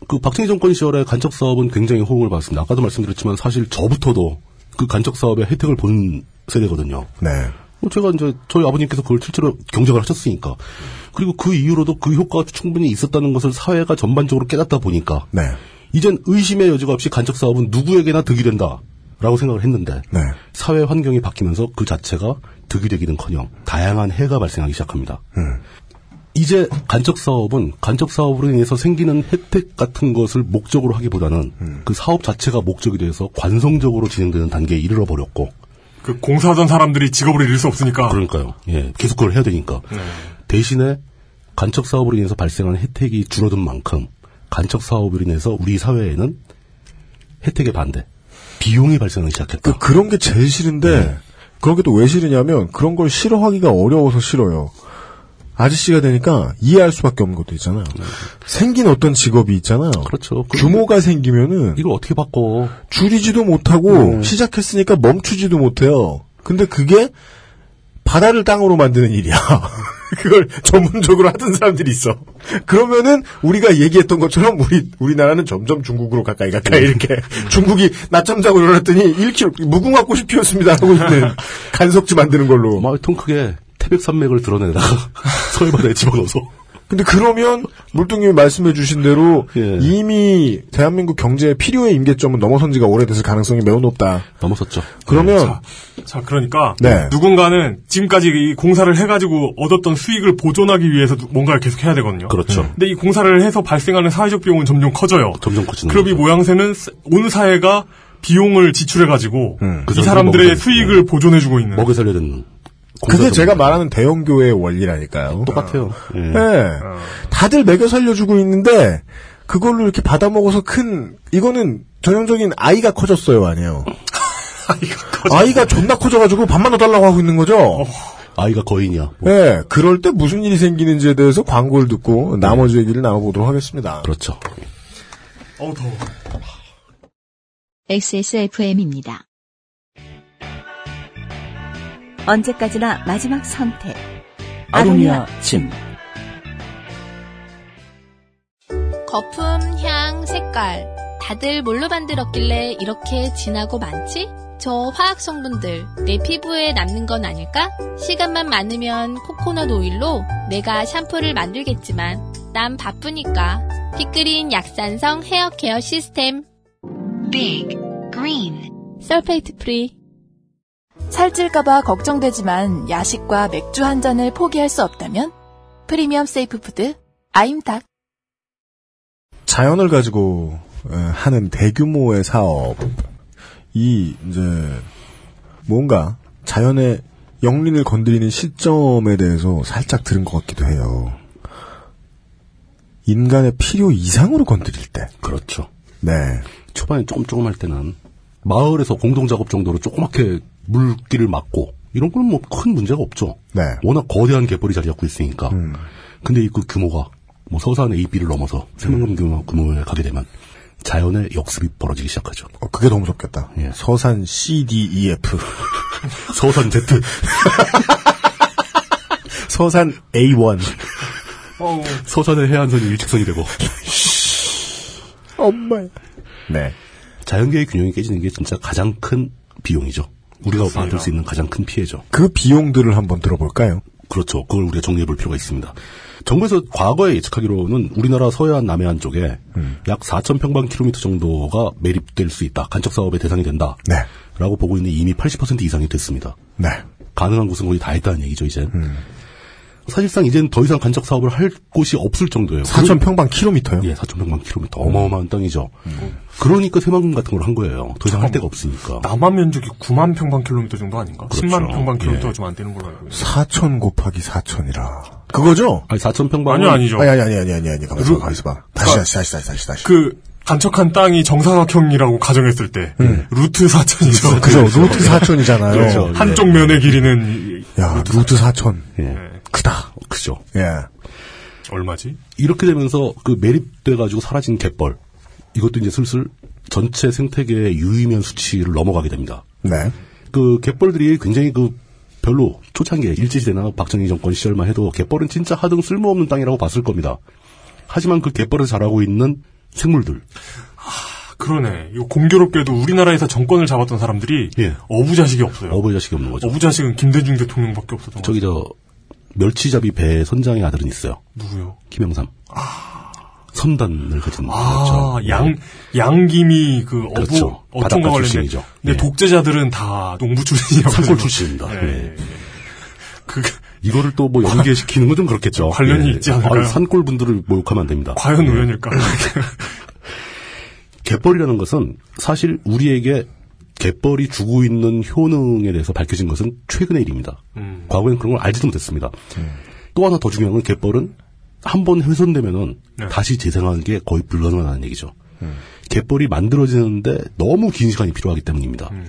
Speaker 3: 그 박정희 정권 시절의 간척 사업은 굉장히 호응을 받습니다. 아까도 말씀드렸지만 사실 저부터도 그 간척 사업의 혜택을 본 세대거든요.
Speaker 2: 네.
Speaker 3: 뭐 제가 이제 저희 아버님께서 그걸 실제로 경작을 하셨으니까. 그리고 그 이후로도 그 효과가 충분히 있었다는 것을 사회가 전반적으로 깨닫다 보니까. 이젠 의심의 여지가 없이 간접 사업은 누구에게나 득이 된다. 라고 생각을 했는데 사회 환경이 바뀌면서 그 자체가 득이 되기는커녕 다양한 해가 발생하기 시작합니다. 이제 간접 사업은 간접 사업으로 인해서 생기는 혜택 같은 것을 목적으로 하기보다는 그 사업 자체가 목적이 돼서 관성적으로 진행되는 단계에 이르러 버렸고
Speaker 4: 그 공사하던 사람들이 직업을 잃을 수 없으니까
Speaker 3: 그러니까요. 예, 계속 그걸 해야 되니까
Speaker 2: 네.
Speaker 3: 대신에 간첩 사업으로 인해서 발생하는 혜택이 줄어든 만큼 간첩 사업으로 인해서 우리 사회에는 혜택의 반대 비용이 발생하기 시작했다.
Speaker 2: 그, 런게 제일 싫은데 그런 게 또 왜 싫으냐면 그런 걸 싫어하기가 어려워서 싫어요. 아저씨가 되니까 이해할 수밖에 없는 것도 있잖아요.
Speaker 4: 네.
Speaker 2: 생긴 어떤 직업이 있잖아요.
Speaker 3: 그렇죠.
Speaker 2: 규모가 생기면은
Speaker 3: 이걸 어떻게 바꿔?
Speaker 2: 줄이지도 못하고
Speaker 3: 네.
Speaker 2: 시작했으니까 멈추지도 못해요. 근데 그게 바다를 땅으로 만드는 일이야. 그걸 전문적으로 하던 사람들이 있어. 그러면은 우리가 얘기했던 것처럼 우리 우리나라는 점점 중국으로 가까이 가까이 이렇게 중국이 낮잠 자고 일어났더니 1kg 무궁화 꽃이 피었습니다 하고 있는 간석지 만드는 걸로.
Speaker 3: 막 통크게 태백 산맥을 드러내다가 서해바다에 집어넣어서
Speaker 2: 근데 그러면 물뚱님이 말씀해 주신 대로 이미 대한민국 경제의 필요의 임계점은 넘어선 지가 오래돼서 가능성이 매우 높다.
Speaker 3: 넘어섰죠.
Speaker 2: 그러면
Speaker 4: 자, 자, 그러니까
Speaker 2: 네.
Speaker 4: 누군가는 지금까지 이 공사를 해가지고 얻었던 수익을 보존하기 위해서 누- 뭔가를 계속 해야 되거든요.
Speaker 3: 그렇죠.
Speaker 4: 근데 이 공사를 해서 발생하는 사회적 비용은 점점 커져요.
Speaker 3: 점점 커지는
Speaker 4: 그럼 이 모양새는 스- 온 사회가 비용을 지출해가지고
Speaker 3: 그
Speaker 4: 이
Speaker 3: 사람들
Speaker 4: 사람들의
Speaker 3: 먹여서-
Speaker 4: 수익을 보존해주고 있는
Speaker 3: 먹여 살려야 되는
Speaker 2: 그게 제가 말하는 대형교회의 원리라니까요.
Speaker 3: 똑같아요. 예.
Speaker 2: 예. 다들 먹여 살려주고 있는데 그걸로 이렇게 받아먹어서 큰 이거는 전형적인 아이가 커졌어요 아니에요. 아이가 어. 존나 커져가지고 밥만 더 달라고 하고 있는 거죠.
Speaker 3: 아이가 거인이야.
Speaker 2: 예, 그럴 때 무슨 일이 생기는지에 대해서 광고를 듣고 나머지 얘기를 나눠보도록 하겠습니다.
Speaker 3: 그렇죠.
Speaker 4: 어우 더워.
Speaker 1: XSFM입니다.
Speaker 8: 언제까지나 마지막 선택.
Speaker 15: 아로니아 침.
Speaker 14: 거품, 향, 색깔. 다들 뭘로 만들었길래 이렇게 진하고 많지? 저 화학 성분들 내 피부에 남는 건 아닐까? 시간만 많으면 코코넛 오일로 내가 샴푸를 만들겠지만 난 바쁘니까 피크린 약산성 헤어 케어 시스템 빅 그린 설페이트 프리
Speaker 12: 살찔까봐 걱정되지만 야식과 맥주 한 잔을 포기할 수 없다면 프리미엄 세이프 푸드 아임닭
Speaker 2: 자연을 가지고 에, 하는 대규모의 사업 이 이제 뭔가 자연의 영린을 건드리는 시점에 대해서 살짝 들은 것 같기도 해요. 인간의 필요 이상으로 건드릴 때.
Speaker 3: 그렇죠.
Speaker 2: 네.
Speaker 3: 초반에 조금 조금 할 때는 마을에서 공동 작업 정도로 조그맣게 물기를 막고 이런 거는 뭐 큰 문제가 없죠.
Speaker 2: 네.
Speaker 3: 워낙 거대한 갯벌이 자리 잡고 있으니까. 근데 이 그 규모가 뭐 서산 AB를 넘어서 세명금 규모, 규모에 가게 되면 자연의 역습이 벌어지기 시작하죠.
Speaker 2: 어, 그게 너무 무섭겠다.
Speaker 3: 예.
Speaker 2: 서산 E CDEF.
Speaker 3: 서산 Z.
Speaker 2: 서산 A1.
Speaker 3: 서산의 해안선이 일직선이 되고.
Speaker 2: 엄마. 네.
Speaker 3: 자연계의 균형이 깨지는 게 진짜 가장 큰 비용이죠. 우리가 받을 수 있는 가장 큰 피해죠.
Speaker 2: 그 비용들을 한번 들어볼까요?
Speaker 3: 그렇죠. 그걸 우리가 정리해 볼 필요가 있습니다. 정부에서 과거에 예측하기로는 우리나라 서해안 남해안 쪽에
Speaker 4: 음.
Speaker 3: 약 4천 평방 킬로미터 정도가 매립될 수 있다. 간척 사업의 대상이 된다.
Speaker 4: 네.
Speaker 3: 라고 보고 있는 이미 80% 이상이 됐습니다.
Speaker 2: 네.
Speaker 3: 가능한 곳은 거의 다 했다는 얘기죠, 이제.
Speaker 4: 음.
Speaker 3: 사실상 이제는 더 이상 간척 사업을 할 곳이 없을 정도예요.
Speaker 2: 4,000 평방 킬로미터요?
Speaker 3: 예, 4천 평방 킬로미터. 어마어마한 땅이죠.
Speaker 4: 음.
Speaker 3: 그러니까 새만금 같은 걸 한 거예요. 더 이상 할 데가 없으니까.
Speaker 4: 남한 면적이 9만 평방킬로미터 정도 아닌가?
Speaker 3: 그렇죠.
Speaker 4: 10만 평방킬로미터가
Speaker 3: 예.
Speaker 4: 좀 안 되는 걸로 알고 있어요.
Speaker 2: 4천 곱하기 4천이라. 그거죠?
Speaker 3: 아니, 4천 평방.
Speaker 4: 아니요, 아니죠.
Speaker 2: 아니, 아니, 아니, 아니, 아니, 아니. 가만있어,
Speaker 4: 루-
Speaker 2: 가만있어 봐. 다시, 다시, 다시, 다시, 다시, 다시.
Speaker 4: 그 간척한 땅이 정사각형이라고 가정했을 때 루트 4천이죠.
Speaker 2: 그죠. 루트 4천이잖아요. 그렇죠.
Speaker 4: 한쪽 면의 길이는
Speaker 2: 야, 루트 4천. 크다.
Speaker 3: 예. 크죠.
Speaker 2: 예.
Speaker 4: 얼마지?
Speaker 3: 이렇게 되면서 그 매립돼가지고 사라진 갯벌 이것도 이제 슬슬 전체 생태계의 유의미한 수치를 넘어가게 됩니다.
Speaker 2: 네.
Speaker 3: 그 갯벌들이 굉장히 그 별로 초창기에 일제시대나 박정희 정권 시절만 해도 갯벌은 진짜 하등 쓸모없는 땅이라고 봤을 겁니다. 하지만 그 갯벌에서 자라고 있는 생물들
Speaker 4: 그러네. 이거 공교롭게도 우리나라에서 정권을 잡았던 사람들이 어부자식이 없어요.
Speaker 3: 예. 어부자식이 없는 거죠.
Speaker 4: 어부자식은 김대중 대통령밖에 없었던 거죠.
Speaker 3: 저기 저 멸치잡이 배 선장의 아들은 있어요.
Speaker 4: 누구요?
Speaker 3: 김영삼. 선단을 가진 그렇죠.
Speaker 4: 아,
Speaker 3: 거죠.
Speaker 4: 양, 양김이 그 어부,
Speaker 3: 그렇죠.
Speaker 4: 어촌과
Speaker 3: 바닷가
Speaker 4: 관련된.
Speaker 3: 출신이죠.
Speaker 4: 근데
Speaker 3: 예.
Speaker 4: 독재자들은 다 농부 출신이라고.
Speaker 3: 산골
Speaker 4: 해서.
Speaker 3: 출신입니다.
Speaker 4: 네.
Speaker 3: 예. 이거를 또 뭐 연계시키는 건 좀 그렇겠죠.
Speaker 4: 관련이 있지 않을까요?
Speaker 3: 아, 산골 분들을 모욕하면 안 됩니다.
Speaker 4: 과연
Speaker 3: 예.
Speaker 4: 우연일까?
Speaker 3: 갯벌이라는 것은 사실 우리에게 갯벌이 주고 있는 효능에 대해서 밝혀진 것은 최근의 일입니다.
Speaker 4: 음. 네.
Speaker 3: 과거엔 그런 걸 알지도 못했습니다. 또 하나 더 중요한 건 갯벌은 한 번 훼손되면은
Speaker 4: 네.
Speaker 3: 다시 재생하는 게 거의 불가능하다는 얘기죠. 갯벌이 만들어지는데 너무 긴 시간이 필요하기 때문입니다.
Speaker 4: 음.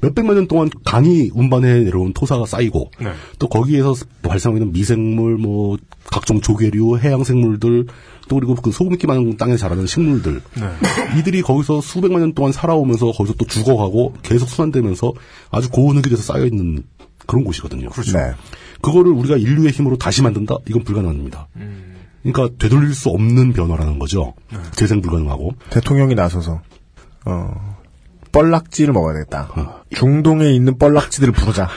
Speaker 3: 몇백만 년 동안 강이 운반해 내려온 토사가 쌓이고
Speaker 4: 네.
Speaker 3: 또 거기에서 발생하는 미생물, 뭐 각종 조개류, 해양 생물들 또 그리고 그 소금기 많은 땅에 자라는 식물들
Speaker 2: 네.
Speaker 3: 이들이 거기서 수백만 년 동안 살아오면서 거기서 또 죽어가고 계속 순환되면서 아주 고운 흙이 돼서 쌓여 있는 그런 곳이거든요.
Speaker 2: 그렇죠. 네.
Speaker 3: 그거를 우리가 인류의 힘으로 다시 만든다? 이건 불가능합니다.
Speaker 2: 음.
Speaker 3: 그러니까 되돌릴 수 없는 변화라는 거죠.
Speaker 2: 네.
Speaker 3: 재생 불가능하고.
Speaker 2: 대통령이 나서서 어, 뻘락지를 먹어야 되겠다. 중동에 있는 뻘락지들을 부르자.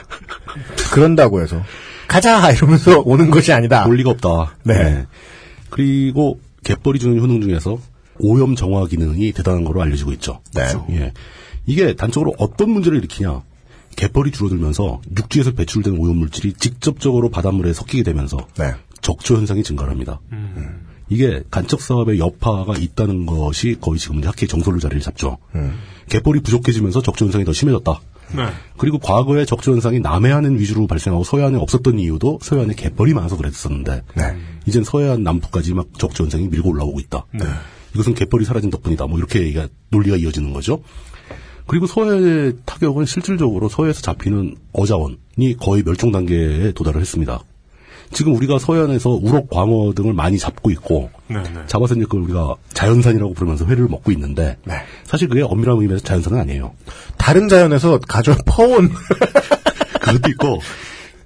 Speaker 2: 그런다고 해서 가자 이러면서 오는 것이 아니다.
Speaker 3: 올 리가 없다.
Speaker 2: 네.
Speaker 3: 그리고 갯벌이 주는 효능 중에서 오염 정화 기능이 대단한 걸로 알려지고 있죠.
Speaker 2: 네.
Speaker 3: 예. 이게 단적으로 어떤 문제를 일으키냐. 갯벌이 줄어들면서 육지에서 배출된 오염물질이 직접적으로 바닷물에 섞이게 되면서
Speaker 2: 네.
Speaker 3: 적조 현상이 증가합니다. 예. 이게 간척 사업의 여파가 있다는 것이 거의 지금 학계 정설로 자리를 잡죠. 갯벌이 부족해지면서 적조 현상이 더 심해졌다.
Speaker 4: 네.
Speaker 3: 그리고 과거에 적조 현상이 남해안은 위주로 발생하고 서해안에 없었던 이유도 서해안에 갯벌이 많아서 그랬었는데 이젠 서해안 남부까지 막 적조 현상이 밀고 올라오고 있다. 이것은 갯벌이 사라진 덕분이다. 뭐 이렇게 얘기가, 논리가 이어지는 거죠. 그리고 서해 타격은 실질적으로 서해에서 잡히는 어자원이 거의 멸종 단계에 도달을 했습니다. 지금 우리가 서해안에서 우럭, 광어 등을 많이 잡고 있고
Speaker 4: 네, 네.
Speaker 3: 잡아서 이제 그걸 우리가 자연산이라고 부르면서 회를 먹고 있는데
Speaker 4: 네.
Speaker 3: 사실 그게 엄밀한 의미에서 자연산은 아니에요.
Speaker 2: 다른 자연에서 가져 퍼온
Speaker 3: 그것도 있고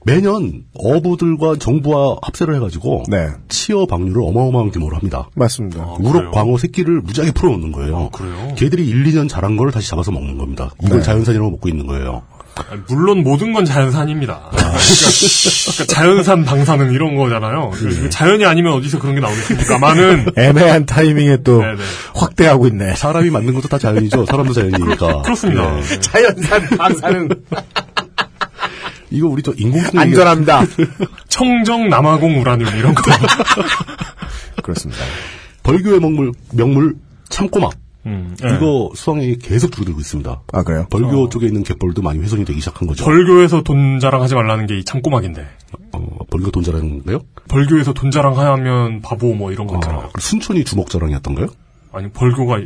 Speaker 3: 매년 어부들과 정부와 합세를 해가지고
Speaker 4: 네.
Speaker 3: 치어 방류를 어마어마한 규모로 합니다.
Speaker 2: 맞습니다.
Speaker 3: 우럭 광어 새끼를 무지하게 풀어놓는 거예요.
Speaker 4: 아, 그래요?
Speaker 3: 걔들이 1, 2년 자란 걸 다시 잡아서 먹는 겁니다. 이걸
Speaker 4: 네.
Speaker 3: 자연산이라고 먹고 있는 거예요.
Speaker 4: 아니, 물론 모든 건
Speaker 3: 아,
Speaker 4: 자연산입니다. 그러니까, 그러니까 자연산 방사능 이런 거잖아요.
Speaker 3: 예.
Speaker 4: 그 자연이 아니면 어디서 그런 게 나오겠습니까? 많은
Speaker 2: 애매한 타이밍에 또 확대하고 있네.
Speaker 3: 사람이 만든 것도 다 자연이죠. 사람도 자연이니까.
Speaker 4: 그렇습니다.
Speaker 3: 네.
Speaker 2: 자연산 방사능
Speaker 3: 이거 우리 저 인공풍
Speaker 2: 안전합니다.
Speaker 4: 청정 남아공 우라늄 이런 거.
Speaker 2: 그렇습니다.
Speaker 3: 벌교의 먹물 명물 참꼬막
Speaker 4: 음, 예.
Speaker 3: 이거 수확량이 계속 줄어들고 있습니다.
Speaker 2: 아 그래요?
Speaker 3: 벌교 쪽에 있는 갯벌도 많이 훼손이 되기 시작한 거죠.
Speaker 4: 벌교에서 돈 자랑하지 말라는 게 이 참꼬막인데.
Speaker 3: 어, 벌교 돈 자랑인가요? 어,
Speaker 4: 벌교에서 돈 자랑하면 바보 뭐 이런 거
Speaker 2: 그렇죠.
Speaker 4: 있잖아요.
Speaker 3: 순천이 주먹 자랑이었던가요?
Speaker 4: 아니 벌교가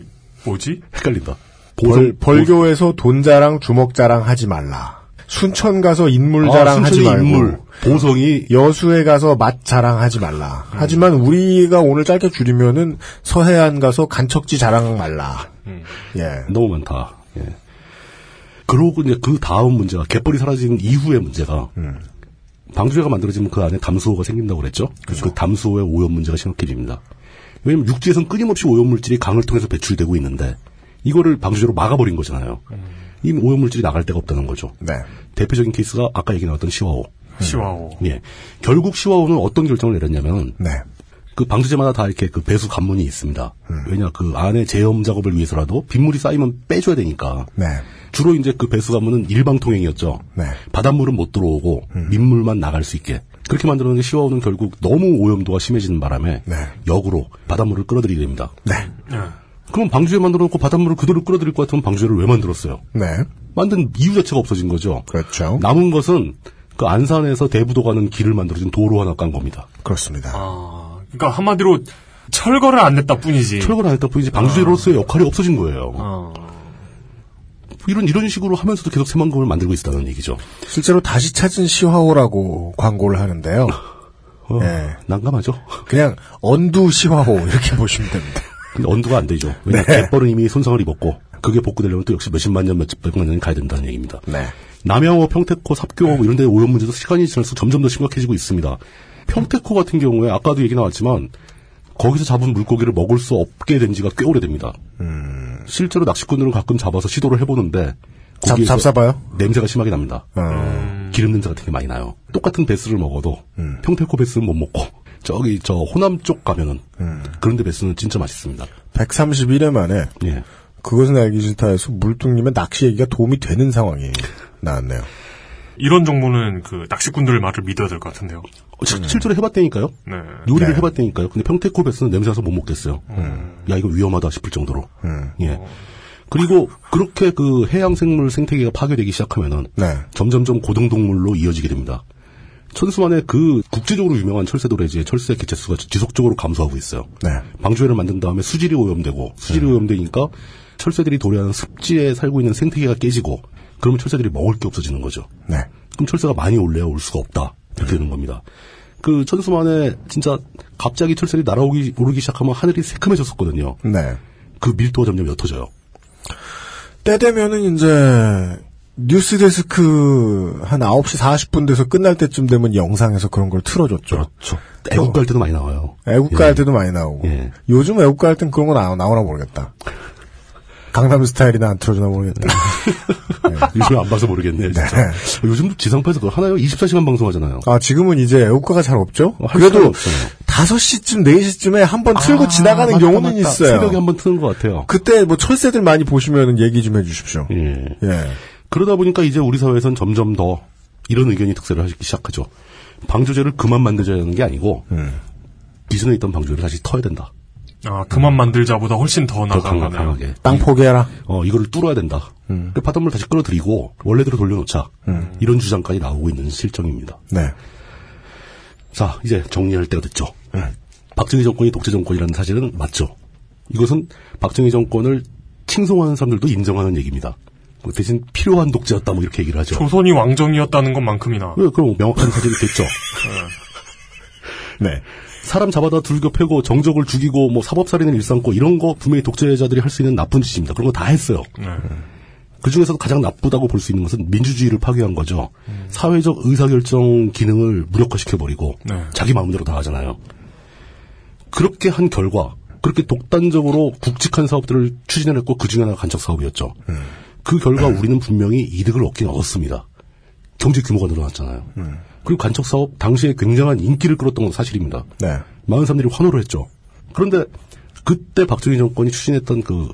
Speaker 4: 뭐지?
Speaker 3: 헷갈린다.
Speaker 2: 벌, 벌교에서 돈 자랑, 주먹 자랑 하지 말라. 순천 가서 인물
Speaker 3: 아,
Speaker 2: 자랑 하지
Speaker 3: 순천이
Speaker 2: 말고.
Speaker 3: 인물, 보성이
Speaker 2: 여수에 가서 맛 자랑 하지 말라.
Speaker 3: 음.
Speaker 2: 하지만 우리가 오늘 짧게 줄이면은 서해안 가서 간척지 자랑 말라.
Speaker 3: 음.
Speaker 2: 예.
Speaker 3: 너무 많다. 예. 그러고 이제 그 다음 문제가 갯벌이 사라진 이후의 문제가 방주회가 만들어지면 그 안에 담수호가 생긴다고 그랬죠. 그 담수호의 오염 문제가 심각해집니다. 왜냐하면 육지에선 끊임없이 오염물질이 강을 통해서 배출되고 있는데 이거를 방주제로 막아버린 거잖아요. 이 오염물질이 나갈 데가 없다는 거죠. 대표적인 케이스가 아까 얘기 나왔던 시화호.
Speaker 4: 시와오.
Speaker 3: 예. 결국 시화호는 어떤 결정을 내렸냐면
Speaker 2: 네.
Speaker 3: 그 방수제마다 다 이렇게 그 배수 관문이 있습니다. 왜냐 그 안에 제염 작업을 위해서라도 빗물이 쌓이면 빼줘야 되니까.
Speaker 2: 네.
Speaker 3: 주로 이제 그 배수 관문은 일방 통행이었죠.
Speaker 2: 네. 음.
Speaker 3: 바닷물은 못 들어오고 민물만 나갈 수 있게 그렇게 만들었는데 시화호는 결국 너무 오염도가 심해지는 바람에
Speaker 2: 네.
Speaker 3: 역으로 바닷물을 끌어들이게 됩니다. 그럼 방주에 만들어놓고 바닷물을 그대로 끌어들일 것 같으면 방주를 왜 만들었어요?
Speaker 2: 네.
Speaker 3: 만든 이유 자체가 없어진 거죠.
Speaker 2: 그렇죠.
Speaker 3: 남은 것은 그 안산에서 대부도 가는 길을 만들어준 도로 하나 깐 겁니다.
Speaker 2: 그렇습니다.
Speaker 4: 아, 그러니까 한마디로 철거를 안 냈다 뿐이지.
Speaker 3: 철거를 안 했다 보니 이제 방주제로서의 역할이 없어진 거예요. 이런 이런 식으로 하면서도 계속 새만금을 만들고 있다는 얘기죠.
Speaker 2: 실제로 다시 찾은 시화호라고 광고를 하는데요.
Speaker 3: 어.
Speaker 2: 예.
Speaker 3: 난감하죠.
Speaker 2: 그냥 언두 시화호 이렇게 보시면 됩니다.
Speaker 3: 근데 언두가 안 되죠. 왜냐
Speaker 2: 네.
Speaker 3: 갯벌은 이미 손상을 입었고 그게 복구되려면 또 역시 몇십만 년, 몇백만 년이 가야 된다는 얘기입니다.
Speaker 2: 네.
Speaker 3: 남양호, 평택호, 삽교 호 이런 데 오염 문제도 시간이 지날수록 점점 더 심각해지고 있습니다. 평택호 같은 경우에 아까도 얘기 나왔지만 거기서 잡은 물고기를 먹을 수 없게 된 지가 꽤 오래됩니다. 실제로 낚시꾼들은 가끔 잡아서 시도를 해보는데
Speaker 2: 음. 잡-
Speaker 3: 거기에서
Speaker 2: 잡사봐요? 어.
Speaker 3: 냄새가 심하게 납니다. 음. 기름 냄새가 되게 많이 나요. 똑같은 베스를 먹어도
Speaker 2: 음.
Speaker 3: 평택호 베스는 못 먹고 저기 저 호남 쪽 가면은
Speaker 2: 음.
Speaker 3: 그런데 베스는 진짜 맛있습니다. 예.
Speaker 2: 131회 만에 그것은 알기 싫다에서 물뚱님의 낚시 얘기가 도움이 되는 상황이 나왔네요.
Speaker 4: 이런 정보는 그 낚시꾼들의 말을 믿어야 될 것 같은데요.
Speaker 3: 실- 실제로 해봤다니까요.
Speaker 4: 음. 네.
Speaker 3: 요리를
Speaker 4: 네. 음.
Speaker 3: 해봤다니까요. 근데 평택호 베스는 냄새나서 못 먹겠어요. 음. 야 이거 위험하다 싶을 정도로. 예. 그리고 그렇게 그 해양 생물 생태계가 파괴되기 시작하면은
Speaker 4: 네.
Speaker 3: 점점점 고등동물로 이어지게 됩니다. 천수만의 그 국제적으로 유명한 철새 도래지의 철새 개체 수가 지속적으로 감소하고 있어요.
Speaker 4: 네.
Speaker 3: 방조회를 만든 다음에 수질이 오염되고 수질이 오염되니까 철새들이 도래하는 습지에 살고 있는 생태계가 깨지고 그러면 철새들이 먹을 게 없어지는 거죠.
Speaker 2: 네.
Speaker 3: 그럼 철새가 많이 올래야 올 수가 없다. 이렇게 되는 겁니다. 그 천수만에 진짜 갑자기 철새들이 날아오기 오르기 시작하면 하늘이 새큼해졌었거든요.
Speaker 2: 네.
Speaker 3: 그 밀도가 점점 옅어져요.
Speaker 2: 때 되면은 이제 뉴스 데스크 한 9시 40분 돼서 끝날 때쯤 되면 영상에서 그런 걸 틀어줬죠.
Speaker 3: 그렇죠. 예. 애국 갈 때도 많이 나와요.
Speaker 2: 애국 갈 때도 많이 나오고. 요즘 애국 갈 땐 그런 거 나, 나오나 모르겠다. 강남 스타일이나 안 틀어주나 모르겠다.
Speaker 3: 요즘 안 봐서 모르겠네요. 진짜. 요즘 지상파에서 그거 하나요? 24시간 방송하잖아요.
Speaker 2: 아, 지금은 이제 애국가가 잘 없죠?
Speaker 3: 할 수가
Speaker 2: 그래도
Speaker 3: 없어요.
Speaker 2: 5시쯤, 4시쯤에 한 번 틀고
Speaker 3: 아,
Speaker 2: 지나가는
Speaker 3: 맞다,
Speaker 2: 경우는
Speaker 3: 맞다.
Speaker 2: 있어요.
Speaker 3: 새벽에 한번 트는 것 같아요.
Speaker 2: 그때 뭐 철새들 많이 보시면 얘기 좀 해주십시오.
Speaker 3: 예.
Speaker 2: 예.
Speaker 3: 그러다 보니까 이제 우리 사회에선 점점 더 이런 의견이 특세를 하기 시작하죠. 방조제를 그만 만들자는 게 아니고
Speaker 2: 음.
Speaker 3: 기존에 있던 방조제를 다시 터야 된다.
Speaker 4: 아, 그만 만들자보다 훨씬 더
Speaker 3: 더
Speaker 4: 나아가네요.
Speaker 3: 강하- 강하게.
Speaker 2: 땅 포기해라.
Speaker 3: 어, 이거를 뚫어야 된다. 그 파도물 다시 끌어들이고 원래대로 돌려놓자. 이런 주장까지 나오고 있는 실정입니다.
Speaker 2: 네.
Speaker 3: 자, 이제 정리할 때가 됐죠. 박정희 정권이 독재 정권이라는 사실은 맞죠. 이것은 박정희 정권을 칭송하는 사람들도 인정하는 얘기입니다. 뭐 대신 필요한 독재였다 뭐 이렇게 얘기를 하죠.
Speaker 4: 조선이 왕정이었다는 것만큼이나.
Speaker 3: 왜 그럼 명확한 사실이 됐죠.
Speaker 2: 네.
Speaker 3: 사람 잡아다 둘겨 패고 정적을 죽이고 뭐 사법살인을 일삼고 이런 거 분명히 독재자들이 할 수 있는 나쁜 짓입니다. 그런 거 다 했어요. 그 중에서도 가장 나쁘다고 볼 수 있는 것은 민주주의를 파괴한 거죠. 사회적 의사결정 기능을 무력화시켜버리고
Speaker 4: 네.
Speaker 3: 자기 마음대로 다 하잖아요. 그렇게 한 결과 그렇게 독단적으로 굵직한 사업들을 추진해냈고 그 중에 하나가 간척 사업이었죠. 그 결과 우리는 분명히 이득을 얻긴 얻었습니다. 경제 규모가 늘어났잖아요. 그리고 간척 사업 당시에 굉장한 인기를 끌었던 건 사실입니다.
Speaker 2: 네.
Speaker 3: 많은 사람들이 환호를 했죠. 그런데 그때 박정희 정권이 추진했던 그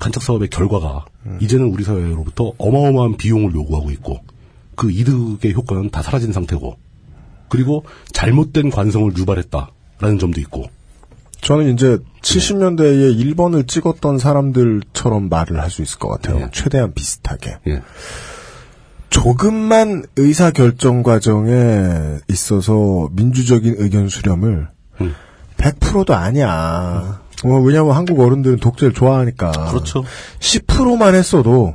Speaker 3: 간척 사업의 결과가 이제는 우리 사회로부터 어마어마한 비용을 요구하고 있고 그 이득의 효과는 다 사라진 상태고 그리고 잘못된 관성을 유발했다라는 점도 있고
Speaker 2: 저는 이제 70년대에 1번을 찍었던 사람들처럼 말을 할 수 있을 것 같아요. 최대한 비슷하게.
Speaker 3: 예.
Speaker 2: 조금만 의사결정 과정에 있어서 민주적인 의견 수렴을 100%도 아니야. 어, 왜냐하면 한국 어른들은 독재를 좋아하니까.
Speaker 3: 그렇죠.
Speaker 2: 10%만 했어도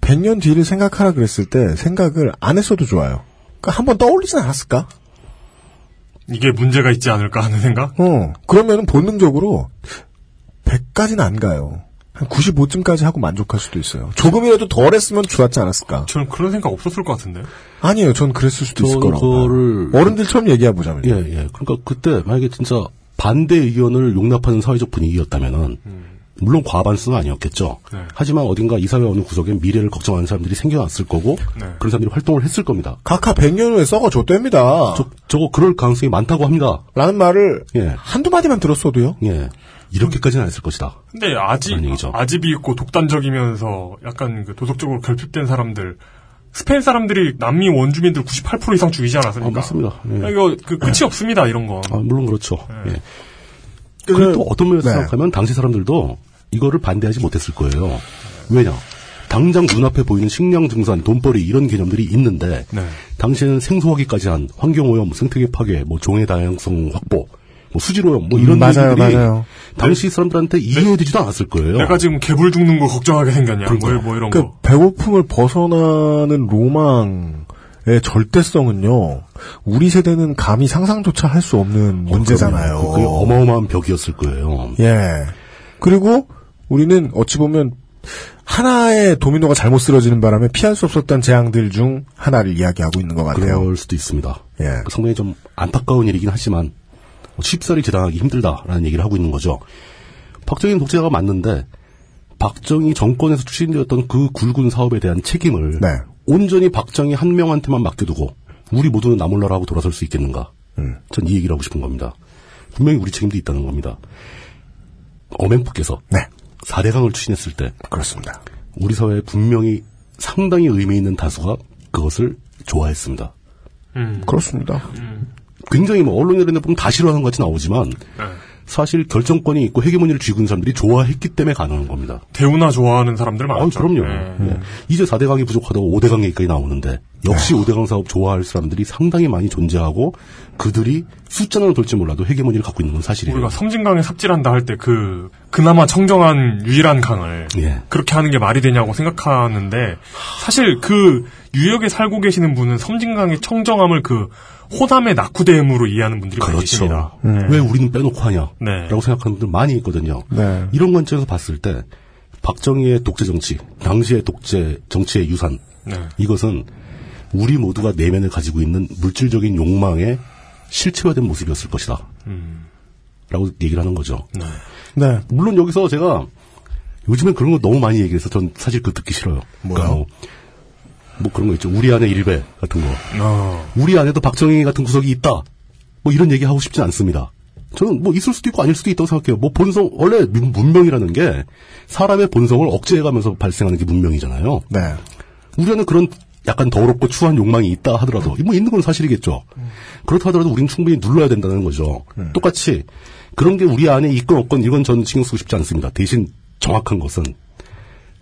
Speaker 2: 100년 뒤를 생각하라 그랬을 때 생각을 안 했어도 좋아요. 그러니까 한번 떠올리진 않았을까?
Speaker 4: 이게 문제가 있지 않을까 하는 생각?
Speaker 2: 어, 그러면 본능적으로 100까지는 안 가요. 한 95쯤까지 하고 만족할 수도 있어요. 조금이라도 덜 했으면 좋았지 않았을까?
Speaker 4: 저는 그런 생각 없었을 것 같은데.
Speaker 2: 아니에요. 전 그랬을 수도 있을
Speaker 3: 저는
Speaker 2: 거라고.
Speaker 3: 그거를
Speaker 2: 어른들처럼 얘기해보자면.
Speaker 3: 예, 예. 그러니까 그때 만약에 진짜 반대 의견을 용납하는 사회적 분위기였다면은 물론 과반수는 아니었겠죠.
Speaker 4: 음. 네.
Speaker 3: 하지만 어딘가 이 사회 어느 구석에 미래를 걱정하는 사람들이 생겨났을 거고
Speaker 4: 네.
Speaker 3: 그런 사람들이 활동을 했을 겁니다.
Speaker 2: 각하 100년 후에 썩어줬답니다.
Speaker 3: 저, 저거 그럴 가능성이 많다고 합니다.
Speaker 2: 라는 말을
Speaker 3: 예.
Speaker 2: 한두 마디만 들었어도요.
Speaker 3: 예. 이렇게까지는 안 했을 것이다.
Speaker 4: 근데 아직
Speaker 3: 그런 얘기죠.
Speaker 4: 아집이 있고 독단적이면서 약간 그 도덕적으로 결핍된 사람들 스페인 사람들이 남미 원주민들 98% 이상 죽이지 않았습니까?
Speaker 3: 아, 맞습니다. 예.
Speaker 4: 아, 이거 그 끝이 없습니다 이런 건.
Speaker 3: 아, 물론 그렇죠.
Speaker 2: 네.
Speaker 3: 예. 그리고 또 어떤 면에서
Speaker 4: 네.
Speaker 3: 생각하면 당시 사람들도 이거를 반대하지 못했을 거예요. 왜냐? 당장 눈앞에 보이는 식량 증산, 돈벌이 이런 개념들이 있는데
Speaker 2: 네.
Speaker 3: 당시에는 생소하기까지 한 환경오염, 생태계 파괴, 뭐 종의 다양성 확보, 뭐 수질오염, 뭐 이런
Speaker 2: 음, 맞아요,
Speaker 3: 얘기들이
Speaker 2: 맞아요. 네.
Speaker 3: 당시 사람들한테 이해되지도 않았을 거예요.
Speaker 4: 내가 지금 개불 죽는 거 걱정하게 생겼냐? 뭐, 뭐 이런
Speaker 2: 그
Speaker 4: 거.
Speaker 2: 배고픔을 벗어나는 로망의 절대성은요. 우리 세대는 감히 상상조차 할 수 없는 문제잖아요.
Speaker 3: 어, 그게 어마어마한 벽이었을 거예요.
Speaker 2: 예. 그리고 우리는 어찌 보면 하나의 도미노가 잘못 쓰러지는 바람에 피할 수 없었던 재앙들 중 하나를 이야기하고 있는 것 같아요.
Speaker 3: 그럴 수도 있습니다. 그 상당히 좀 안타까운 일이긴 하지만 쉽사리 재당하기 힘들다라는 얘기를 하고 있는 거죠. 박정희 독재자가 맞는데 박정희 정권에서 추진되었던 그 굵은 사업에 대한 책임을 온전히 박정희 한 명한테만 맡겨두고 우리 모두는 나몰라라 하고 돌아설 수 있겠는가? 전 이 얘기를 하고 싶은 겁니다. 분명히 우리 책임도 있다는 겁니다. 어맹부께서 사 4대강을 추진했을 때
Speaker 2: 네, 그렇습니다.
Speaker 3: 우리 사회에 분명히 상당히 의미 있는 다수가 그것을 좋아했습니다.
Speaker 2: 음. 그렇습니다.
Speaker 3: 굉장히 뭐 언론이라는 보면 다 싫어하는 것 같이 나오지만
Speaker 4: 네.
Speaker 3: 사실 결정권이 있고 헤게모니를 쥐고 있는 사람들이 좋아했기 때문에 가능한 겁니다.
Speaker 4: 대우나 좋아하는 그렇죠. 사람들 많았죠.
Speaker 3: 아, 그럼요. 네. 이제 4대강이 부족하다고 5대강 얘기까지 나오는데 역시
Speaker 4: 네.
Speaker 3: 5대강 사업 좋아할 사람들이 상당히 많이 존재하고 그들이 숫자는 돌지 몰라도 헤게모니를 갖고 있는 건 사실이에요.
Speaker 4: 우리가 섬진강에 삽질한다 할 때 그 그나마 청정한 유일한 강을
Speaker 3: 예.
Speaker 4: 그렇게 하는 게 말이 되냐고 생각하는데 사실 그 유역에 살고 계시는 분은 섬진강의 청정함을 그 호남의 낙후댐으로 이해하는 분들이
Speaker 3: 그렇죠.
Speaker 4: 많이 계십니다.
Speaker 3: 왜 우리는 빼놓고 하냐?
Speaker 4: 그렇죠. 네.
Speaker 3: 라고 생각하는 분들 많이 있거든요. 이런 관점에서 봤을 때 박정희의 독재 정치, 당시의 독재 정치의 유산
Speaker 4: 네.
Speaker 3: 이것은 우리 모두가 내면에 가지고 있는 물질적인 욕망의 실체화된 모습이었을 것이다.
Speaker 4: 음.
Speaker 3: 라고 얘기를 하는 거죠.
Speaker 2: 네.
Speaker 3: 물론 여기서 제가 요즘엔 그런 거 너무 많이 얘기해서 전 사실 그거 듣기 싫어요. 뭐야? 뭐, 뭐 그런 거 있죠. 우리 안에 일배 같은 거. 우리 안에도 박정희 같은 구석이 있다. 뭐 이런 얘기 하고 싶진 않습니다. 저는 뭐 있을 수도 있고 아닐 수도 있다고 생각해요. 뭐 본성 원래 문- 문명이라는 게 사람의 본성을 억제해가면서 발생하는 게 문명이잖아요.
Speaker 2: 네.
Speaker 3: 우리 안에 그런 약간 더럽고 추한 욕망이 있다 하더라도 뭐 있는 건 사실이겠죠. 그렇다 하더라도 우리는 충분히 눌러야 된다는 거죠. 똑같이 그런 게 우리 안에 있건 없건 이건 저는 신경 쓰고 싶지 않습니다. 대신 정확한 것은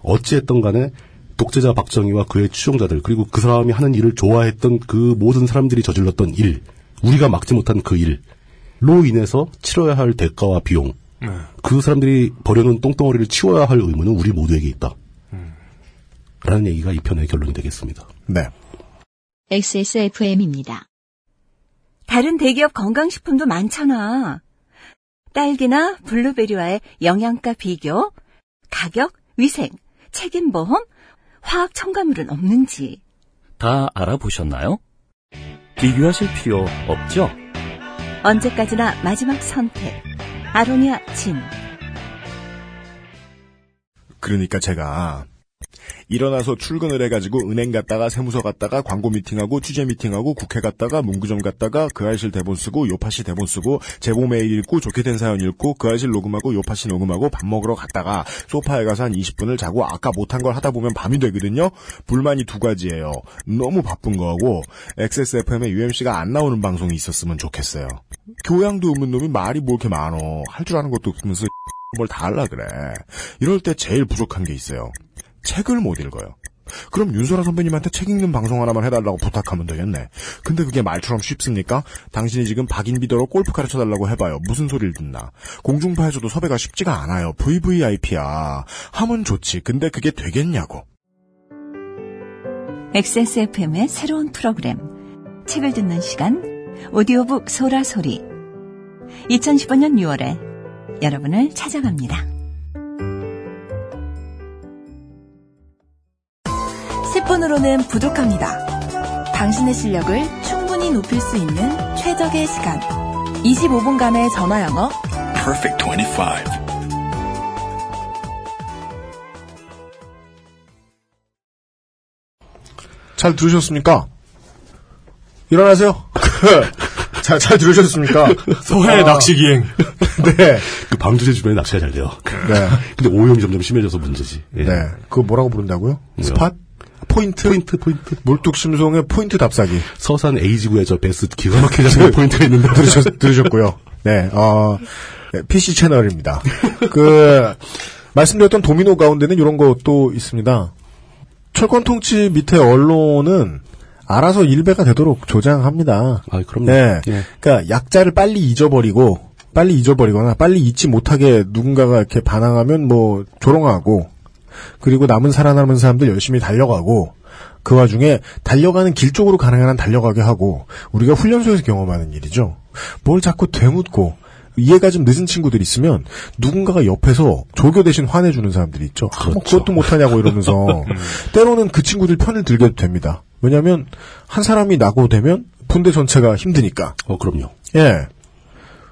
Speaker 3: 어찌했던 간에 독재자 박정희와 그의 추종자들 그리고 그 사람이 하는 일을 좋아했던 그 모든 사람들이 저질렀던 일 우리가 막지 못한 그 일로 인해서 치러야 할 대가와 비용
Speaker 4: 네.
Speaker 3: 그 사람들이 버려놓은 똥덩어리를 치워야 할 의무는 우리 모두에게 있다 라는 얘기가 이 편의 결론이 되겠습니다
Speaker 2: 네.
Speaker 1: XSFM입니다.
Speaker 16: 다른 대기업 건강식품도 많잖아. 딸기나 블루베리와의 영양가 비교, 가격, 위생, 책임보험, 화학 첨가물은 없는지.
Speaker 15: 다 알아보셨나요? 비교하실 필요 없죠?
Speaker 16: 언제까지나 마지막 선택. 아로니아 진.
Speaker 2: 그러니까 제가 일어나서 출근을 해가지고 은행 갔다가 세무서 갔다가 광고 미팅하고 취재 미팅하고 국회 갔다가 문구점 갔다가 그 아이실 대본 쓰고 요파시 대본 쓰고 제보 메일 읽고 좋게 된 사연 읽고 그 아이실 녹음하고 요파시 녹음하고 밥 먹으러 갔다가 소파에 가서 한 20분을 자고 아까 못한 걸 하다 보면 밤이 되거든요. 불만이 두 가지예요. 너무 바쁜 거하고 XSFM에 UMC가 안 나오는 방송이 있었으면 좋겠어요. 교양도 없는 놈이 말이 뭐 이렇게 많어. 할 줄 아는 것도 없으면서 뭘 다 할라 그래. 이럴 때 제일 부족한 게 있어요. 책을 못 읽어요. 그럼 윤소라 선배님한테 책 읽는 방송 하나만 해달라고 부탁하면 되겠네. 근데 그게 말처럼 쉽습니까? 당신이 지금 박인비더로 골프 가르쳐달라고 해봐요. 무슨 소리를 듣나. 공중파에서도 섭외가 쉽지가 않아요. VVIP야. 하면 좋지. 근데 그게 되겠냐고.
Speaker 8: XSFM의 새로운 프로그램 책을 듣는 시간 오디오북 소라소리 2015년 6월에 여러분을 찾아갑니다.
Speaker 12: 10분으로는 부족합니다. 당신의 실력을 충분히 높일 수 있는 최적의 시간. 25분간의 전화 영어
Speaker 10: Perfect 25.
Speaker 2: 잘 들으셨습니까? 일어나세요. 잘, 잘 들으셨습니까?
Speaker 4: 소해
Speaker 3: 어.
Speaker 2: 아,
Speaker 4: 낚시기행.
Speaker 2: 네.
Speaker 3: 그 방조제 주변에 낚시가 잘 돼요
Speaker 2: 네.
Speaker 3: 근데 오염이 점점 심해져서 문제지 예.
Speaker 2: 네. 그거 뭐라고 부른다고요?
Speaker 3: 뭐요?
Speaker 2: 스팟? 포인트? 포인트, 포인트. 물뚝심송의 포인트 답사기.
Speaker 3: 서산 A지구에 저 베스 기가 막히게 잡는 포인트가 있는데
Speaker 2: 들으셨, 들으셨고요. 네, 어, 네, PC 채널입니다. 그, 말씀드렸던 도미노 가운데는 이런 것도 있습니다. 철권 통치 밑에 언론은 알아서 일배가 되도록 조장합니다.
Speaker 3: 아, 그럼요.
Speaker 2: 네.
Speaker 3: 예.
Speaker 2: 그러니까 약자를 빨리 잊어버리고 빨리 잊어버리거나 빨리 잊지 못하게 누군가가 이렇게 반항하면 뭐 조롱하고 그리고 남은 살아남은 사람들 열심히 달려가고 그 와중에 달려가는 길 쪽으로 가능한 한 달려가게 하고 우리가 훈련소에서 경험하는 일이죠. 뭘 자꾸 되묻고 이해가 좀 늦은 친구들 있으면 누군가가 옆에서 조교 대신 화내주는 사람들이 있죠. 음. 그것도 못하냐고 이러면서 때로는 그 친구들 편을 들게 됩니다. 왜냐하면 한 사람이 나고 되면 군대 전체가 힘드니까.
Speaker 3: 어 그럼요.
Speaker 2: 예.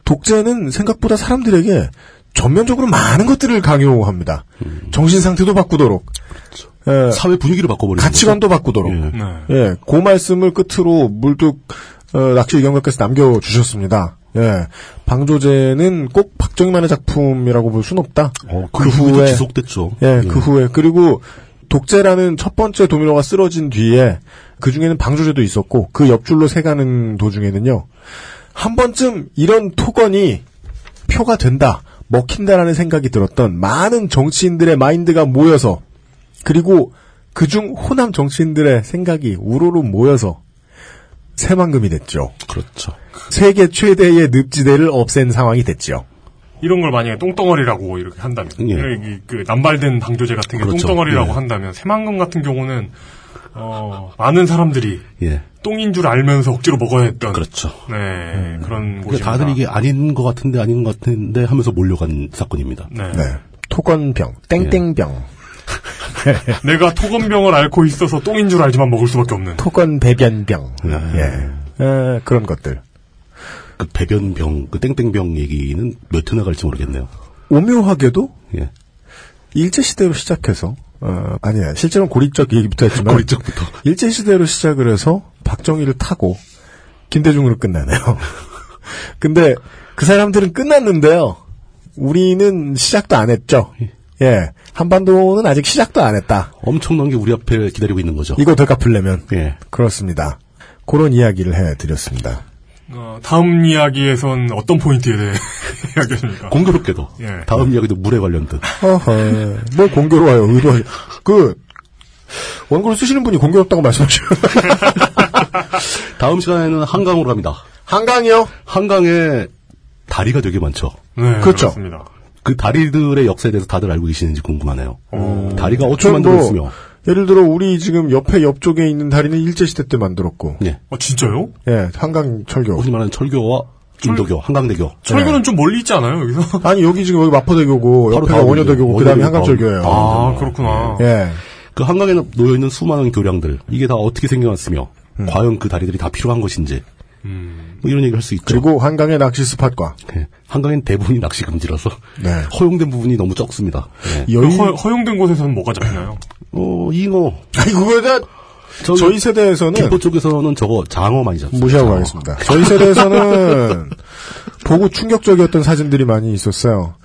Speaker 2: 독재는 생각보다 사람들에게 전면적으로 많은 것들을 강요합니다. 정신 상태도 바꾸도록.
Speaker 3: 사회 분위기를 바꿔버리는
Speaker 2: 가치관도 바꾸도록. 예. 그 말씀을 끝으로 물뚝 어, 낚시 의견가께서 남겨주셨습니다. 예, 방조제는 꼭 박정희만의 작품이라고 볼 순 없다.
Speaker 3: 그 후에도 지속됐죠.
Speaker 2: 예,
Speaker 3: 예.
Speaker 2: 그 후에 그리고 독재라는 첫 번째 도미노가 쓰러진 뒤에 그 중에는 방조제도 있었고 그 옆줄로 새가는 도중에는요 한 번쯤 이런 토건이 표가 된다 먹힌다라는 생각이 들었던 많은 정치인들의 마인드가 모여서 그리고 그중 호남 정치인들의 생각이 우로로 모여서 새만금이 됐죠.
Speaker 3: 그렇죠.
Speaker 2: 세계 최대의 늪지대를 없앤 상황이 됐죠.
Speaker 4: 이런 걸 만약에 똥덩어리라고 이렇게 한다면 이- 그 남발된 방조제 같은 게
Speaker 3: 예. 그렇죠.
Speaker 4: 똥덩어리라고
Speaker 3: 예.
Speaker 4: 한다면 새만금 같은 경우는 어, 많은 사람들이
Speaker 3: 예.
Speaker 4: 똥인 줄 알면서 억지로 먹어야 했던
Speaker 3: 그렇죠.
Speaker 4: 네 그런
Speaker 3: 근데
Speaker 4: 곳입니다.
Speaker 3: 다들 이게 아닌 것 같은데 아닌 것 같은데 하면서 몰려간 사건입니다.
Speaker 4: 네.
Speaker 2: 토건병, 땡땡병,
Speaker 4: 내가 토건병을 앓고 있어서 똥인 줄 알지만 먹을 수밖에 없는
Speaker 2: 토건 배변병, 예, 에, 그런 것들.
Speaker 3: 그 배변병, 그 땡땡병 얘기는 몇 회 나갈지 모르겠네요.
Speaker 2: 오묘하게도
Speaker 3: 예.
Speaker 2: 일제 시대로 시작해서 어, 아니야 실제로는 고립적 얘기부터 했지만
Speaker 3: 고립적부터.
Speaker 2: 일제 시대로 시작을 해서 박정희를 타고 김대중으로 끝나네요. 근데 그 사람들은 끝났는데요. 우리는 시작도 안 했죠. 예, 한반도는 아직 시작도 안 했다.
Speaker 3: 엄청난 게 우리 앞에 기다리고 있는 거죠.
Speaker 2: 이거 되갚으려면
Speaker 3: 예.
Speaker 2: 그렇습니다. 그런 이야기를 해드렸습니다.
Speaker 4: 어, 다음 이야기에선 어떤 포인트에 대해 이야기하십니까?
Speaker 3: 공교롭게도
Speaker 4: 예.
Speaker 3: 다음 이야기도 물에 관련된
Speaker 2: 어허, 뭐 공교로워요. 의도 그 원고를 쓰시는 분이 공교롭다고 말씀하시요
Speaker 3: 다음 시간에는 한강으로 갑니다.
Speaker 2: 한강이요?
Speaker 3: 한강에 다리가 되게 많죠.
Speaker 4: 네,
Speaker 2: 그렇죠.
Speaker 4: 그렇습니다.
Speaker 3: 그 다리들의 역사에 대해서 다들 알고 계시는지 궁금하네요. 다리가 어떻게
Speaker 2: 저는 뭐
Speaker 3: 만들어졌으며
Speaker 2: 예를 들어 우리 지금 옆에 옆쪽에 있는 다리는 일제 시대 때 만들었고
Speaker 3: 예.
Speaker 4: 아 진짜요?
Speaker 2: 예 한강 철교
Speaker 3: 흔히 말하는 철교와 인도교, 한강대교.
Speaker 4: 철교는 좀 멀리 있지 않아요 여기서?
Speaker 2: 아니 여기 지금 여기 마포대교고
Speaker 3: 바로
Speaker 2: 옆에가
Speaker 3: 다음이죠.
Speaker 2: 원효대교고 그다음에
Speaker 3: 원효대교
Speaker 2: 한강철교예요.
Speaker 3: 다음.
Speaker 4: 아 그렇구나.
Speaker 2: 예
Speaker 3: 그 한강에 놓여 있는 수많은 교량들 이게 다 어떻게 생겨났으며
Speaker 2: 음.
Speaker 3: 과연 그 다리들이 다 필요한 것인지 뭐 이런 얘기를 할 수 있죠.
Speaker 2: 그리고 한강의 낚시 스팟과
Speaker 3: 예. 한강엔 대부분이 낚시 금지라서
Speaker 2: 네.
Speaker 3: 허용된 부분이 너무 적습니다. 예.
Speaker 4: 그
Speaker 2: 여인
Speaker 4: 허, 허용된 곳에서는 뭐가 잡히나요?
Speaker 3: 어, 잉어.
Speaker 2: 아니 그거다
Speaker 3: 저기
Speaker 2: 저희 세대에서는
Speaker 3: 김포 쪽에서는 저거 장어 많이 잡습니다.
Speaker 4: 그렇죠.
Speaker 2: 무시하고
Speaker 3: 장어.
Speaker 2: 가겠습니다. 저희 세대에서는 보고 충격적이었던 사진들이 많이 있었어요.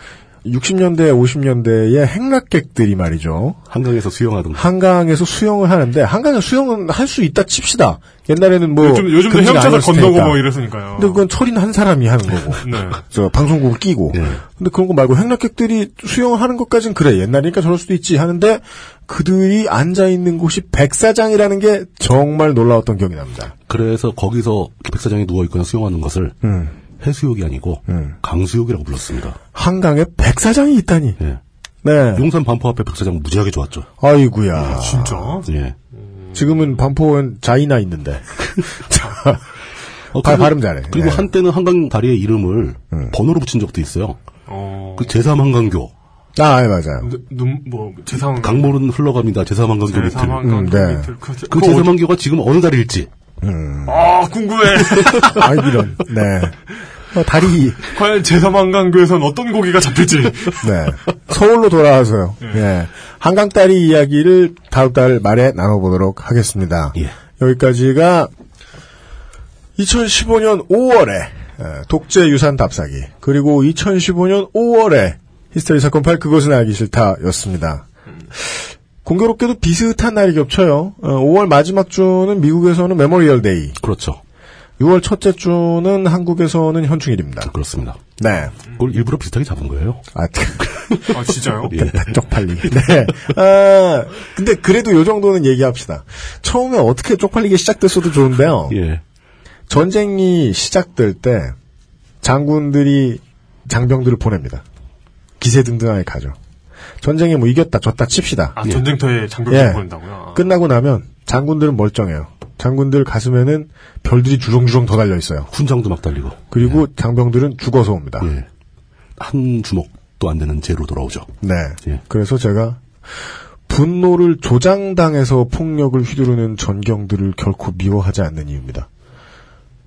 Speaker 2: 60년대, 50년대의 행락객들이 말이죠.
Speaker 3: 한강에서 수영하던 거.
Speaker 2: 한강에서 수영을 하는데 한강에 수영은 할 수 있다 칩시다. 옛날에는 뭐
Speaker 4: 요즘 요즘도
Speaker 2: 금지가
Speaker 4: 헤엄쳐서
Speaker 2: 아니었을
Speaker 4: 건너고
Speaker 2: 테니까.
Speaker 4: 뭐 이랬으니까요.
Speaker 2: 근데 그건 철인 한 사람이 하는 거고.
Speaker 4: 네.
Speaker 2: 저 방송국을 끼고.
Speaker 4: 예.
Speaker 3: 네.
Speaker 2: 근데 그런 거 말고 행락객들이 수영을 하는 것까진 그래. 옛날이니까 저럴 수도 있지 하는데 그들이 앉아 있는 곳이 백사장이라는 게 정말 놀라웠던 기억이 납니다.
Speaker 3: 그래서 거기서 백사장에 누워 있거나 수영하는 것을 해수욕이 아니고 강수욕이라고 불렀습니다.
Speaker 2: 한강에 백사장이 있다니.
Speaker 3: 예.
Speaker 2: 네.
Speaker 3: 용산 반포 앞에 백사장 무지하게 좋았죠.
Speaker 2: 아이구야.
Speaker 4: 진짜?
Speaker 3: 예.
Speaker 2: 지금은 반포엔 자이나 있는데. 자,
Speaker 3: 어,
Speaker 2: 발- 발음 잘해.
Speaker 3: 그리고
Speaker 2: 예.
Speaker 3: 한때는 한강 다리의 이름을 번호로 붙인 적도 있어요.
Speaker 4: 어.
Speaker 3: 그 제3한강교.
Speaker 2: 아, 예, 맞아요.
Speaker 4: 눈뭐 재상
Speaker 3: 강물은 흘러갑니다. 제3한강교 밑을.
Speaker 4: 재상한강
Speaker 2: 음, 네.
Speaker 4: 밑을 그,
Speaker 3: 그
Speaker 4: 그 어디-
Speaker 3: 제3한교가 지금 어느 다리일지.
Speaker 4: 아 궁금해.
Speaker 2: 아이, 이런. 네. 어, 다리.
Speaker 4: 과연 제3한강교에선 어떤 고기가 잡힐지.
Speaker 2: 네. 서울로 돌아와서요. 예. 한강 다리 이야기를 다음 달 말에 나눠보도록 하겠습니다.
Speaker 3: 예.
Speaker 2: 여기까지가 2015년 5월에 독재 유산 답사기 그리고 2015년 5월에 히스테리 사건 파일 그것은 알기 싫다였습니다. 공교롭게도 비슷한 날이 겹쳐요. 5월 마지막 주는 미국에서는 메모리얼 데이,
Speaker 3: 그렇죠.
Speaker 2: 6월 첫째 주는 한국에서는 현충일입니다.
Speaker 3: 그렇습니다.
Speaker 2: 네.
Speaker 3: 그걸 일부러 비슷하게 잡은 거예요.
Speaker 2: 아,
Speaker 4: 아 진짜요?
Speaker 3: 예.
Speaker 2: 쪽팔리. 어? 네. 아, 근데 그래도 요 정도는 얘기합시다. 처음에 어떻게 쪽팔리게 시작됐어도 좋은데요.
Speaker 3: 예.
Speaker 2: 전쟁이 시작될 때 장군들이 장병들을 보냅니다. 기세등등하게 가죠. 전쟁에 뭐 이겼다 졌다 칩시다.
Speaker 4: 아 전쟁터에 장벽
Speaker 2: 예.
Speaker 4: 을 보낸다고요? 아.
Speaker 3: 그-
Speaker 2: 끝나고 나면 장군들은 멀쩡해요. 장군들 가슴에는 별들이 주렁주렁 더 달려 있어요.
Speaker 3: 훈장도 막 달리고.
Speaker 2: 그리고 장병들은 죽어서 옵니다.
Speaker 3: 예. 한 주먹도 안 되는 죄로 돌아오죠.
Speaker 2: 네.
Speaker 3: 예.
Speaker 2: 그래서 제가 분노를 조장당해서 폭력을 휘두르는 전경들을 결코 미워하지 않는 이유입니다.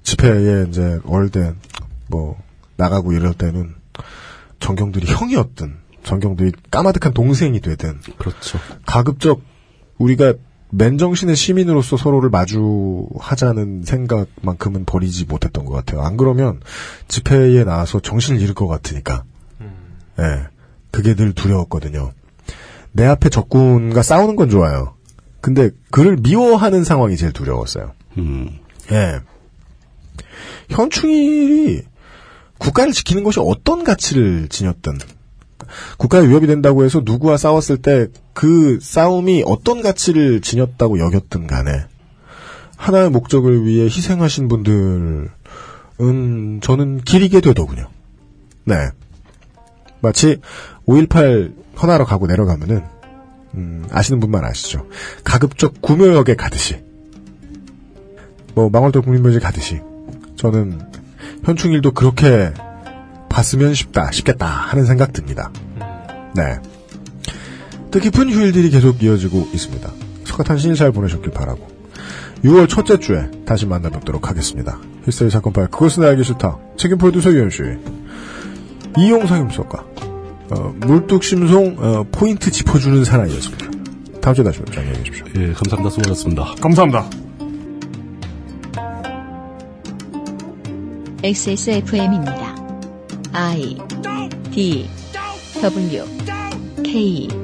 Speaker 2: 집회에 이제 월대 뭐 나가고 이럴 때는 전경들이 형이었든 전경들이 까마득한 동생이 되든
Speaker 3: 그렇죠.
Speaker 2: 가급적 우리가 맨정신의 시민으로서 서로를 마주하자는 생각만큼은 버리지 못했던 것 같아요. 안 그러면 집회에 나와서 정신을 잃을 것 같으니까. 예. 그게 늘 두려웠거든요. 내 앞에 적군과 싸우는 건 좋아요. 근데 그를 미워하는 상황이 제일 두려웠어요.
Speaker 3: 음.
Speaker 2: 예. 현충일이 국가를 지키는 것이 어떤 가치를 지녔든 국가에 위협이 된다고 해서 누구와 싸웠을 때 그 싸움이 어떤 가치를 지녔다고 여겼든 간에 하나의 목적을 위해 희생하신 분들은 저는 기리게 되더군요. 네. 마치 5.18 헌화로 가고 내려가면은 음, 아시는 분만 아시죠. 가급적 구묘역에 가듯이 뭐 망월동 국립묘지 가듯이 저는 현충일도 그렇게 봤으면 싶다, 싶겠다 하는 생각 듭니다. 네. 뜻깊은 휴일들이 계속 이어지고 있습니다. 석가탄 신일 잘 보내셨길 바라고. 6월 첫째 주에 다시 만나뵙도록 하겠습니다. 히스테리 사건 파일 그것은 알기 싫다. 책임 프로듀서 유현수 이용사 юм석과 어, 물뚝심송 어, 포인트 짚어주는 사나이였습니다. 다음 주에 다시 뵙죠. 안녕히 계십시오.
Speaker 3: 예, 감사합니다. 수고하셨습니다.
Speaker 4: 감사합니다.
Speaker 1: XSFM입니다. I D W K